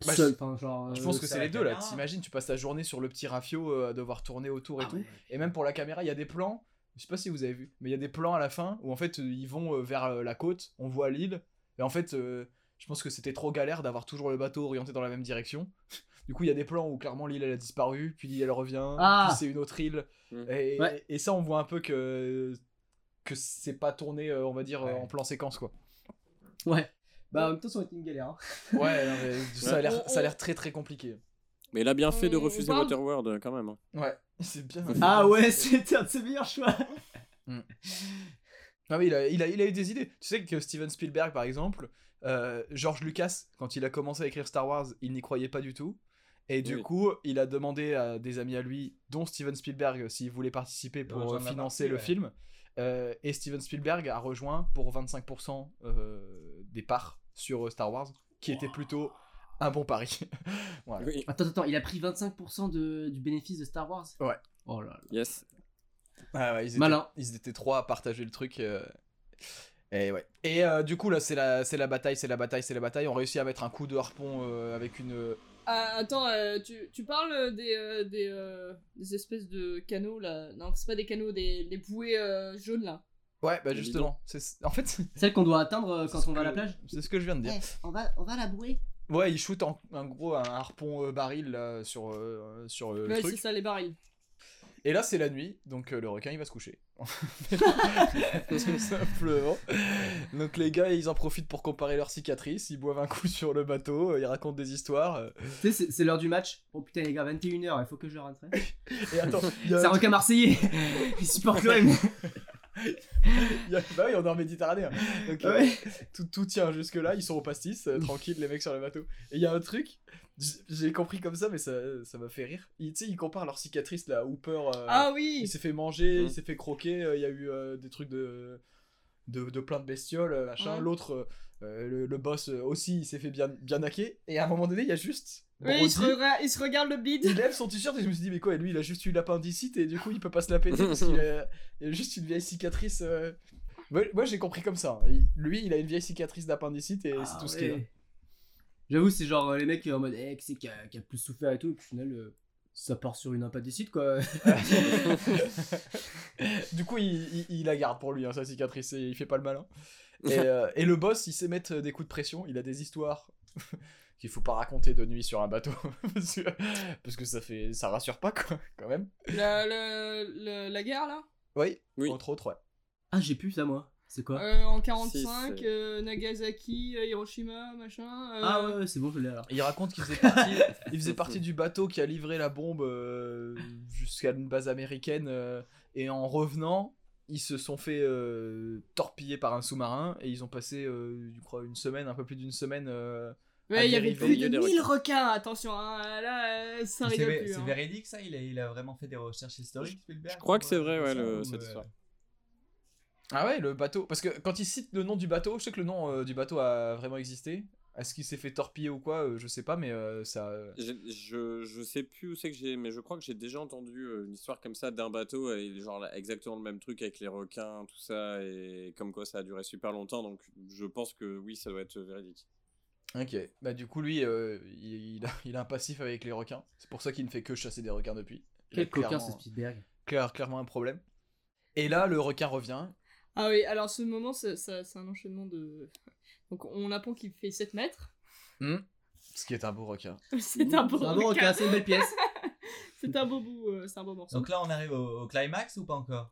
[SPEAKER 1] Bah,
[SPEAKER 2] seules
[SPEAKER 1] je-
[SPEAKER 2] enfin, genre,
[SPEAKER 1] Je
[SPEAKER 2] euh,
[SPEAKER 1] pense que
[SPEAKER 2] ça,
[SPEAKER 1] c'est
[SPEAKER 2] la
[SPEAKER 1] les deux là.
[SPEAKER 2] caméra.
[SPEAKER 1] T'imagines, tu passes ta journée sur le petit rafio euh, à devoir tourner autour et
[SPEAKER 2] Ah
[SPEAKER 1] tout.
[SPEAKER 2] ouais.
[SPEAKER 1] Et même pour la caméra, il y a des plans. Je sais pas si vous avez vu, mais il y a des plans à la fin où en fait euh, ils vont euh, vers euh, la côte, on voit l'île, et en fait euh, je pense que c'était trop galère d'avoir toujours le bateau orienté dans la même direction. (laughs) Du coup il y a des plans où clairement l'île elle a disparu, puis elle revient,
[SPEAKER 2] Ah.
[SPEAKER 1] puis c'est une autre île,
[SPEAKER 5] Mm.
[SPEAKER 1] et,
[SPEAKER 2] Ouais.
[SPEAKER 1] et ça on voit un peu que que c'est pas tourné euh, on va dire euh, en plan séquence quoi.
[SPEAKER 2] Ouais. Bah, en même temps, ça aurait été une galère. hein.
[SPEAKER 1] Ouais, non, mais ça a l'air
[SPEAKER 3] On-
[SPEAKER 1] ça a l'air très très compliqué. (laughs)
[SPEAKER 5] Mais il a bien fait de
[SPEAKER 3] On
[SPEAKER 5] refuser
[SPEAKER 3] parle-
[SPEAKER 5] Waterworld euh, quand même. hein.
[SPEAKER 1] Ouais, c'est bien.
[SPEAKER 2] Ah
[SPEAKER 1] (laughs)
[SPEAKER 2] ouais, c'était un de ses meilleurs choix.
[SPEAKER 1] Ah oui, il a, il, a, il a eu des idées. Tu sais que Steven Spielberg, par exemple, euh, George Lucas, quand il a commencé à écrire Star Wars, il n'y croyait pas du tout. Et du
[SPEAKER 5] Oui.
[SPEAKER 1] coup, il a demandé à des amis à lui, dont Steven Spielberg, s'il voulait participer pour
[SPEAKER 2] Rejoindre
[SPEAKER 1] euh,
[SPEAKER 2] la
[SPEAKER 1] financer
[SPEAKER 2] partie,
[SPEAKER 1] le
[SPEAKER 2] ouais.
[SPEAKER 1] film. Euh, et Steven Spielberg a rejoint pour 25% euh, des parts sur euh, Star Wars, qui était plutôt un bon pari. voilà.
[SPEAKER 5] Oui,
[SPEAKER 2] Attends, attends, il a pris 25% de- du bénéfice de Star Wars
[SPEAKER 1] Ouais.
[SPEAKER 2] Oh là là.
[SPEAKER 5] yes.
[SPEAKER 1] Ah ouais, ils étaient,
[SPEAKER 2] Malin.
[SPEAKER 1] Ils étaient trois à partager le truc. euh, Et ouais. Et euh, du coup, là, c'est la, c'est la bataille, c'est la bataille, c'est la bataille. On réussit à mettre un coup de harpon euh, avec une.
[SPEAKER 3] Ah, attends, euh, tu, tu parles euh, des, euh, des, euh, des espèces de canaux là. Non, c'est pas des canaux, des, des bouées euh, jaunes là.
[SPEAKER 1] Ouais, bah
[SPEAKER 5] Le
[SPEAKER 1] justement. c'est- En fait, (laughs)
[SPEAKER 2] Celle qu'on doit atteindre euh, quand
[SPEAKER 1] C'est
[SPEAKER 2] on va à
[SPEAKER 1] que-
[SPEAKER 2] la plage
[SPEAKER 1] c'est ce que je viens de dire.
[SPEAKER 6] Eh, on, va, on va la bouer.
[SPEAKER 1] Ouais, ils shootent en, en gros un harpon euh, baril là, sur, euh, sur euh, le
[SPEAKER 3] ouais, c'est
[SPEAKER 1] truc.
[SPEAKER 3] ça, les barils.
[SPEAKER 1] Et là, c'est la nuit, donc euh, le requin il va
[SPEAKER 3] (laughs)
[SPEAKER 1] se coucher. (laughs) Tout simplement. Donc les gars, ils en profitent pour comparer leurs cicatrices. Ils boivent un coup sur le bateau, euh, ils racontent des histoires. euh.
[SPEAKER 2] Tu sais, c'est- c'est l'heure du match. Oh putain, les gars, 21h, il faut que je rentre. hein.
[SPEAKER 1] Et attends, il y a
[SPEAKER 2] C'est un
[SPEAKER 1] (laughs)
[SPEAKER 2] requin marseillais Il supporte l'OM
[SPEAKER 1] Il y a- (laughs) Bah oui, on est en Méditerranée. hein. Donc, euh,
[SPEAKER 2] Ouais.
[SPEAKER 1] tout, tout tient jusque-là, ils sont au pastis, euh, tranquilles, les mecs sur le bateau. Et il y a un truc, j- j'ai compris comme ça, mais ça ça m'a fait rire. Ils- Tu sais, ils comparent leurs cicatrices, là, Hooper, euh,
[SPEAKER 3] ah
[SPEAKER 1] il
[SPEAKER 3] oui
[SPEAKER 1] s'est fait manger,
[SPEAKER 5] Mm.
[SPEAKER 1] il s'est fait croquer, euh, il y a eu euh, des trucs de, de, de plein de bestioles, euh, machin.
[SPEAKER 3] Ouais.
[SPEAKER 1] L'autre, euh, euh, le, le boss euh, aussi, il s'est fait bien, bien hacker. Et à un moment donné, il y a juste...
[SPEAKER 3] Oui, il se,
[SPEAKER 1] Brody,
[SPEAKER 3] rega- il se regarde le bide.
[SPEAKER 1] (laughs) il lève son t-shirt et je me suis dit mais quoi lui il a juste eu l'appendicite et du coup il peut pas se la péter parce qu'il a, il a juste une vieille cicatrice euh. moi, moi, j'ai compris comme ça hein. Il- lui il a une vieille cicatrice d'appendicite et c'est tout ce qu'il a
[SPEAKER 2] Ah Ouais. J'avoue, c'est genre euh, les mecs euh, en mode, eh, qui c'est qui a, qui a le plus souffert et tout, et puis au final, euh, ça part sur une impaticide quoi. (laughs)
[SPEAKER 1] du coup il, il- il la garde pour lui hein, sa cicatrice et il fait pas le malin et, euh, et le boss il sait mettre des coups de pression il a des histoires (laughs) qu'il faut pas raconter de nuit sur un bateau (laughs) parce que, parce que ça fait ça rassure pas quoi quand même
[SPEAKER 3] La, le- le- la guerre là
[SPEAKER 1] oui,
[SPEAKER 5] Oui.
[SPEAKER 1] entre autres ouais
[SPEAKER 2] Ah, j'ai pu ça, moi. C'est quoi
[SPEAKER 3] Euh, En 45,
[SPEAKER 5] Si, c'est-
[SPEAKER 3] euh, Nagasaki, euh, Hiroshima, machin. euh,
[SPEAKER 2] Ah ouais, ouais, c'est bon, je l'ai alors.
[SPEAKER 1] Il raconte qu'il faisait partie, il faisait partie du bateau qui a livré la bombe euh, jusqu'à une base américaine euh, et en revenant, ils se sont fait euh, torpiller par un sous-marin et ils ont passé, euh, je crois, une semaine, un peu plus d'une semaine. euh, à
[SPEAKER 3] Ouais, il y avait
[SPEAKER 1] dériver au
[SPEAKER 3] plus
[SPEAKER 5] milieu
[SPEAKER 3] de
[SPEAKER 5] des
[SPEAKER 3] 1000
[SPEAKER 5] requins.
[SPEAKER 3] requins, attention, hein, là, euh, ça
[SPEAKER 4] C'est
[SPEAKER 3] rigole
[SPEAKER 4] vé-
[SPEAKER 3] plus.
[SPEAKER 4] c'est
[SPEAKER 3] hein.
[SPEAKER 4] véridique ça il a, il a vraiment fait des recherches historiques, Spielberg
[SPEAKER 5] Je crois que c'est vrai,
[SPEAKER 4] Ou,
[SPEAKER 5] ouais, le-
[SPEAKER 4] euh,
[SPEAKER 5] cette histoire.
[SPEAKER 1] Ah ouais, le bateau. Parce que quand il cite le nom du bateau, je sais que le nom euh, du bateau a vraiment existé. Est-ce qu'il s'est fait torpiller ou quoi euh, Je sais pas, mais euh, ça. euh,
[SPEAKER 5] Je, je, je sais plus où c'est que j'ai, mais je crois que j'ai déjà entendu euh, une histoire comme ça d'un bateau et genre là, exactement le même truc avec les requins, tout ça, et comme quoi ça a duré super longtemps, donc je pense que oui, ça doit être euh, véridique.
[SPEAKER 1] Ok. Bah du coup lui, euh, il, il a, il a un passif avec les requins. C'est pour ça qu'il ne fait que chasser des requins depuis. Il a
[SPEAKER 2] Quel coquin,
[SPEAKER 1] clairement-
[SPEAKER 2] c'est Spielberg.
[SPEAKER 1] clair- clairement un problème. Et là, le requin revient.
[SPEAKER 3] Ah oui, alors ce moment, ça- ça- c'est un enchaînement de. (laughs) Donc on apprend qu'il fait 7 mètres. (laughs)
[SPEAKER 1] Ce qui est un beau requin.
[SPEAKER 3] C'est un beau
[SPEAKER 2] C'est un bon requin,
[SPEAKER 3] requin.
[SPEAKER 2] c'est une belle pièce.
[SPEAKER 3] C'est un beau bout, euh, c'est un beau morceau.
[SPEAKER 4] Donc là on arrive au, au climax ou pas encore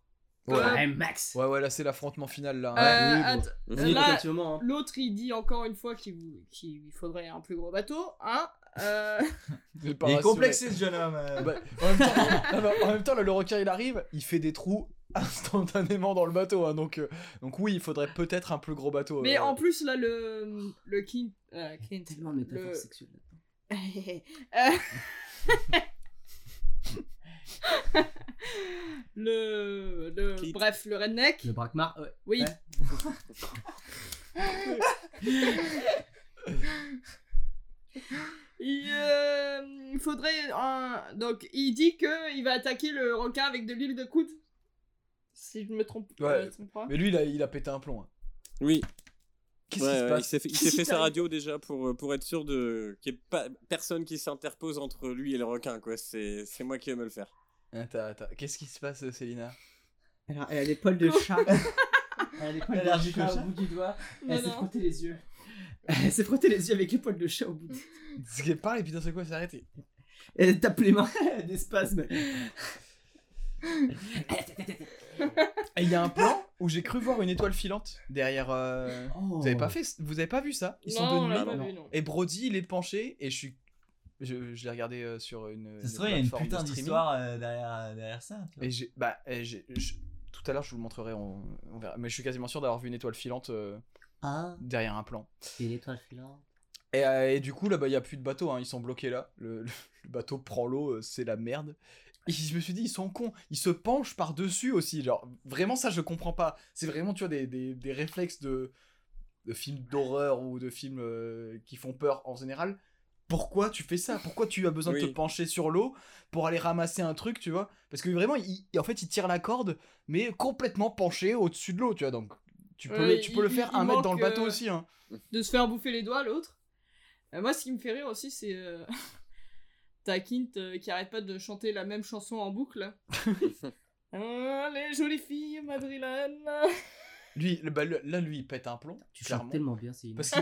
[SPEAKER 1] Ouais, ouais,
[SPEAKER 2] Ouais, Max.
[SPEAKER 1] ouais, là, c'est l'affrontement final,
[SPEAKER 3] Euh,
[SPEAKER 1] là. hein.
[SPEAKER 2] oui, bon.
[SPEAKER 3] att-
[SPEAKER 2] On est
[SPEAKER 3] Là-
[SPEAKER 2] pas un petit moment, hein.
[SPEAKER 3] L'autre, il dit encore une fois qu'il vous- qu'il faudrait un plus gros bateau, hein euh,
[SPEAKER 1] Je vais pas
[SPEAKER 4] Il est
[SPEAKER 1] rassurer.
[SPEAKER 4] complexé ce jeune homme (laughs)
[SPEAKER 1] (laughs)
[SPEAKER 4] euh.
[SPEAKER 1] Bah, en, même temps, non, mais en même temps, là, le requin, il arrive, il fait des trous (laughs) instantanément dans le bateau. hein, donc, euh, donc oui, il faudrait peut-être un plus gros bateau.
[SPEAKER 3] Mais
[SPEAKER 1] euh,
[SPEAKER 3] en plus, là, le, le Clint. euh, Clint.
[SPEAKER 2] (laughs) Tellement de métaphores
[SPEAKER 3] Le-
[SPEAKER 2] sexuelles. là-dedans.
[SPEAKER 3] Euh, (laughs) Le, le-
[SPEAKER 5] Clit.
[SPEAKER 3] bref, le redneck.
[SPEAKER 2] Le braquemar. ouais.
[SPEAKER 3] Oui. (laughs) il, euh, il faudrait un... Donc, il dit que il va attaquer le requin avec de l'huile de coude. Si je me trompe,
[SPEAKER 1] Ouais.
[SPEAKER 3] je me trompe pas.
[SPEAKER 1] Mais lui, il a, il a pété un plomb. hein.
[SPEAKER 5] Oui,
[SPEAKER 1] Qu'est-ce
[SPEAKER 5] ouais,
[SPEAKER 1] qui se
[SPEAKER 5] ouais, il
[SPEAKER 1] passe
[SPEAKER 5] s'est fait, il
[SPEAKER 3] Qu'est-ce
[SPEAKER 5] s'est
[SPEAKER 3] qui
[SPEAKER 5] fait sa
[SPEAKER 3] t'arrive
[SPEAKER 5] radio déjà pour, euh, pour être sûr de qu'il n'y ait pas, personne qui s'interpose entre lui et le requin. quoi. C'est c'est moi qui vais me
[SPEAKER 3] (laughs)
[SPEAKER 5] le faire.
[SPEAKER 1] Attends, attends. Qu'est-ce qui se passe, Célina
[SPEAKER 2] Elle a, elle a des poils de chat. Elle a des poils
[SPEAKER 4] Elle a
[SPEAKER 2] de
[SPEAKER 4] allergique au
[SPEAKER 2] chat
[SPEAKER 4] chat
[SPEAKER 2] au bout du doigt.
[SPEAKER 3] Non,
[SPEAKER 2] Elle s'est
[SPEAKER 3] non.
[SPEAKER 2] frottée les yeux. Elle s'est frottée les yeux avec les poils de chat au bout. du-
[SPEAKER 1] Ce qui parle et puis d'un seul coup, elle s'est arrêtée.
[SPEAKER 2] Elle tape les mains. (laughs) Elle a des spasmes.
[SPEAKER 1] Et il y a un plan où j'ai cru voir une étoile filante derrière. euh,
[SPEAKER 2] Oh.
[SPEAKER 1] Vous avez pas fait, vous avez pas vu ça Ils
[SPEAKER 3] Non, on
[SPEAKER 1] sont de
[SPEAKER 3] l'a
[SPEAKER 1] nuit.
[SPEAKER 3] pas
[SPEAKER 5] non.
[SPEAKER 3] vu, non.
[SPEAKER 1] Et Brody, il est penché et je suis. Je, je l'ai regardé euh, sur une.
[SPEAKER 4] Ça se trouve, il y a une
[SPEAKER 1] plateforme de
[SPEAKER 4] putain
[SPEAKER 1] streaming.
[SPEAKER 4] d'histoire euh, derrière, derrière ça. tu vois.
[SPEAKER 1] Et j'ai. Bah, et j'ai- je- tout à l'heure, je vous le montrerai, on, on verra. Mais je suis quasiment sûr d'avoir vu une étoile filante euh,
[SPEAKER 2] Ah,
[SPEAKER 1] derrière un plan.
[SPEAKER 2] c'est l'étoile filante.
[SPEAKER 1] Et, euh, et du coup, là, bah, il n'y a plus de bateau, hein, ils sont bloqués là. Le, (laughs) le- le bateau prend l'eau, euh, c'est la merde. Et je me suis dit, ils sont cons, ils se penchent par-dessus aussi. Genre, vraiment, ça, je comprends pas. C'est vraiment, tu vois, des, des- des réflexes de, de films d'horreur ou de films euh, qui font peur en général. Pourquoi tu fais ça Pourquoi tu as besoin de
[SPEAKER 5] Oui.
[SPEAKER 1] te pencher sur l'eau pour aller ramasser un truc, tu vois Parce que vraiment, il- en fait, il tire la corde, mais complètement penché au-dessus de l'eau, tu vois. Donc, tu peux,
[SPEAKER 3] Ouais,
[SPEAKER 1] le, tu peux le
[SPEAKER 3] Euh, il-
[SPEAKER 1] faire
[SPEAKER 3] il
[SPEAKER 1] un mètre dans le
[SPEAKER 3] manque,
[SPEAKER 1] bateau
[SPEAKER 3] euh,
[SPEAKER 1] aussi, hein.
[SPEAKER 3] de se faire bouffer les doigts l'autre. Euh, moi, ce qui me fait rire aussi, c'est euh... (laughs) t'as Kint euh, qui arrête pas de chanter la même chanson en boucle. Ah, les jolies filles, Madrilène. (laughs)
[SPEAKER 1] Lui, le- bah, le- là, lui, il pète un plomb.
[SPEAKER 2] Tu
[SPEAKER 1] clairement.
[SPEAKER 2] chantes tellement bien, c'est une.
[SPEAKER 1] Parce que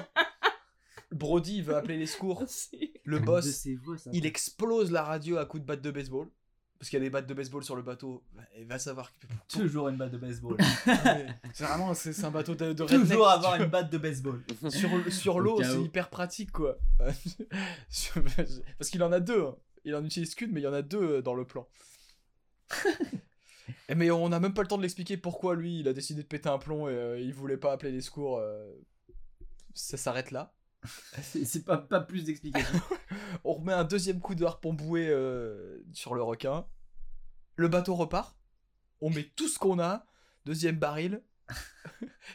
[SPEAKER 1] Brody il veut appeler les
[SPEAKER 2] (laughs)
[SPEAKER 1] secours. Le
[SPEAKER 2] de
[SPEAKER 1] boss,
[SPEAKER 2] ses voix, ça.
[SPEAKER 1] il explose la radio à coups de batte de baseball. Parce qu'il y a des battes de baseball sur le bateau. Bah, Et va savoir. qui-
[SPEAKER 2] (laughs)
[SPEAKER 4] Toujours une batte de (laughs) baseball.
[SPEAKER 1] C'est vraiment c'est c'est un bateau de, de redneck,
[SPEAKER 4] Toujours
[SPEAKER 1] tu
[SPEAKER 4] avoir
[SPEAKER 1] vois.
[SPEAKER 4] une batte de baseball.
[SPEAKER 1] Sur, sur
[SPEAKER 2] Au
[SPEAKER 1] l'eau,
[SPEAKER 2] cas
[SPEAKER 1] c'est
[SPEAKER 2] où.
[SPEAKER 1] hyper pratique quoi. (laughs) Sur- Parce qu'il en a deux. hein. Il en utilise qu'une, mais il y en a deux euh, dans le
[SPEAKER 2] (laughs)
[SPEAKER 1] plan. Et mais on n'a même pas le temps de l'expliquer pourquoi lui, il a décidé de péter un plomb et euh, il voulait pas appeler les secours. euh, Ça s'arrête là.
[SPEAKER 2] (laughs) C'est c'est pas, pas plus d'explications.
[SPEAKER 1] On remet un deuxième coup de harpon boué euh, sur le requin. Le bateau repart. On met tout ce qu'on a. Deuxième baril. (laughs)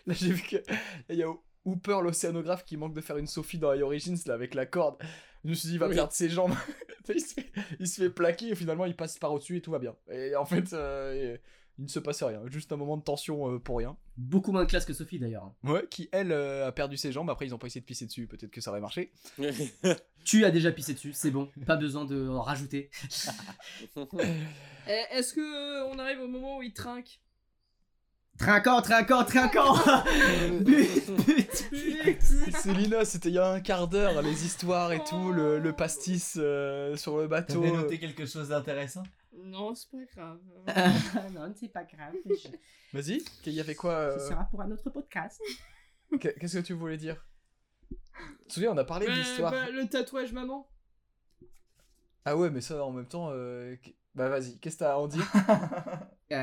[SPEAKER 1] là, j'ai vu que. là, Il y a Hooper, l'océanographe, qui manque de faire une Sophie dans High Origins, là, avec la corde. Je me suis dit, il va
[SPEAKER 5] Oui.
[SPEAKER 1] perdre ses jambes. (laughs) il, se fait, il se fait plaquer et finalement, il passe par au-dessus et tout va bien. Et en fait, euh, il ne se passe rien. Juste un moment de tension euh, pour rien.
[SPEAKER 2] Beaucoup moins de classe que Sophie d'ailleurs. hein.
[SPEAKER 1] Ouais, qui, elle, euh, a perdu ses jambes. Après, ils ont pas essayé de pisser dessus. Peut-être que ça aurait marché.
[SPEAKER 2] Tu as déjà pissé dessus, c'est bon. Pas besoin de en rajouter.
[SPEAKER 3] Eh, Est-ce que euh, on arrive au moment où il trinque
[SPEAKER 2] Trinquant, trinquant, trinquant
[SPEAKER 1] (laughs)
[SPEAKER 2] But, but, but
[SPEAKER 1] Célina, c'était il y a un quart d'heure, les histoires et tout, le, le pastis euh, sur le bateau.
[SPEAKER 4] T'avais noté quelque chose d'intéressant
[SPEAKER 3] Non, c'est pas grave.
[SPEAKER 2] Euh, (laughs) Non, c'est pas grave.
[SPEAKER 1] Vas-y, il y avait quoi euh,
[SPEAKER 2] pour un autre podcast.
[SPEAKER 1] qu'est- Qu'est-ce que tu voulais dire Tu te souviens, on a parlé de
[SPEAKER 3] Bah,
[SPEAKER 1] l'histoire.
[SPEAKER 3] bah, le tatouage maman.
[SPEAKER 1] Ah ouais, mais ça, en même temps... euh, qu- Bah vas-y, qu'est-ce que t'as à
[SPEAKER 3] (laughs)
[SPEAKER 1] en dire
[SPEAKER 2] Euh,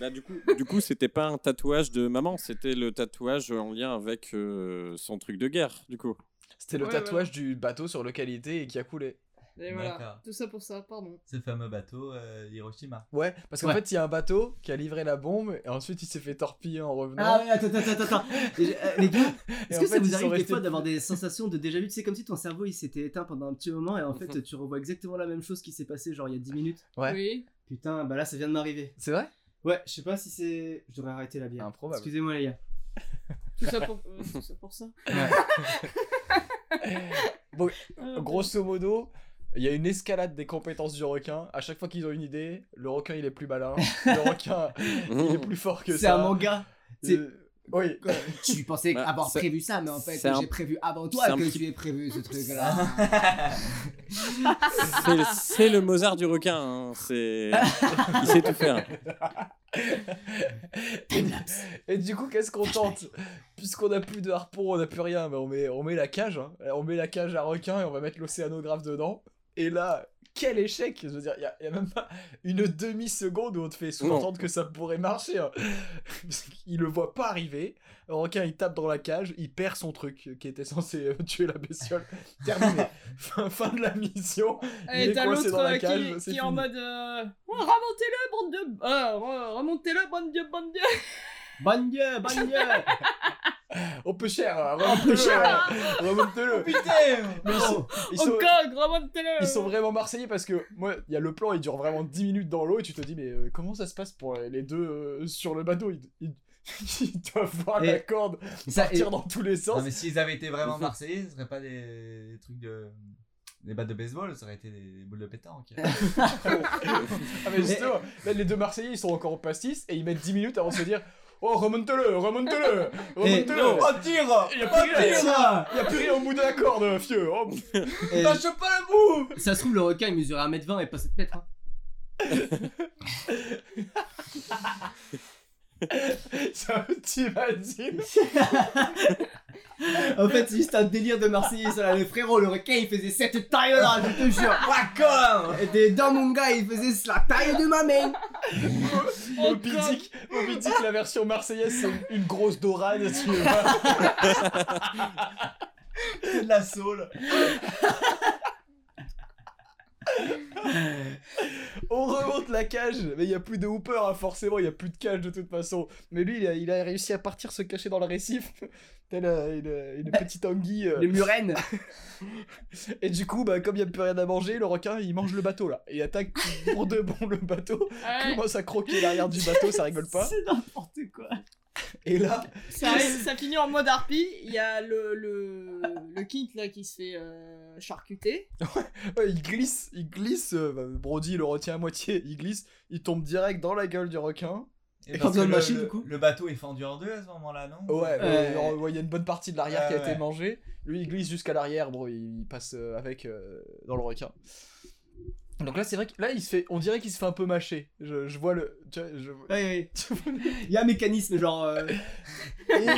[SPEAKER 5] Là, du coup, du coup, c'était pas un tatouage de maman, c'était le tatouage en lien avec euh, son truc de guerre, du
[SPEAKER 3] (laughs)
[SPEAKER 5] coup.
[SPEAKER 1] C'était le
[SPEAKER 3] Ouais,
[SPEAKER 1] tatouage du bateau sur lequel il était et qui a coulé.
[SPEAKER 3] Et
[SPEAKER 4] D'accord.
[SPEAKER 3] voilà. Tout ça pour ça, pardon.
[SPEAKER 4] Ce fameux bateau euh, Hiroshima.
[SPEAKER 1] Ouais, parce qu'en
[SPEAKER 2] Ouais.
[SPEAKER 1] fait, il y a un bateau qui a livré la bombe et ensuite il s'est fait torpiller en revenant.
[SPEAKER 2] Ah ouais, attends, attends, attends, attends. Euh,
[SPEAKER 1] (laughs)
[SPEAKER 2] Les gars,
[SPEAKER 1] Et
[SPEAKER 2] est-ce
[SPEAKER 1] en fait,
[SPEAKER 2] que ça
[SPEAKER 1] ils
[SPEAKER 2] vous
[SPEAKER 1] sont
[SPEAKER 2] arrive des
[SPEAKER 1] restés
[SPEAKER 2] fois d'avoir des sensations de déjà vu C'est comme si ton cerveau il s'était éteint pendant un petit moment et
[SPEAKER 1] (laughs)
[SPEAKER 2] en fait tu revois exactement la même chose qui s'est passée genre il y a 10 minutes.
[SPEAKER 1] Ouais.
[SPEAKER 3] Oui.
[SPEAKER 2] Putain, bah là ça vient de m'arriver.
[SPEAKER 1] C'est vrai
[SPEAKER 2] Ouais, je sais pas si c'est. Je devrais arrêter la bière.
[SPEAKER 1] Improbable.
[SPEAKER 2] Excusez-moi les gars.
[SPEAKER 3] Tout ça pour, euh, tout ça, pour ça.
[SPEAKER 1] (laughs)
[SPEAKER 3] Ah,
[SPEAKER 1] Grosso modo, il y a une escalade des compétences du requin. À chaque fois qu'ils ont une idée, le requin il est plus malin. le
[SPEAKER 2] (laughs)
[SPEAKER 1] requin il est plus fort que ça.
[SPEAKER 2] C'est un manga. c'est-
[SPEAKER 1] Euh, Oui.
[SPEAKER 2] Tu pensais
[SPEAKER 5] Bah,
[SPEAKER 2] avoir
[SPEAKER 5] c'est-
[SPEAKER 2] prévu ça, mais en fait
[SPEAKER 5] c'est un-
[SPEAKER 2] j'ai prévu avant
[SPEAKER 5] c'est
[SPEAKER 2] toi
[SPEAKER 5] un
[SPEAKER 2] que
[SPEAKER 5] petit-
[SPEAKER 2] tu aies prévu ce truc là.
[SPEAKER 5] (laughs) C'est le- C'est le Mozart du requin, hein, c'est... il sait tout faire.
[SPEAKER 1] Et du coup, qu'est-ce qu'on tente Puisqu'on a plus de harpon, on a plus rien, mais on met, on met la cage. hein. On met la cage à requin et on va mettre l'océanographe dedans. Et là, quel échec Je veux dire, il n'y a, y a même pas une demi-seconde où on te fait sous-entendre que ça pourrait marcher. hein. (laughs) il le voit pas arriver. Le requin, il tape dans la cage, il perd son truc qui était censé euh, (laughs) tuer la bestiole. Terminé. fin, fin de la mission. Il
[SPEAKER 3] Et
[SPEAKER 1] est
[SPEAKER 3] t'as
[SPEAKER 1] coincé
[SPEAKER 3] l'autre
[SPEAKER 1] dans la
[SPEAKER 3] euh,
[SPEAKER 1] cage,
[SPEAKER 3] qui,
[SPEAKER 1] c'est
[SPEAKER 3] qui est en
[SPEAKER 1] fini.
[SPEAKER 3] mode euh, Oh, remontez-le, bande de. euh, re- remontez-le, bande de. Bande de.
[SPEAKER 2] Bonne gueule,
[SPEAKER 1] (laughs)
[SPEAKER 2] bonne gueule.
[SPEAKER 1] On peut cher, hein,
[SPEAKER 2] peut cher.
[SPEAKER 1] remonte-le. Remonte-le.
[SPEAKER 4] Putain
[SPEAKER 1] Mais ils sont- ils
[SPEAKER 3] Au
[SPEAKER 1] sont-
[SPEAKER 3] coq, Oh, remontez-le.
[SPEAKER 1] Ils sont vraiment marseillais parce que moi, il y a le plan, il dure vraiment 10 minutes dans l'eau et tu te dis, mais euh, comment ça se passe pour les deux euh, sur le bateau ils, ils- (laughs) ils doivent voir
[SPEAKER 4] Et-
[SPEAKER 1] la corde
[SPEAKER 4] Ça, et-
[SPEAKER 1] partir dans tous les
[SPEAKER 4] Non,
[SPEAKER 1] sens.
[SPEAKER 4] mais s'ils avaient été vraiment marseillais, ce serait pas des, des trucs de. Des battes de baseball, ça aurait été des, des boules de pétanque.
[SPEAKER 1] (laughs) Ah, mais justement, là, les deux Marseillais, ils sont encore au pastis et ils mettent 10 minutes avant de se dire, oh, remonte-le,
[SPEAKER 4] (laughs)
[SPEAKER 1] remonte-le, remonte-le.
[SPEAKER 4] Oh, tire
[SPEAKER 1] Il y a plus rien,
[SPEAKER 2] Ça.
[SPEAKER 1] il y a plus rien au bout de la corde, fieu. Oh,
[SPEAKER 2] Et
[SPEAKER 4] Lâche pas la boue
[SPEAKER 2] ça se trouve, le requin, il mesurait 1m20 et pas 7 mètres. hein.
[SPEAKER 1] c'est un petit Vadim.
[SPEAKER 2] En fait, c'est juste un délire de Marseillais. Ça, là, le frérot, le requin, il faisait cette taille-là, je te jure. D'accord. Et des- dans mon gars, il faisait la taille de ma main.
[SPEAKER 1] Moby Dick, Moby Dick, la version marseillaise, c'est une grosse dorade. Tu
[SPEAKER 4] (laughs)
[SPEAKER 1] vois.
[SPEAKER 4] De la saule
[SPEAKER 1] On remonte la cage, mais il y a plus de Hooper, hein, forcément, il y a plus de cage de toute façon. Mais lui, il a, il a réussi à partir se cacher dans le récif, (laughs) tel euh, une, une petite anguille. euh.
[SPEAKER 2] Les murennes.
[SPEAKER 1] Et du coup, bah, comme il n'y a plus rien à manger, le requin, il mange le bateau là. Il attaque pour de bon le bateau,
[SPEAKER 3] Ouais.
[SPEAKER 1] commence à croquer l'arrière du bateau, ça rigole
[SPEAKER 2] (laughs)
[SPEAKER 1] pas.
[SPEAKER 2] C'est n'importe quoi.
[SPEAKER 1] Et là,
[SPEAKER 3] ça, arrive- ça finit en mode harpie. Il y a le, le, le kit là qui se fait euh, charcuter.
[SPEAKER 1] ouais, il glisse, il glisse, euh, bah, Brody le retient à moitié, il glisse, il tombe direct dans la gueule du requin.
[SPEAKER 4] Et
[SPEAKER 2] comme
[SPEAKER 4] parce que
[SPEAKER 2] dans
[SPEAKER 4] le,
[SPEAKER 2] le machine,
[SPEAKER 4] le-
[SPEAKER 2] du coup.
[SPEAKER 4] le bateau est fendu en deux à ce moment-là, non Euh,
[SPEAKER 1] Ouais, ouais,
[SPEAKER 2] Ouais.
[SPEAKER 1] ouais, il y a une bonne partie de l'arrière qui a
[SPEAKER 4] Ouais, ouais.
[SPEAKER 1] été mangée. Lui, il glisse jusqu'à l'arrière, bro. Il il passe euh, avec euh, dans le requin. Donc là, c'est vrai que là, il se fait. On dirait qu'il se fait un peu mâcher. Je, je vois le. Tu vois, (laughs) je...
[SPEAKER 2] Ouais, ouais. Il y a un mécanisme, genre. euh,
[SPEAKER 1] et,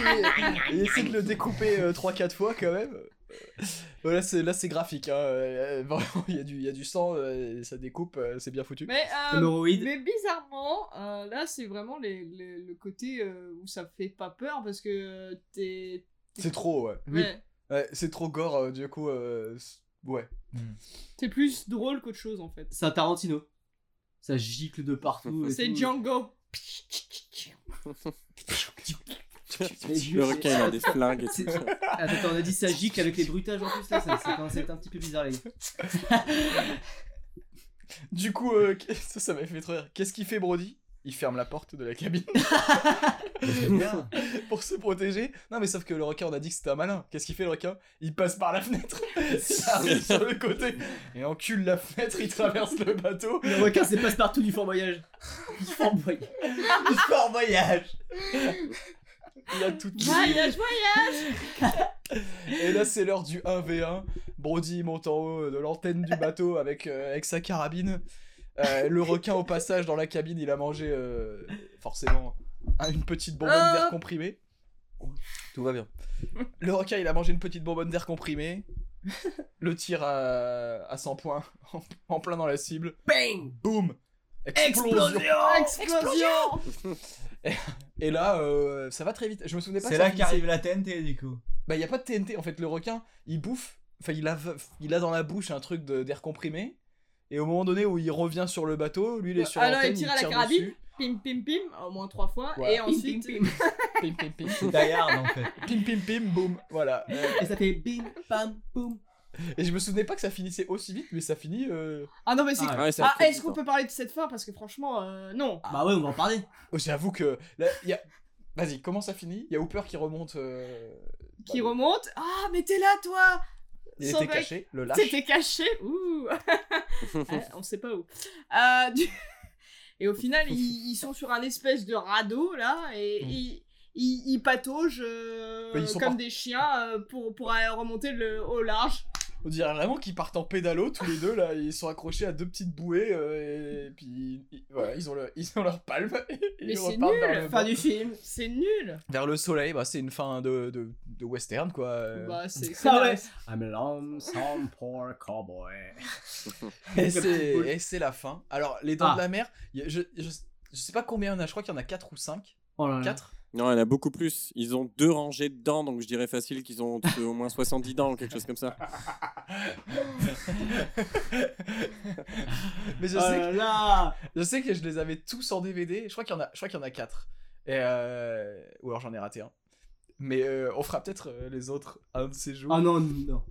[SPEAKER 1] et essaie de le découper 3-4 fois quand même. Euh, Voilà, c'est là, c'est graphique. Hein. Euh, vraiment, il y, a du- il y a du sang, euh, et ça découpe, euh, c'est bien foutu.
[SPEAKER 3] Mais, euh,
[SPEAKER 2] Hémorroïdes.
[SPEAKER 3] mais bizarrement, euh, là c'est vraiment les, les- le côté euh, où ça fait pas peur parce que euh, t'es.
[SPEAKER 1] C'est trop, ouais.
[SPEAKER 3] Ouais.
[SPEAKER 1] Ouais, c'est trop gore, euh, du coup. euh, c'est- ouais.
[SPEAKER 3] C'est plus drôle qu'autre chose en fait.
[SPEAKER 2] C'est un Tarantino. Ça gicle de partout. et
[SPEAKER 3] C'est
[SPEAKER 2] tout.
[SPEAKER 3] Django.
[SPEAKER 2] Mais je-
[SPEAKER 5] Le requin, il a des flingues et
[SPEAKER 2] C'est-
[SPEAKER 5] tout.
[SPEAKER 2] Attends, attends, on a dit ça gicle avec les bruitages en plus là, ça, ça commence à être un petit peu bizarre les (laughs) gars.
[SPEAKER 1] Du coup, euh, (laughs) ça, ça m'a fait trop rire. Qu'est-ce qu'il fait, Brody Il ferme la porte de la cabine. (laughs)
[SPEAKER 4] C'est bien.
[SPEAKER 1] pour se protéger. Non, mais sauf que le requin, on a dit que c'était un malin. Qu'est-ce qu'il fait le requin Il passe par la fenêtre, (laughs) il arrive sur le côté et encule la fenêtre, il traverse le bateau.
[SPEAKER 2] Le requin c'est passe-partout du Fort Voyage. Du Fort Voyage.
[SPEAKER 4] Il part en voyage
[SPEAKER 1] (laughs) Il a tout
[SPEAKER 3] Voyage, voyage.
[SPEAKER 1] Et là, c'est l'heure du 1v1. Brody monte en haut euh, de l'antenne du bateau avec, euh, avec sa carabine. Euh, le requin, au passage, dans la cabine, il a mangé euh, forcément un- une petite bonbonne
[SPEAKER 3] Ah.
[SPEAKER 1] d'air comprimée. Tout va bien. Le requin, il a mangé une petite bonbonne d'air comprimée. Le tir à, à 100 points, (laughs) en, en plein dans la cible.
[SPEAKER 2] Bang
[SPEAKER 1] Boum Explosion
[SPEAKER 3] Explosion.
[SPEAKER 1] Et là, euh, ça va très vite. Je me souvenais pas
[SPEAKER 4] C'est
[SPEAKER 1] que ça
[SPEAKER 4] là qu'arrive
[SPEAKER 1] finissait.
[SPEAKER 4] la TNT du coup.
[SPEAKER 1] Bah, il n'y a pas de TNT. En fait, le requin, il bouffe. Enfin, il a, il a dans la bouche un truc de- d'air comprimé. Et au moment donné où il revient sur le bateau, lui, il est sur
[SPEAKER 3] Euh, Alors,
[SPEAKER 1] l'antenne,
[SPEAKER 3] il tire à la
[SPEAKER 1] dessus.
[SPEAKER 3] carabine. Pim, pim, pim. Au moins trois fois.
[SPEAKER 1] Voilà.
[SPEAKER 3] Et ensuite.
[SPEAKER 2] pim, pim.
[SPEAKER 1] Pim, pim, pim.
[SPEAKER 4] C'est Die Hard, en fait.
[SPEAKER 1] Pim, pim, pim, boum. Voilà. Euh,
[SPEAKER 2] Et ça fait bim, bam, boum.
[SPEAKER 1] Et je me souvenais pas que ça finissait aussi vite, mais ça finit... euh,
[SPEAKER 3] (laughs) Ah non, mais c'est.
[SPEAKER 2] Ah,
[SPEAKER 3] Ah,
[SPEAKER 5] ouais, ça fait
[SPEAKER 3] est-ce qu'on peut parler de cette fin Parce que franchement, euh, non.
[SPEAKER 2] Bah ouais, on va en parler.
[SPEAKER 1] oh, J'avoue que... là, il y a- Vas-y, comment ça finit Il y a Hooper qui remonte... euh,
[SPEAKER 3] Qui
[SPEAKER 1] bah,
[SPEAKER 3] remonte. Ah, mais t'es là, toi
[SPEAKER 1] Il
[SPEAKER 3] Sans
[SPEAKER 1] était
[SPEAKER 3] bec.
[SPEAKER 1] caché, le lâche.
[SPEAKER 3] T'étais caché Ouh (laughs)
[SPEAKER 1] (laughs)
[SPEAKER 3] Ah, On sait pas où. Euh, du- (laughs) Et au final, ils, ils sont sur un espèce de radeau, là, et
[SPEAKER 1] Mm.
[SPEAKER 3] ils, ils, ils pataugent euh,
[SPEAKER 1] Bah, ils sont
[SPEAKER 3] comme
[SPEAKER 1] par-
[SPEAKER 3] des chiens euh, pour, pour aller remonter le, au large.
[SPEAKER 1] On dirait vraiment qu'ils partent en pédalo tous les deux là, ils sont accrochés à deux petites bouées euh, et puis ils- voilà, ils ont, le- ils ont leur palme. (laughs) et
[SPEAKER 3] Mais
[SPEAKER 1] ils
[SPEAKER 3] c'est
[SPEAKER 1] repartent vers
[SPEAKER 3] nul,
[SPEAKER 1] le-
[SPEAKER 3] fin du film. C'est nul.
[SPEAKER 1] Vers le soleil, bah, c'est une fin de, de, de western quoi. euh.
[SPEAKER 3] Bah,
[SPEAKER 1] (laughs)
[SPEAKER 3] c'est c'est
[SPEAKER 2] Ah ouais.
[SPEAKER 3] naze.
[SPEAKER 2] I'm a lonesome poor cowboy.
[SPEAKER 1] et c'est et c'est la fin. Alors les dents
[SPEAKER 2] Ah.
[SPEAKER 1] de la mer, y a- je, je, je sais pas combien il y en a, je crois qu'il y en a 4 ou 5.
[SPEAKER 2] Oh là là.
[SPEAKER 1] 4
[SPEAKER 5] Non, il y en a beaucoup plus. Ils ont deux rangées de dents, donc je dirais facile qu'ils ont t- au moins 70 dents ou quelque chose comme ça.
[SPEAKER 1] (laughs) Mais je
[SPEAKER 2] Oh
[SPEAKER 1] sais,
[SPEAKER 2] là là.
[SPEAKER 1] que, je sais que je les avais tous en DVD, je crois qu'il y en a je crois qu'il y en a 4. Et euh, ou alors j'en ai raté un. Mais euh, on fera peut-être euh, les autres un de ces jours.
[SPEAKER 2] Ah non, non.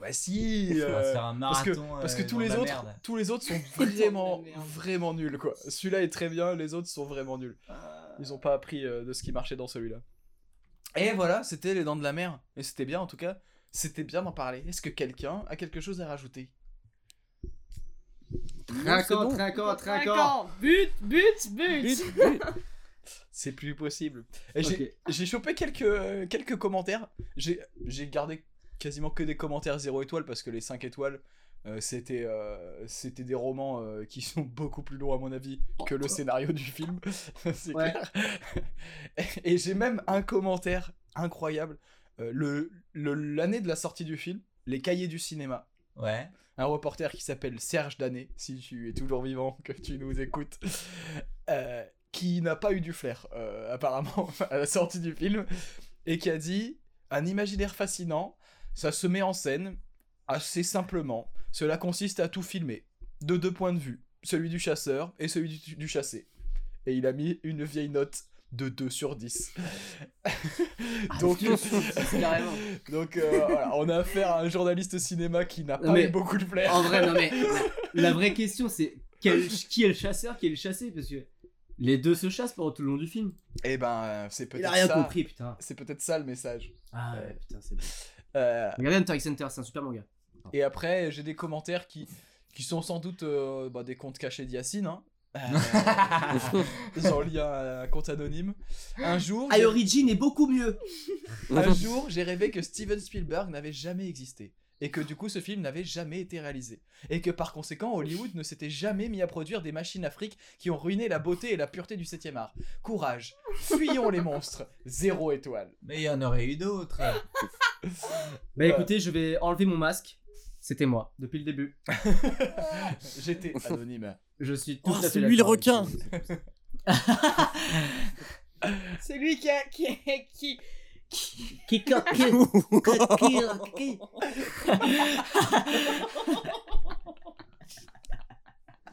[SPEAKER 1] Bah
[SPEAKER 2] (laughs)
[SPEAKER 1] si
[SPEAKER 4] On
[SPEAKER 1] euh,
[SPEAKER 4] va se faire un
[SPEAKER 1] parce que-
[SPEAKER 4] marathon.
[SPEAKER 1] Parce que
[SPEAKER 4] euh,
[SPEAKER 1] tous
[SPEAKER 4] dans
[SPEAKER 1] les
[SPEAKER 4] la
[SPEAKER 1] autres,
[SPEAKER 4] merde.
[SPEAKER 1] tous les
[SPEAKER 3] (laughs)
[SPEAKER 1] autres sont
[SPEAKER 3] Ils sont de la
[SPEAKER 1] vraiment,
[SPEAKER 3] merde.
[SPEAKER 1] vraiment nuls quoi. Celui-là est très bien, les autres sont vraiment nuls.
[SPEAKER 3] Euh.
[SPEAKER 1] Ils ont pas appris euh, de ce qui marchait dans celui-là. Et voilà, c'était les dents de la mer. Et c'était bien en tout cas. C'était bien d'en parler. Est-ce que quelqu'un a quelque chose à rajouter
[SPEAKER 2] Trinquant, trinquant, trinquant.
[SPEAKER 3] Trinquant. But, but, but.
[SPEAKER 5] But, but.
[SPEAKER 1] C'est plus possible. Et j'ai-
[SPEAKER 2] Ok.
[SPEAKER 1] j'ai chopé quelques, euh, quelques commentaires. J'ai j'ai gardé quasiment que des commentaires 0 étoiles parce que les 5 étoiles, euh, c'était euh, c'était des romans euh, qui sont (laughs) beaucoup plus longs, à mon avis, que le scénario du film. (laughs) C'est
[SPEAKER 2] Ouais.
[SPEAKER 1] clair. (laughs) Et j'ai même un commentaire incroyable. Euh, le- le- L'année de la sortie du film, les cahiers du cinéma
[SPEAKER 4] Ouais.
[SPEAKER 1] un reporter qui s'appelle Serge Danet, si tu es toujours vivant, que tu nous écoutes, euh, qui n'a pas eu du flair, euh, apparemment, (laughs) à la sortie du film, et qui a dit Un imaginaire fascinant, ça se met en scène assez simplement. Cela consiste à tout filmer, de deux points de vue, celui du chasseur et celui du, du chassé. Et il a mis une vieille note de 2 sur (laughs) 10. Donc,
[SPEAKER 2] Carrément.
[SPEAKER 1] donc euh, voilà, on a affaire à un journaliste cinéma qui n'a pas
[SPEAKER 2] Mais-
[SPEAKER 1] eu beaucoup de flair.
[SPEAKER 2] En vrai, non mais
[SPEAKER 1] (laughs)
[SPEAKER 2] la vraie question c'est quel- qui est le chasseur, qui est le chassé parce que les deux se chassent pendant tout le long du film.
[SPEAKER 1] Eh ben, euh, c'est
[SPEAKER 2] Il a
[SPEAKER 1] peut-être
[SPEAKER 2] rien
[SPEAKER 1] ça.
[SPEAKER 2] compris, putain.
[SPEAKER 1] C'est peut-être ça le message.
[SPEAKER 2] Ah
[SPEAKER 1] ouais,
[SPEAKER 2] ouais, putain, c'est bon.
[SPEAKER 1] Euh,
[SPEAKER 2] Regardez Hunter x Hunter, c'est un super manga.
[SPEAKER 1] et après, j'ai des commentaires qui, qui sont sans doute euh, bah, des comptes cachés d'Yacine. Hein. Euh, (laughs) J'en lis un, un compte anonyme. Un jour,
[SPEAKER 2] Ah,
[SPEAKER 1] j'ai-
[SPEAKER 2] Origin est beaucoup mieux.
[SPEAKER 1] un jour, j'ai rêvé que Steven Spielberg n'avait jamais existé. Et que du coup, ce film n'avait jamais été réalisé. Et que par conséquent, Hollywood ne s'était jamais mis à produire des machines afriques qui ont ruiné la beauté et la pureté du 7 art. Courage, fuyons les monstres. Zéro étoile.
[SPEAKER 4] Mais il y en aurait eu d'autres.
[SPEAKER 2] Bah écoutez, je vais enlever mon masque. C'était moi depuis le début.
[SPEAKER 1] J'étais anonyme.
[SPEAKER 2] Je suis tout
[SPEAKER 5] Oh,
[SPEAKER 2] à fait
[SPEAKER 5] c'est lui le
[SPEAKER 2] d'accord avec
[SPEAKER 5] requin.
[SPEAKER 2] vous.
[SPEAKER 3] C'est lui qui a, qui, a- qui, qui-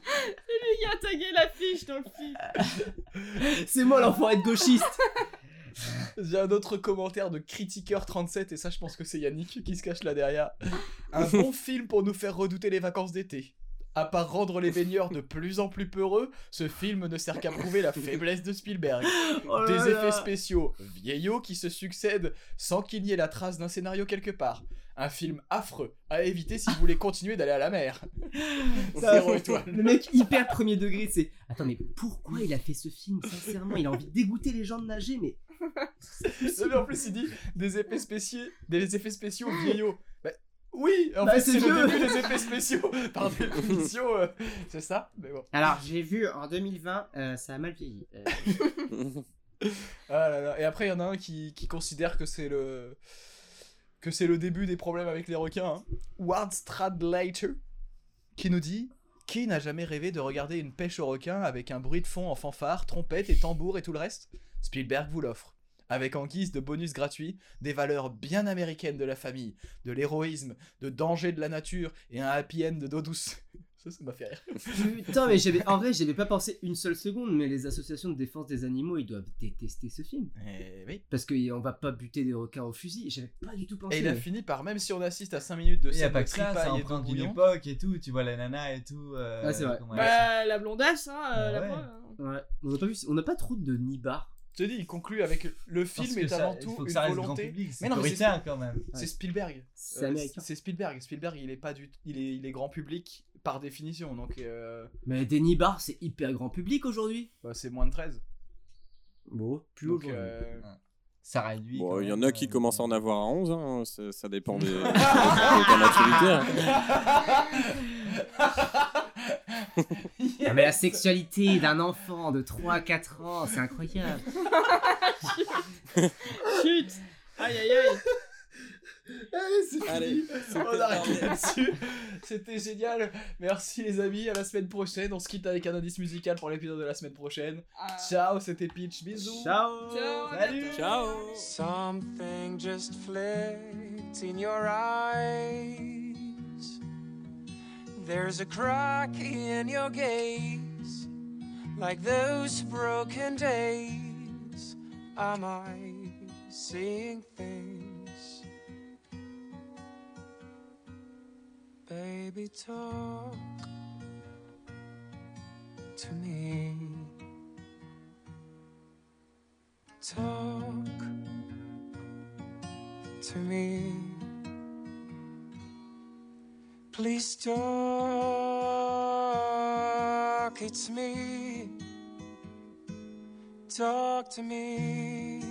[SPEAKER 3] C'est lui qui a tagué l'affiche dans le film.
[SPEAKER 2] (laughs) C'est moi l'enfoiré de gauchiste.
[SPEAKER 1] J'ai un autre commentaire de Critiqueur37, et ça, je pense que c'est Yannick qui se cache là derrière.
[SPEAKER 2] Ah.
[SPEAKER 1] Un bon film pour nous faire redouter les vacances d'été. À part rendre les baigneurs de plus en plus peureux, ce film ne sert qu'à prouver la faiblesse de Spielberg.
[SPEAKER 2] Oh
[SPEAKER 1] Des
[SPEAKER 2] là là.
[SPEAKER 1] effets spéciaux vieillots qui se succèdent sans qu'il y ait la trace d'un scénario quelque part. Un film affreux à éviter si vous voulez continuer d'aller à la mer.
[SPEAKER 5] (laughs)
[SPEAKER 1] Zéro étoile.
[SPEAKER 2] Le mec hyper premier degré, c'est attends mais pourquoi il a fait ce film sincèrement Il a envie de dégoûter les gens de nager mais
[SPEAKER 1] (laughs) Non, mais en plus, il dit des effets spéciaux, des effets spéciaux vieillots. Bah, oui, en
[SPEAKER 2] Bah,
[SPEAKER 1] fait,
[SPEAKER 2] c'est
[SPEAKER 1] c'est le
[SPEAKER 2] vieux.
[SPEAKER 1] début des effets spéciaux. Par (laughs) définition, euh, c'est ça. Mais bon.
[SPEAKER 2] Alors, j'ai vu en 2020, euh, ça a mal vieilli. Euh,
[SPEAKER 1] Ah là là. Et après, il y en a un qui, qui considère que c'est le que c'est le début des problèmes avec les requins. hein. Ward Stradlater, qui nous dit Qui n'a jamais rêvé de regarder une pêche aux requins avec un bruit de fond en fanfare, trompette et tambour et tout le reste Spielberg vous l'offre. Avec en guise de bonus gratuit, des valeurs bien américaines de la famille, de l'héroïsme, de danger de la nature et un happy end d'eau douce. (laughs) Ça, ça m'a fait rire.
[SPEAKER 2] Putain, mais j'avais, en vrai, j'avais pas pensé une seule seconde, mais les associations de défense des animaux, ils doivent détester ce film.
[SPEAKER 1] Eh oui.
[SPEAKER 2] Parce qu'on va pas buter des requins au fusil. J'avais pas du tout pensé.
[SPEAKER 1] Et il a
[SPEAKER 2] mais-
[SPEAKER 1] fini par, même si on assiste à 5 minutes de
[SPEAKER 4] Il n'y a
[SPEAKER 1] scène
[SPEAKER 4] pas
[SPEAKER 1] de
[SPEAKER 4] que ça, ça
[SPEAKER 1] tripaille et
[SPEAKER 4] emprunte
[SPEAKER 1] de
[SPEAKER 4] d'une
[SPEAKER 1] bouillon,
[SPEAKER 4] époque et tout. Tu vois la nana et tout. euh,
[SPEAKER 2] Ah, c'est vrai.
[SPEAKER 4] comment elle-
[SPEAKER 3] Bah, la blondasse, hein, euh,
[SPEAKER 4] Ah
[SPEAKER 3] la
[SPEAKER 4] ouais.
[SPEAKER 3] preuve, hein.
[SPEAKER 2] Ouais. On a pas vu, on n'a pas trop de nibar.
[SPEAKER 1] Je te dis, il conclut avec le
[SPEAKER 4] Parce
[SPEAKER 1] film
[SPEAKER 4] que
[SPEAKER 1] est
[SPEAKER 4] ça-
[SPEAKER 1] avant
[SPEAKER 4] il faut
[SPEAKER 1] tout
[SPEAKER 4] que
[SPEAKER 1] une
[SPEAKER 4] ça reste grand
[SPEAKER 1] volonté.
[SPEAKER 4] public, c'est
[SPEAKER 1] Mais non, mais c'est-
[SPEAKER 4] puritains, quand même.
[SPEAKER 1] C'est Spielberg.
[SPEAKER 2] C'est
[SPEAKER 1] Euh,
[SPEAKER 2] américain.
[SPEAKER 1] c'est Spielberg. Spielberg, il est pas du, il est, il est grand public par définition, donc euh,
[SPEAKER 2] Mais des nibards, c'est hyper grand public aujourd'hui.
[SPEAKER 1] bah, c'est moins de 13.
[SPEAKER 2] Bon, plus
[SPEAKER 1] Donc,
[SPEAKER 2] aujourd'hui.
[SPEAKER 1] euh, (laughs)
[SPEAKER 4] ça réduit.
[SPEAKER 5] Bon,
[SPEAKER 4] quand
[SPEAKER 5] il y
[SPEAKER 4] même,
[SPEAKER 5] en a qui
[SPEAKER 4] euh,
[SPEAKER 5] commencent à en avoir à 11, hein, ça, ça
[SPEAKER 2] (laughs)
[SPEAKER 5] dépend des, de ta maturité. hein.
[SPEAKER 2] Non, Ah, mais la sexualité d'un enfant de 3-4 ans, c'est incroyable.
[SPEAKER 3] Chut Aïe aïe aïe
[SPEAKER 1] Allez, c'est
[SPEAKER 5] Allez,
[SPEAKER 1] fini. On arrête là-dessus. C'était génial. Merci les amis. À la semaine prochaine. On se quitte avec un indice musical pour l'épisode de la semaine prochaine.
[SPEAKER 3] Ah.
[SPEAKER 1] Ciao, c'était Peach. Bisous.
[SPEAKER 2] Ciao
[SPEAKER 3] Ciao, à
[SPEAKER 2] Oh, Salut.
[SPEAKER 3] bientôt.
[SPEAKER 5] Ciao
[SPEAKER 8] Something just flicked in your eyes. There's a crack in your gaze, like those broken days. Am I seeing things? Baby, talk to me. Talk to me. Please talk, it's me. Talk to me.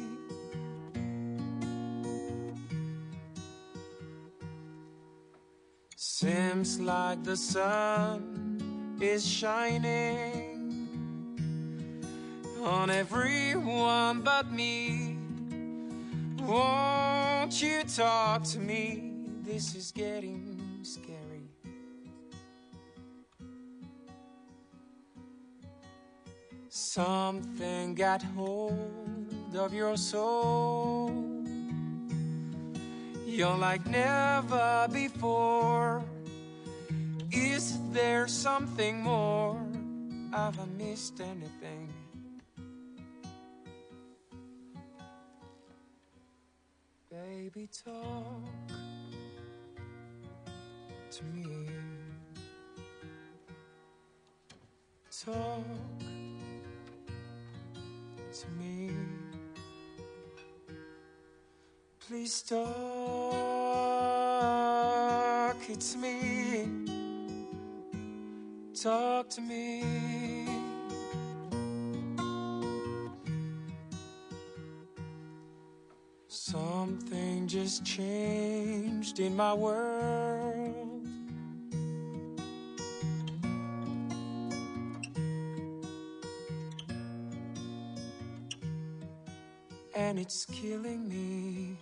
[SPEAKER 8] Seems like the sun is shining on everyone but me. Won't you talk to me? This is getting scary. Something got hold of your soul. You're like never before. Is there something more? Have I missed anything? Baby, talk to me. Talk to me. Please talk. It's me. Talk to me. Something just changed in my world. And it's killing me.